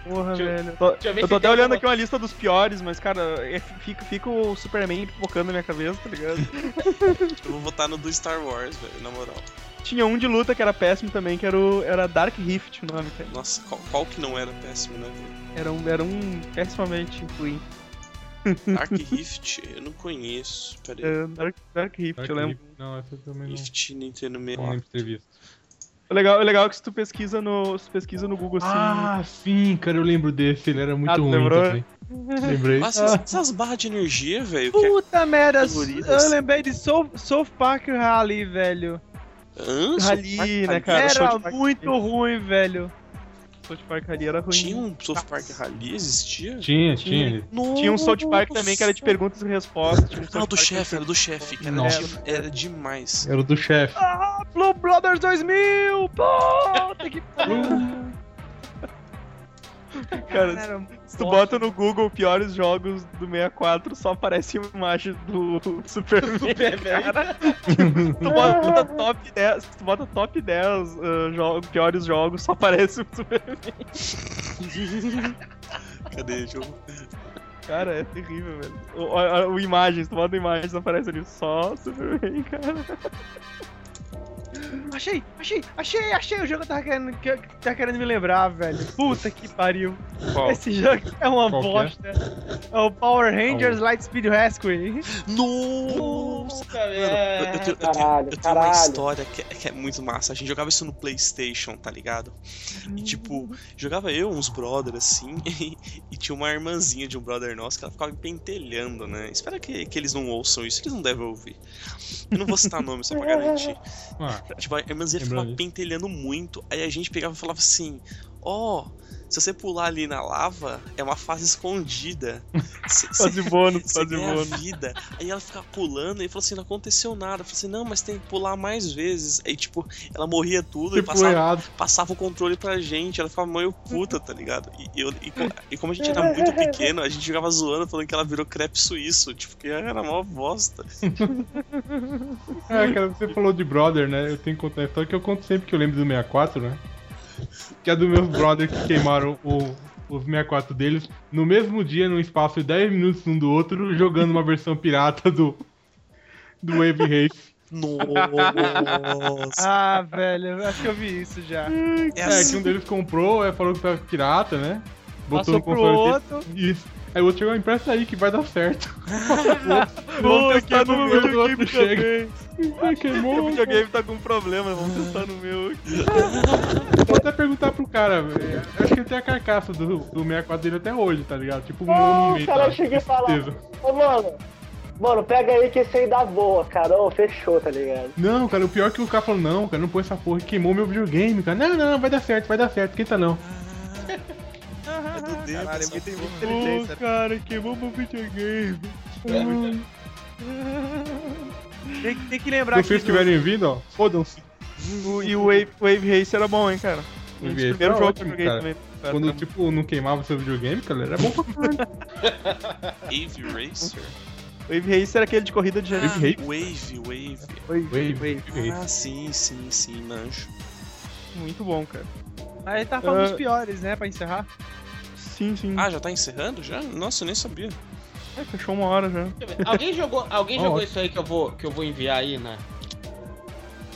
Speaker 3: Porra,
Speaker 10: Deixa eu-
Speaker 3: velho. Eu tô,
Speaker 10: deixa eu ver
Speaker 3: eu tô
Speaker 10: se tem
Speaker 3: até olhando
Speaker 10: alguma-
Speaker 3: aqui uma lista dos piores, mas, cara, é, fica, fica o Superman pipocando na minha cabeça, tá ligado?
Speaker 5: Eu vou votar no do Star Wars, velho, na moral.
Speaker 3: Tinha um de luta que era péssimo também, que era, o, era Dark Rift o nome, cara.
Speaker 5: Nossa, qual, qual que não era péssimo, né, velho?
Speaker 3: Era um, era um pessimamente ruim.
Speaker 5: Dark Rift, eu não conheço. Pera aí.
Speaker 3: É, Dark, Dark Rift, eu lembro.
Speaker 9: Não, essa eu também não.
Speaker 5: Rift Nintendo
Speaker 9: Não lembro
Speaker 5: 64.
Speaker 9: de ter visto.
Speaker 3: O legal, o legal é que se tu pesquisa no, se tu pesquisa no Google assim.
Speaker 9: Ah, sim, cara, eu lembro desse. Ele era muito
Speaker 3: Ah, tu
Speaker 9: ruim
Speaker 3: lembrou?
Speaker 9: também. Lembrei.
Speaker 5: Nossa,
Speaker 3: Ah.
Speaker 5: essas- essas barras de energia, velho, que é.
Speaker 8: Puta merda,
Speaker 5: Favoritas.
Speaker 8: eu lembrei de Soul, Soul Park Rally, velho.
Speaker 5: Hã?
Speaker 3: Rally, né, cara?
Speaker 8: era
Speaker 3: South Park-
Speaker 8: muito ruim, velho.
Speaker 3: South Park Rally era ruim.
Speaker 5: Tinha um South Park Rally? Existia?
Speaker 9: Tinha, tinha.
Speaker 3: Tinha um South Park também que era de perguntas e respostas. Tinha um South
Speaker 5: Não, Ah, do
Speaker 3: Park
Speaker 5: chefe, era do chefe, cara.
Speaker 9: Nossa.
Speaker 5: Era, de- era demais.
Speaker 9: Era o do chefe.
Speaker 8: Blue Brothers 2000, puta que pariu.
Speaker 3: Cara, Cara se tu bota no Google piores jogos do 64, só aparece a imagem do Superman.
Speaker 10: Superman.
Speaker 3: Cara. tu bota top 10, se tu bota top 10 uh, jo- piores jogos, só aparece o Superman.
Speaker 5: Cadê, jogo?
Speaker 3: Cara, é terrível, velho. O, o, o imagens, tu bota imagens, aparece ali só Superman, cara.
Speaker 8: Achei, achei, achei, achei o jogo que tava querendo, que, que tava querendo me lembrar, velho. Puta que pariu.
Speaker 5: Qual?
Speaker 8: Esse jogo é uma
Speaker 9: Qual que é?
Speaker 8: bosta. É? o Power Rangers Lightspeed Rescue.
Speaker 5: Nossa!
Speaker 10: Puta
Speaker 5: Eu, eu
Speaker 10: merda.
Speaker 5: tenho, eu tenho-
Speaker 4: Caralho,
Speaker 5: eu tenho uma
Speaker 4: caralho.
Speaker 5: história que, é- que é muito massa. A gente jogava isso no PlayStation, tá ligado? E tipo, jogava eu, uns brothers assim, e, tinha uma irmãzinha de um brother nosso que ela ficava me pentelhando, né? Espera que, que eles não ouçam isso, que eles não devem ouvir. Eu não vou citar nome só pra garantir.
Speaker 9: Ah,
Speaker 5: Tipo, a irmãzinha
Speaker 9: Lembrando
Speaker 5: ficava
Speaker 9: disso.
Speaker 5: pentelhando muito, aí a gente pegava e falava assim: Ó, se você pular ali na lava, é uma fase escondida. Se- se-
Speaker 3: Faz de bônus,
Speaker 5: você
Speaker 3: faz de
Speaker 5: ganha
Speaker 3: bônus.
Speaker 5: vida. Aí ela ficava pulando e falou assim: não aconteceu nada. Eu falei assim: não, mas tem que pular mais vezes. Aí, tipo, ela morria tudo e
Speaker 9: tipo,
Speaker 5: passava,
Speaker 9: errado.
Speaker 5: passava o controle pra gente. Ela ficava meio puta, tá ligado? E, eu- e co- e como a gente era muito pequeno, a gente jogava zoando, falando que ela virou crepe suíço. Tipo, que era a maior bosta.
Speaker 9: É, cara, você falou de brother, né? Eu tenho que contar a história que eu conto sempre que eu lembro do 64, né? Que é do meus brother que queimaram o- os 64 deles no mesmo dia, num espaço de 10 minutos um do outro, jogando uma versão pirata do, do Wave Race.
Speaker 5: Nossa.
Speaker 8: Ah, velho, eu acho que eu vi isso já.
Speaker 5: É
Speaker 9: É, que um
Speaker 5: assim.
Speaker 9: deles comprou, é, falou que tava pirata, né? Botou
Speaker 8: Passou
Speaker 9: no
Speaker 8: pro
Speaker 9: console dele.
Speaker 8: outro.
Speaker 9: Isso. Aí o outro chegou, "Ah, empresta aí que vai dar certo.
Speaker 3: Vamos
Speaker 9: testar
Speaker 3: testar
Speaker 9: no
Speaker 3: no
Speaker 9: meu
Speaker 3: meu
Speaker 9: outro
Speaker 3: game
Speaker 9: chega.
Speaker 3: também.
Speaker 9: Ah, Queimou.
Speaker 3: Meu videogame tá com problema, vamos testar no meu.
Speaker 9: Vou até perguntar pro cara, é, acho que ele tem a carcaça do, do 64 dele até hoje, tá ligado? Tipo, um ano e
Speaker 4: Não,
Speaker 9: meio,
Speaker 4: cara,
Speaker 9: tá?
Speaker 4: eu cheguei a falar.
Speaker 9: Certeza.
Speaker 4: Ô, mano. Mano, pega aí que esse aí dá boa, cara. Ô, fechou, tá ligado?
Speaker 9: Não, cara, o pior é que o cara falou, não, cara, não põe essa porra, queimou meu videogame, cara. Não, não, não, vai dar certo, vai dar certo, quem tá não?
Speaker 5: É do dedo,
Speaker 3: Caralho,
Speaker 5: essa
Speaker 3: ele tem muita
Speaker 5: porra.
Speaker 3: inteligência.
Speaker 9: cara, queimou meu videogame.
Speaker 8: Tem, que- tem que lembrar
Speaker 9: Então, Se
Speaker 8: aqui.
Speaker 9: vocês estiverem vindo, ó, fodam-se.
Speaker 3: O- E o Wave, Wave Race era bom, hein, cara. Um dos
Speaker 9: Wave Race
Speaker 3: primeiros
Speaker 9: era
Speaker 3: jogos que eu
Speaker 9: ótimo,
Speaker 3: joguei
Speaker 9: cara.
Speaker 3: também. Era
Speaker 9: Quando,
Speaker 3: bom.
Speaker 9: tipo, não queimava seu videogame, cara, era bom pra
Speaker 5: Wave Racer?
Speaker 3: Wave Race era aquele de corrida de
Speaker 5: Ah,
Speaker 3: geração.
Speaker 9: Race?
Speaker 5: Wave, Wave.
Speaker 9: Wave, wave, wave.
Speaker 5: Ah, sim, sim, sim, manjo.
Speaker 3: Muito bom, cara.
Speaker 8: Mas ele tá falando
Speaker 3: Ah.
Speaker 8: dos piores, né, pra encerrar.
Speaker 3: Sim, sim.
Speaker 5: Ah, já tá encerrando já? Nossa, eu nem sabia.
Speaker 3: É, fechou uma hora já.
Speaker 10: Alguém jogou, alguém
Speaker 9: Ó,
Speaker 10: jogou
Speaker 9: ótimo.
Speaker 10: isso aí que eu vou, que eu vou enviar aí, né?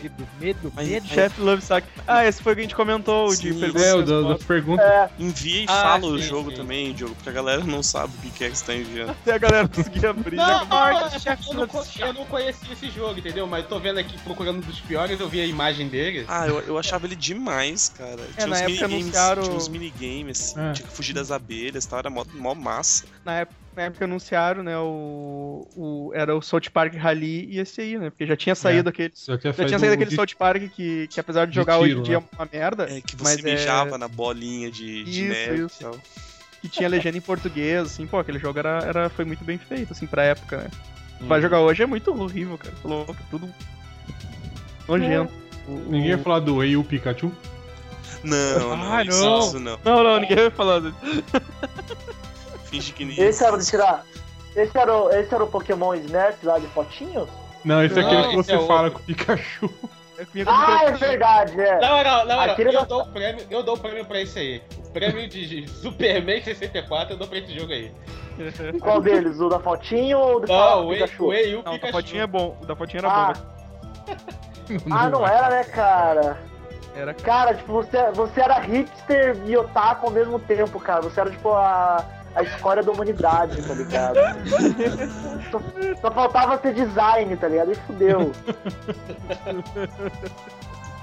Speaker 8: Medo, medo,
Speaker 5: Aí-
Speaker 8: medo.
Speaker 3: Chef Love Sack. Ah, esse foi o que a gente comentou, o de
Speaker 5: Sim.
Speaker 3: perguntas.
Speaker 9: É,
Speaker 3: e
Speaker 9: o da-
Speaker 3: respostas.
Speaker 9: das perguntas.
Speaker 5: Envia e
Speaker 10: Ah,
Speaker 5: fala o
Speaker 10: sim,
Speaker 5: jogo
Speaker 10: sim.
Speaker 5: também, Diogo, porque a galera não sabe o que que é que você tá enviando.
Speaker 3: Até a galera conseguir abrir.
Speaker 10: Não,
Speaker 3: né?
Speaker 10: eu, não, co- eu não conhecia esse jogo, entendeu? Mas tô vendo aqui, procurando dos piores, eu vi a imagem dele.
Speaker 5: Ah, eu, eu achava ele demais, cara. Tinha
Speaker 3: É, na
Speaker 5: uns
Speaker 3: época
Speaker 5: minigames,
Speaker 3: anunciaram-
Speaker 5: tinha uns minigames, assim,
Speaker 3: Ah.
Speaker 9: É.
Speaker 5: tinha que fugir das abelhas e tal, era mó, mó massa.
Speaker 3: Na época, na época anunciaram, né, o, o- Era o South Park Rally e esse aí, né? Porque já tinha saído aquele.
Speaker 9: Já tinha
Speaker 3: Já
Speaker 9: saído,
Speaker 3: tinha saído
Speaker 9: é o
Speaker 3: aquele
Speaker 9: de-
Speaker 3: South Park que, que apesar de
Speaker 9: de
Speaker 3: jogar hoje em
Speaker 9: tiro,
Speaker 3: dia
Speaker 9: né?
Speaker 3: é uma merda,
Speaker 5: É, que você
Speaker 3: Mas é-
Speaker 5: mijava na bolinha de, de
Speaker 3: Isso,
Speaker 5: neve então.
Speaker 3: isso.
Speaker 5: e tal.
Speaker 3: que tinha legenda em português, assim, pô, aquele jogo era, era, foi muito bem feito, assim, pra época, né? Vai jogar hoje é muito horrível, cara. Tô louco, é tudo nojento. O-
Speaker 9: Ninguém ia
Speaker 3: o-
Speaker 9: falar do Ei, o Pikachu?
Speaker 5: Não, não,
Speaker 3: Ah,
Speaker 5: isso
Speaker 3: não.
Speaker 5: isso não.
Speaker 3: Não, não, ninguém vai falar disso.
Speaker 5: Finge que nem.
Speaker 4: Esse era o de tirar. Esse era o, esse era o Pokémon Snap lá de fotinho?
Speaker 9: Não, esse aqui
Speaker 10: Não,
Speaker 9: é que
Speaker 10: esse
Speaker 9: você
Speaker 10: é outro.
Speaker 9: fala com o Pikachu.
Speaker 3: Eu comia com
Speaker 4: Ah, é
Speaker 3: microfone.
Speaker 4: verdade, é.
Speaker 10: Não, não, não, não.
Speaker 4: Aquele
Speaker 10: Eu
Speaker 4: não- tá.
Speaker 10: dou o prêmio, eu dou o prêmio pra esse aí. O prêmio de Superman 64, eu dou pra esse jogo aí.
Speaker 4: é Qual deles? O da fotinho ou o
Speaker 10: Não,
Speaker 4: do Fala
Speaker 10: o Ei,
Speaker 4: Pikachu?
Speaker 10: o Ei, o
Speaker 6: tá
Speaker 3: Não, o da
Speaker 10: Pikachu.
Speaker 3: fotinha é bom. O da fotinha era
Speaker 4: Ah,
Speaker 3: bom,
Speaker 10: né?
Speaker 3: velho.
Speaker 4: ah, não era, né, cara?
Speaker 3: Era,
Speaker 4: Cara, tipo, você, você era hipster e otaku ao mesmo tempo, cara. Você era, tipo, a, a escória da humanidade, tá ligado? só, só faltava ser design, tá ligado? E fudeu.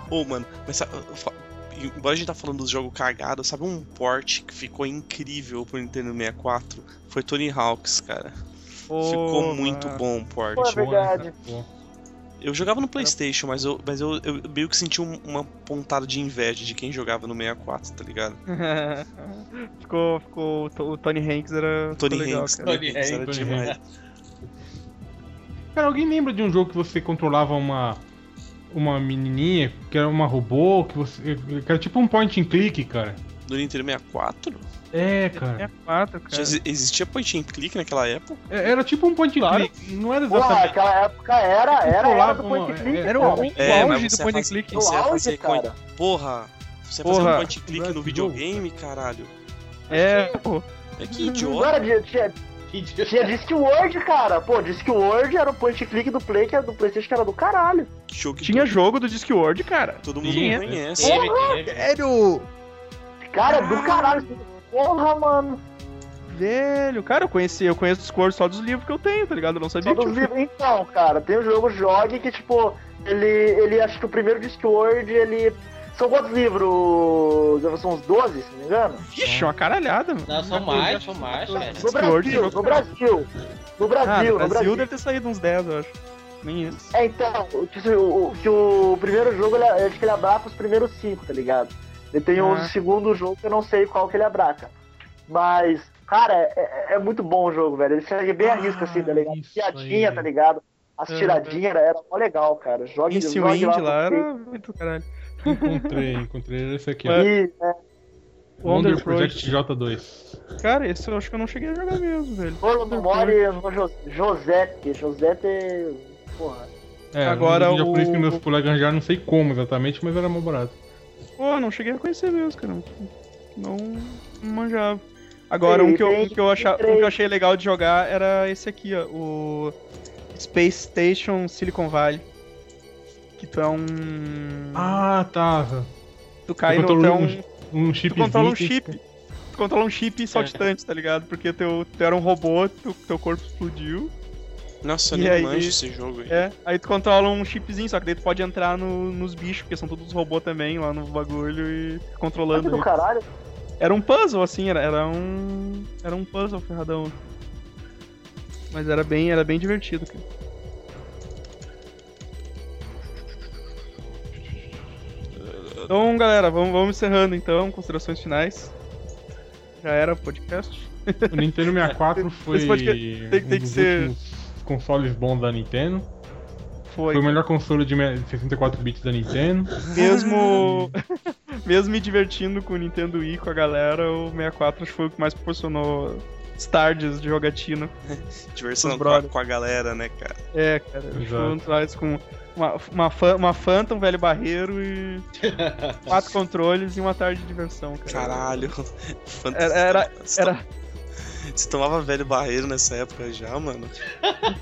Speaker 5: Ô, mano, mas sabe, eu fa- embora a gente tá falando dos jogos cagados, sabe um port que ficou incrível pro Nintendo 64? Foi Tony Hawks, cara. Ficou muito bom o port.
Speaker 4: Pô, é verdade.
Speaker 5: Eu jogava no PlayStation, mas eu, mas eu, eu meio que senti um- uma pontada de inveja de quem jogava no 64, tá ligado?
Speaker 3: ficou, ficou. O Tony Hanks era.
Speaker 5: Tony
Speaker 3: ficou legal,
Speaker 5: Hanks,
Speaker 3: cara.
Speaker 5: Tony Hanks era
Speaker 9: Tony
Speaker 5: demais.
Speaker 9: Cara, alguém lembra de um jogo que você controlava uma uma menininha que era uma robô, que você que era tipo um point and click, cara.
Speaker 5: Do Nintendo 64?
Speaker 9: É, cara.
Speaker 3: 64, cara.
Speaker 5: Já exi- existia point and click naquela época?
Speaker 9: É, Era tipo um point and click. Não era assim
Speaker 4: Porra,
Speaker 9: exatamente.
Speaker 4: aquela época era, era, era do
Speaker 9: Pulava
Speaker 4: point
Speaker 9: uma-
Speaker 4: click.
Speaker 9: é,
Speaker 3: Era o, o
Speaker 5: É, mas
Speaker 3: auge do
Speaker 5: você
Speaker 3: point and
Speaker 5: faz-
Speaker 3: click.
Speaker 5: Você ia
Speaker 4: auge,
Speaker 5: fazer
Speaker 4: cara.
Speaker 5: com... Porra! Você ia fazer
Speaker 3: Porra.
Speaker 5: um point and click no videogame, caralho.
Speaker 3: É, pô.
Speaker 5: É que
Speaker 4: Não
Speaker 5: idiota.
Speaker 4: era de, tinha, tinha Discworld, cara. Pô, Discworld era o point and click do Play, que era do Playstation, que era do caralho.
Speaker 5: Que jogo que
Speaker 3: Tinha jogo do Discworld, cara.
Speaker 5: todo mundo
Speaker 3: tinha.
Speaker 5: conhece.
Speaker 4: É.
Speaker 10: Teve, teve.
Speaker 8: Sério?
Speaker 4: Cara, do caralho. Porra, mano.
Speaker 3: Velho, cara, eu conheci, eu conheço Discworld só dos livros que eu tenho, tá ligado? Eu não
Speaker 4: Só
Speaker 3: sabia
Speaker 4: dos
Speaker 3: que
Speaker 4: livros. Então, cara, tem um jogo, jogue, que tipo, ele, ele acho que o primeiro Discworld, ele... São quantos livros? São uns 12, se não me engano?
Speaker 3: Vixe, é uma caralhada, mano.
Speaker 10: Não, são mais, são mais, cara.
Speaker 4: No
Speaker 3: Discworld,
Speaker 4: Brasil,
Speaker 3: jogo
Speaker 4: no Brasil. No
Speaker 3: Ah,
Speaker 4: Brasil,
Speaker 3: no
Speaker 4: no
Speaker 3: Brasil
Speaker 4: Brasil.
Speaker 3: deve ter saído uns 10, eu acho. Nem isso.
Speaker 4: É, então, o- que se- o, o- que o primeiro jogo, ele, acho que ele abraça os primeiros cinco, tá ligado? E tem
Speaker 3: Ah.
Speaker 4: o segundo jogo que eu não sei qual que ele abraça. Mas, cara, é, é- é muito bom o jogo, velho. Ele segue bem a risca, assim, tá ligado?
Speaker 9: isso
Speaker 4: Piadinha,
Speaker 9: aí.
Speaker 4: tá ligado? As
Speaker 3: Ah, Aham.
Speaker 4: tiradinhas era, era mó legal, cara. Jogue,
Speaker 3: Esse
Speaker 4: jogue
Speaker 3: Wind lá
Speaker 4: porque-
Speaker 3: era muito caralho.
Speaker 9: Encontrei, encontrei esse aqui, ó.
Speaker 4: E, é,
Speaker 3: Wonder
Speaker 9: Wonder Project J2.
Speaker 3: Cara, esse eu acho que eu não cheguei a jogar mesmo, velho.
Speaker 4: Orlando Memória no Jo- Josete. Josete. Porra.
Speaker 9: É,
Speaker 3: Agora
Speaker 9: eu vendi por
Speaker 3: o-
Speaker 9: isso que meus colegas já não sei como exatamente, mas era mó barato.
Speaker 3: Pô, não cheguei a conhecer mesmo, cara. Não não manjava. Agora, um
Speaker 4: Sim,
Speaker 3: que, eu,
Speaker 4: tem-
Speaker 3: um, que eu acha- um que eu achei legal de jogar era esse aqui, ó. O Space Station Silicon Valley. Que tu é um...
Speaker 9: Ah, tá.
Speaker 3: tu cai
Speaker 9: tu
Speaker 3: no... Tu,
Speaker 9: controla
Speaker 3: é um-
Speaker 9: um- Um chip
Speaker 3: tu controla um
Speaker 9: viking.
Speaker 3: chip. Tu controla um chip saltitante, tá ligado? Porque teu, tu era um robô, teu, teu corpo explodiu.
Speaker 5: Nossa, eu
Speaker 3: E
Speaker 5: nem
Speaker 3: aí?
Speaker 5: manjo esse jogo aí.
Speaker 3: É, aí tu controla um chipzinho, só que daí tu pode entrar no- nos bichos, porque são todos robô também lá no bagulho e fica
Speaker 4: Olha
Speaker 3: controlando.
Speaker 4: que do
Speaker 3: eles.
Speaker 4: caralho.
Speaker 3: Era um puzzle, assim, era, era um. Era um puzzle ferradão. Mas era bem, era bem divertido, cara. Então, galera, vamos, vamos encerrando então, considerações finais. Já era o podcast.
Speaker 9: O Nintendo 64 foi
Speaker 3: É, Esse podcast tem- tem
Speaker 9: um
Speaker 3: que
Speaker 9: dos
Speaker 3: ser-
Speaker 9: últimos consoles bons da Nintendo.
Speaker 3: Foi.
Speaker 9: Foi o melhor console de me- 64 bits da Nintendo.
Speaker 3: Mesmo, mesmo me divertindo com o Nintendo Wii, com a galera, o 64 acho que foi o que mais proporcionou stards de jogatina.
Speaker 5: Diversão
Speaker 3: é, Os
Speaker 5: com a,
Speaker 3: brother.
Speaker 5: com a galera, né, cara?
Speaker 3: É, cara, acho que foi um
Speaker 9: Exato.
Speaker 3: traz com uma, uma, fan- uma Phantom, velho barreiro e quatro controles e uma tarde de diversão, cara.
Speaker 5: Caralho.
Speaker 3: É. Era, era,
Speaker 5: Você to-
Speaker 3: era
Speaker 5: Você tomava velho barreiro nessa época já, mano?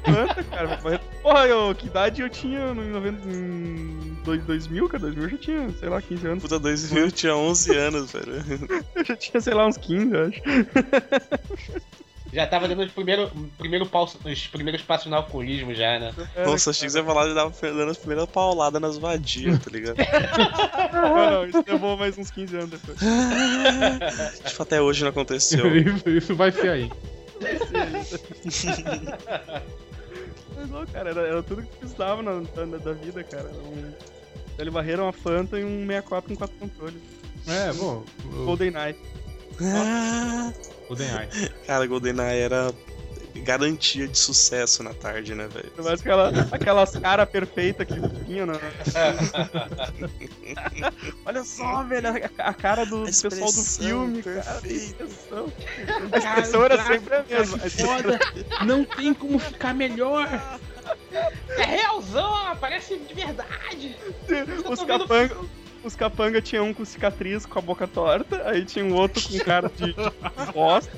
Speaker 3: Phantom, cara. velho barreiro. Porra, eu, que idade eu tinha no 90, em dois- 2000, cara? 2000 eu já tinha, sei lá, 15 anos.
Speaker 5: Puta, 2000 eu um, tinha 11 anos, velho.
Speaker 3: Eu já tinha, sei lá, uns 15, eu acho.
Speaker 10: Já tava dando os primeiros, primeiro passo, os primeiros passos no alcoolismo já, né?
Speaker 3: Era,
Speaker 5: Nossa, achei que você ia falar de dava dando as primeiras pauladas nas vadias, tá ligado?
Speaker 3: Não, não, isso levou mais uns 15 anos depois.
Speaker 5: Tipo, até hoje não aconteceu.
Speaker 9: isso, isso vai ser aí.
Speaker 3: Mas não, cara, era, era tudo que precisava na, na- da vida, cara. Era um velho barreiro, uma Phantom e um 64 com quatro controles.
Speaker 9: É, bom. o-
Speaker 3: Golden Knight. né?
Speaker 5: Ah,
Speaker 9: O GoldenEye.
Speaker 5: Cara, GoldenEye era garantia de sucesso na tarde, né, velho?
Speaker 3: Ainda mais aquela, aquelas caras perfeitas que tinha, né? Olha só, velho, a, a cara do, do pessoal do
Speaker 5: Expressão
Speaker 3: filme, cara.
Speaker 5: perfeita.
Speaker 3: A expressão, a expressão era sempre a mesma. É A expressão-
Speaker 9: Não tem como ficar melhor.
Speaker 10: É realzão,
Speaker 8: é
Speaker 10: parece
Speaker 8: assim,
Speaker 10: de verdade.
Speaker 3: tipo, Os
Speaker 10: tô vendo
Speaker 3: capanga, os capanga tinha um com cicatriz, com a boca torta, aí tinha um outro com cara de de bosta.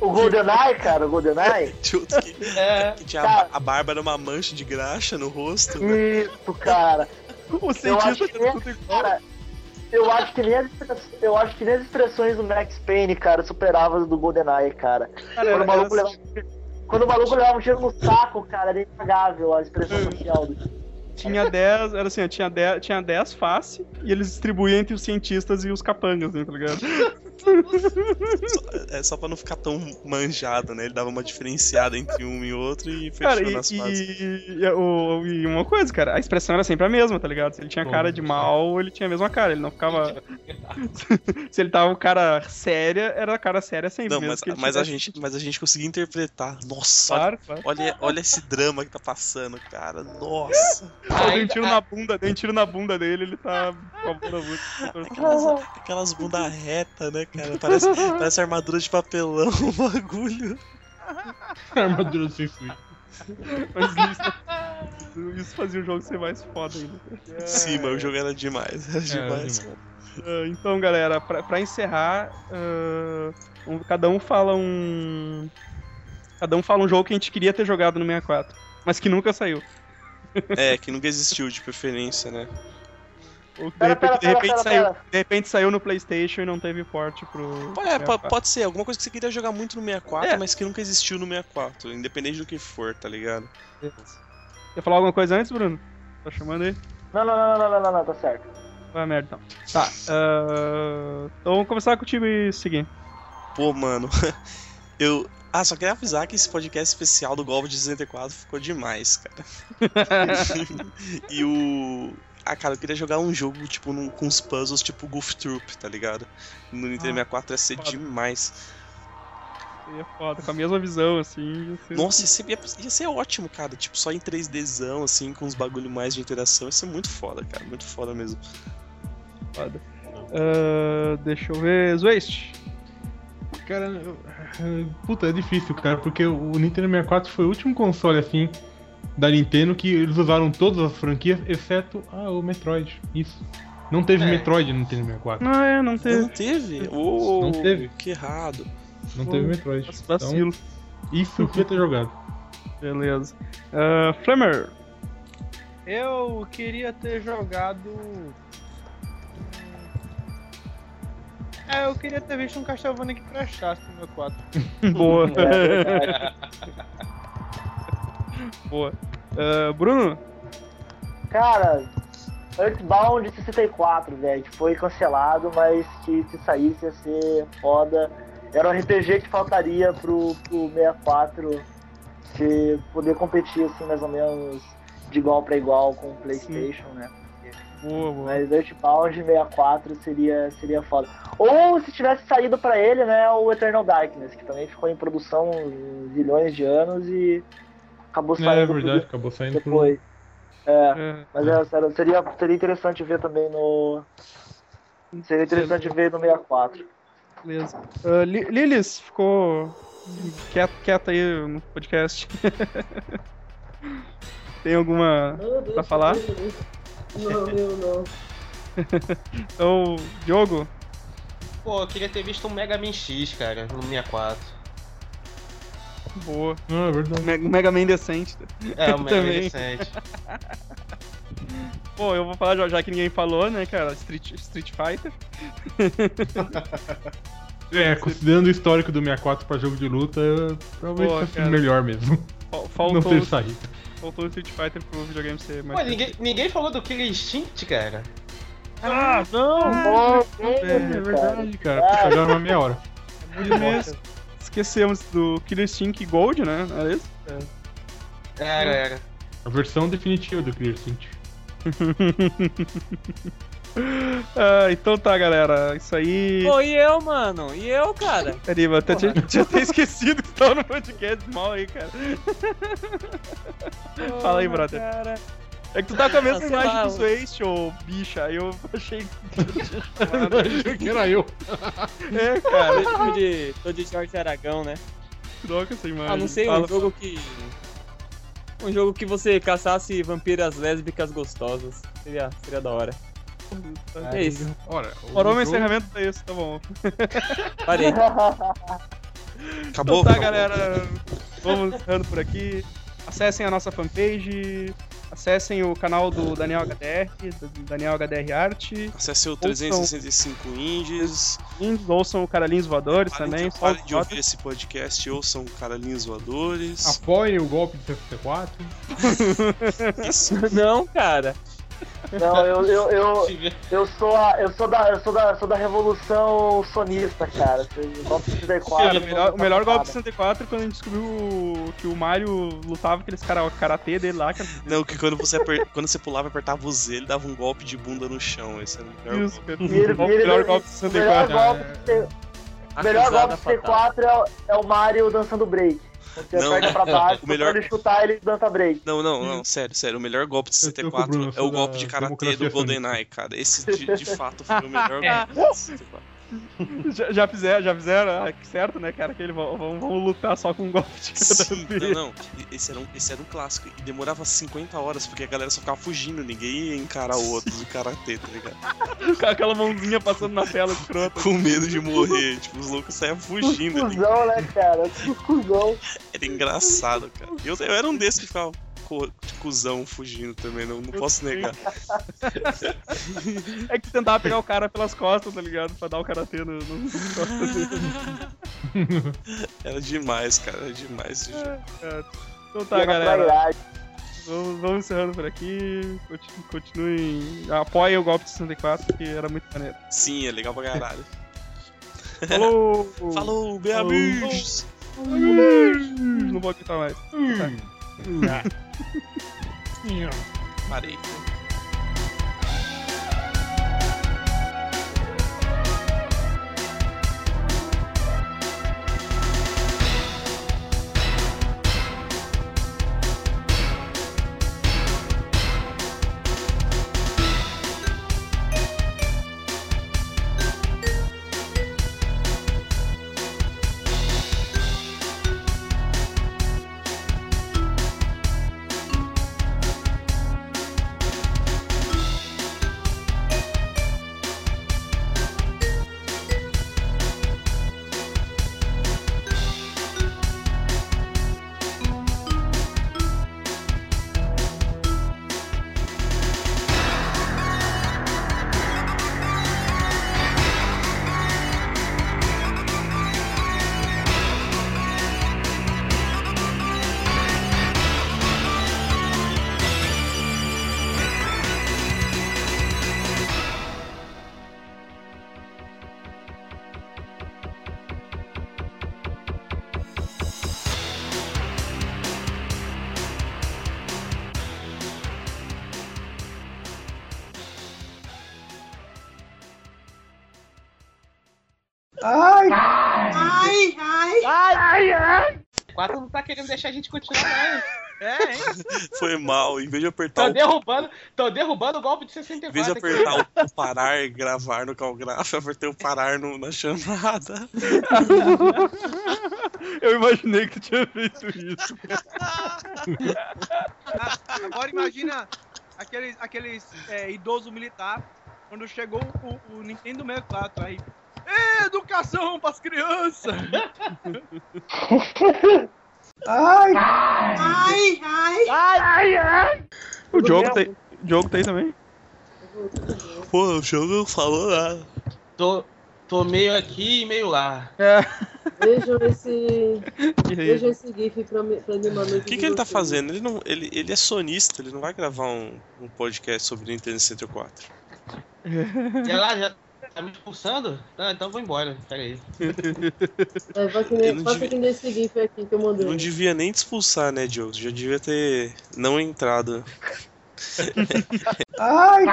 Speaker 4: O GoldenEye, cara, o GoldenEye.
Speaker 5: Tinha outro que,
Speaker 10: É.
Speaker 5: que tinha a, a barba era uma mancha de graxa no rosto.
Speaker 3: Hum.
Speaker 5: né?
Speaker 4: Isso, cara.
Speaker 3: O
Speaker 4: acho
Speaker 3: cientista
Speaker 4: que
Speaker 3: era
Speaker 4: é,
Speaker 3: tudo igual.
Speaker 4: Cara, eu acho que nem as, express- eu acho que nem as expressões do Max Payne, cara, superavam as do GoldenEye,
Speaker 3: Cara,
Speaker 4: cara. quando,
Speaker 3: era-
Speaker 4: o maluco
Speaker 3: era-
Speaker 4: levava, um quando o maluco levava um tiro no saco, cara, era impagável a expressão
Speaker 3: Hum.
Speaker 4: facial do
Speaker 3: tinha 10, era assim, ó, tinha 10, tinha 10 faces e eles distribuíam entre os cientistas e os capangas, né, tá ligado?
Speaker 5: Só, é só pra não ficar tão manjado, né? Ele dava uma diferenciada entre um e outro e fechou
Speaker 3: Cara,
Speaker 5: nas
Speaker 3: e,
Speaker 5: fases.
Speaker 3: e- e- o- e uma coisa, cara, a expressão era sempre a mesma, tá ligado? Se ele tinha cara de mal, ele tinha a mesma cara, ele não ficava. Se ele tava um cara séria, era a cara séria sempre.
Speaker 5: Não,
Speaker 3: mesmo
Speaker 5: mas,
Speaker 3: que ele
Speaker 5: mas, a
Speaker 3: tivesse-
Speaker 5: gente, mas a gente conseguiu interpretar. Nossa,
Speaker 3: Claro,
Speaker 5: olha, olha, olha esse drama que tá passando, cara. Nossa.
Speaker 3: Eu dei um tiro na bunda, dei um tiro na bunda dele, ele tá com a bunda muito.
Speaker 5: Aquelas, aquelas bunda reta, né, cara? Parece, parece armadura de papelão, o bagulho.
Speaker 9: Armadura do Sensui.
Speaker 3: Mas isso, isso fazia o jogo ser mais foda ainda.
Speaker 5: Sim, mas o jogo era demais. Era
Speaker 3: demais.
Speaker 5: demais. cara.
Speaker 3: Ah, então, galera, pra, pra encerrar, ah, um- cada um fala um. Cada um fala um jogo que a gente queria ter jogado no 64, mas que nunca saiu.
Speaker 5: É, que nunca existiu de preferência, né?
Speaker 3: Ou que de,
Speaker 5: Pera,
Speaker 3: repente,
Speaker 5: pera,
Speaker 3: de, repente
Speaker 5: pera,
Speaker 3: saiu,
Speaker 5: pera.
Speaker 3: de repente saiu no PlayStation e não teve porte pro.
Speaker 5: Pô, É, po-
Speaker 3: 64.
Speaker 5: pode ser, alguma coisa que você queria jogar muito no 64, mas que nunca existiu no 64, independente do que for, tá ligado?
Speaker 3: Quer falar alguma coisa antes, Bruno? Tá chamando aí?
Speaker 4: Não, não, não, não, não, não, não, tá certo.
Speaker 3: Vai merda, então. Tá, ah, então vamos começar com o time seguinte.
Speaker 5: Pô, mano, eu. Ah, só queria avisar que esse podcast especial do Golpe de 64 ficou demais, cara. e o. Ah, cara, eu queria jogar um jogo, tipo, num- com uns puzzles tipo Goof Troop, tá ligado? No
Speaker 3: Ah,
Speaker 5: Nintendo 64 ia ser demais.
Speaker 3: Seria é foda, com a mesma visão, assim. ia ser-
Speaker 5: Nossa, ia ser, ia, ia ser ótimo, cara. Tipo, só em 3Dzão, assim, com uns bagulho mais de interação. Ia ser muito foda, cara. Muito foda mesmo.
Speaker 3: Foda. Ah, deixa eu ver. Zwaste.
Speaker 9: Cara, eu- puta, é difícil, cara, porque o Nintendo 64 foi o último console, assim, da Nintendo que eles usaram todas as franquias, exceto ah, o Metroid. Isso. Não teve
Speaker 5: É.
Speaker 9: Metroid no Nintendo 64.
Speaker 3: Não, é, não
Speaker 5: Não teve? Ô,
Speaker 9: Não teve.
Speaker 5: Que errado.
Speaker 9: Não teve Metroid. Então,
Speaker 3: Vacilo.
Speaker 9: isso eu podia ter jogado.
Speaker 3: Beleza. Ah, Flamer.
Speaker 8: Eu queria ter jogado. É, eu queria ter visto um Castlevania que prestasse no meu quadro.
Speaker 3: Boa.
Speaker 8: É verdade.
Speaker 3: Boa. Ah, Bruno?
Speaker 4: Cara, Earthbound 64, velho, que foi cancelado, mas que se saísse ia ser foda. Era um RPG que faltaria pro, pro 64 de poder competir, assim, mais ou menos de igual pra igual com o PlayStation, né?
Speaker 3: Boa, boa.
Speaker 4: Mas Earthbound 64 seria, seria foda. Ou se tivesse saído pra ele, né, o Eternal Darkness, que também ficou em produção uns zilhões de anos e acabou saindo.
Speaker 9: É
Speaker 4: pro
Speaker 9: verdade, acabou saindo por.
Speaker 4: depois. É,
Speaker 3: É.
Speaker 4: mas é, sério, seria, seria interessante ver também no. Seria interessante ver no 64.
Speaker 3: Beleza. Ah, Li- Lilis ficou quieta, quieta aí no podcast. Tem alguma
Speaker 7: Meu Deus,
Speaker 3: pra falar?
Speaker 7: meu Deus. Não, eu não.
Speaker 3: então, Diogo?
Speaker 10: Pô, eu queria ter visto um Mega Man X, cara, no 64.
Speaker 3: Boa.
Speaker 9: Ah, é verdade.
Speaker 3: Um Mega Man decente.
Speaker 10: É, um Mega Man
Speaker 3: Também.
Speaker 10: decente.
Speaker 3: Bom, eu vou falar já, já que ninguém falou, né, cara? Street, Street Fighter.
Speaker 9: É, considerando o histórico do 64 pra jogo de luta, eu- talvez
Speaker 3: Boa,
Speaker 9: tenha sido
Speaker 3: cara.
Speaker 9: melhor mesmo.
Speaker 3: Fal- Faltou,
Speaker 9: Não ter saído.
Speaker 3: faltou o Street Fighter pro videogame ser mais.
Speaker 10: Pô, ninguém, ninguém falou do Killer Instinct, cara.
Speaker 3: Ah, não!
Speaker 9: É verdade, cara. Puta, agora é uma meia hora.
Speaker 3: Nossa. Esquecemos do Killer Instinct Gold, né? Era isso?
Speaker 10: Era, era.
Speaker 9: A versão definitiva do Clear Sync.
Speaker 3: Ah, então tá, galera. Isso aí.
Speaker 6: Pô, e eu, mano? E eu, cara?
Speaker 3: Peraí, até tinha, tinha até esquecido que tava no podcast mal aí, cara. Fala aí,
Speaker 6: Porra,
Speaker 3: brother.
Speaker 6: cara.
Speaker 3: É que tu tá com a mesma
Speaker 6: Ah, sei
Speaker 3: imagem
Speaker 6: lá,
Speaker 3: do
Speaker 6: o-
Speaker 3: Zwaste, ô bicha. Aí eu achei que.
Speaker 9: Achei que era eu.
Speaker 3: É, cara.
Speaker 6: Eu tô tipo de, tô de Jorge Aragão, né?
Speaker 3: Troca essa imagem.
Speaker 6: Ah, não sei, um
Speaker 3: Fala-
Speaker 6: jogo que. Um jogo que você caçasse vampiras lésbicas gostosas. Seria, seria da hora.
Speaker 4: Uhum.
Speaker 6: É isso.
Speaker 9: Ora,
Speaker 3: Parou
Speaker 9: o
Speaker 3: meu
Speaker 9: jogo-
Speaker 3: encerramento pra isso, tá bom.
Speaker 6: Parei.
Speaker 5: Acabou?
Speaker 3: então tá,
Speaker 5: Acabou.
Speaker 3: galera. Vamos encerrando por aqui. Acessem a nossa fanpage. Acessem o canal do Daniel HDR, do Daniel HDR Arte.
Speaker 5: Acesse o 365 Indies.
Speaker 3: Lindos, Ouçam o Caralhinhos Voadores também.
Speaker 5: Parem de,
Speaker 3: Só
Speaker 5: parem de
Speaker 3: os
Speaker 5: ouvir esse podcast, ouçam Caralhinhos
Speaker 9: Ah,
Speaker 5: Voadores.
Speaker 9: Apoiem o golpe de 64.
Speaker 5: Isso.
Speaker 6: Não, cara.
Speaker 4: Não, eu, eu, eu, eu sou a, eu sou da, eu sou da, sou da revolução sonista, cara. O golpe de 64.
Speaker 3: Cara, o melhor, o melhor golpe de 64 é quando a gente descobriu que o Mario lutava aqueles cara, o karatê dele lá. Cara.
Speaker 5: Não, que quando você, aper- quando você pulava e apertava o Z, ele dava um golpe de bunda no chão. Esse é o melhor
Speaker 3: Isso,
Speaker 5: golpe.
Speaker 3: cara.
Speaker 4: E ele-
Speaker 3: O
Speaker 4: e ele-
Speaker 3: melhor golpe de
Speaker 4: o melhor
Speaker 3: 64.
Speaker 4: golpe de C- né?
Speaker 3: né?
Speaker 4: o melhor golpe de C4 é, o- é o Mario dançando break. Você
Speaker 5: Não,
Speaker 4: aperta pra baixo,
Speaker 5: o melhor-
Speaker 4: quando ele chutar, ele dança break.
Speaker 5: Não, não, não, sério, sério. O melhor golpe de
Speaker 9: tô com o Bruno,
Speaker 5: 64 é
Speaker 9: sou
Speaker 5: o
Speaker 9: da
Speaker 5: golpe de karatê
Speaker 9: democracia
Speaker 5: do GoldenEye, cara. Esse de, de fato foi o melhor golpe de 64.
Speaker 3: Já, já fizeram, já fizeram, é que certo, né, cara? Que eles vão, vão, vão lutar só com um golpe de cada
Speaker 5: Sim,
Speaker 3: vez.
Speaker 5: não, não. E- Esse era, um, esse era um clássico. E demorava 50 horas, porque a galera só ficava fugindo, ninguém ia encarar o outro do karatê, tá ligado?
Speaker 3: Com aquela mãozinha passando na tela escrota.
Speaker 5: Com medo de morrer. Tipo, os loucos saiam fugindo. Era, en-
Speaker 4: Cusão, né, cara? Cusão.
Speaker 5: era engraçado, cara. Eu, eu era um desses que ficava co- de cuzão fugindo também, não, não posso negar.
Speaker 3: É que tentava pegar o cara pelas costas, tá ligado? Pra dar o karatê no, no...
Speaker 5: Era demais, cara. Era demais esse jogo.
Speaker 3: É. Então tá,
Speaker 4: Ia na
Speaker 3: galera.
Speaker 4: trairagem.
Speaker 3: Vamos, vamos encerrando por aqui. Continu- Continuem. Apoiem o golpe de 64, que era muito maneiro.
Speaker 5: Sim, é legal pra caralho.
Speaker 3: Falou!
Speaker 5: Falou, beabus!
Speaker 3: Não vou gritar mais.
Speaker 9: Hum.
Speaker 5: Parei.
Speaker 7: Ai, ai.
Speaker 10: Quatro não tá querendo deixar a gente continuar, não.
Speaker 5: Foi mal. Em vez de apertar
Speaker 10: Tô
Speaker 5: o.
Speaker 10: derrubando, tô derrubando o golpe de
Speaker 5: Em vez de
Speaker 10: 64 aqui.
Speaker 5: apertar o, o parar e gravar no Calgraf, eu apertei o parar no- na chamada.
Speaker 3: Eu imaginei que tu tinha feito isso.
Speaker 8: Agora imagina aqueles, aqueles é, idoso militar, quando chegou o, o Nintendo 64, aí. "Ê, Educação pras crianças!
Speaker 7: Ai, ai.
Speaker 3: O jogo tem, o jogo tem também.
Speaker 5: Pô, o jogo não falou nada.
Speaker 10: Tô, tô meio aqui e meio lá.
Speaker 7: Vejam esse,
Speaker 3: E aí?
Speaker 7: vejam esse GIF pra, me- pra animar meu
Speaker 5: O que, que ele tá fazendo? Ele, não, ele, ele é sonista, ele não vai gravar um, um podcast sobre Nintendo 64.
Speaker 10: Sei lá, já tá me expulsando? Não, então vou embora. Pera aí.
Speaker 7: É, vai que
Speaker 5: Eu não
Speaker 7: nem, faça
Speaker 5: devia-
Speaker 7: que nem esse GIF aqui que eu mandei.
Speaker 5: Não devia nem te expulsar, né, Diogo? Já devia ter não entrado.
Speaker 7: Ai,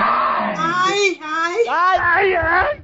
Speaker 7: ai.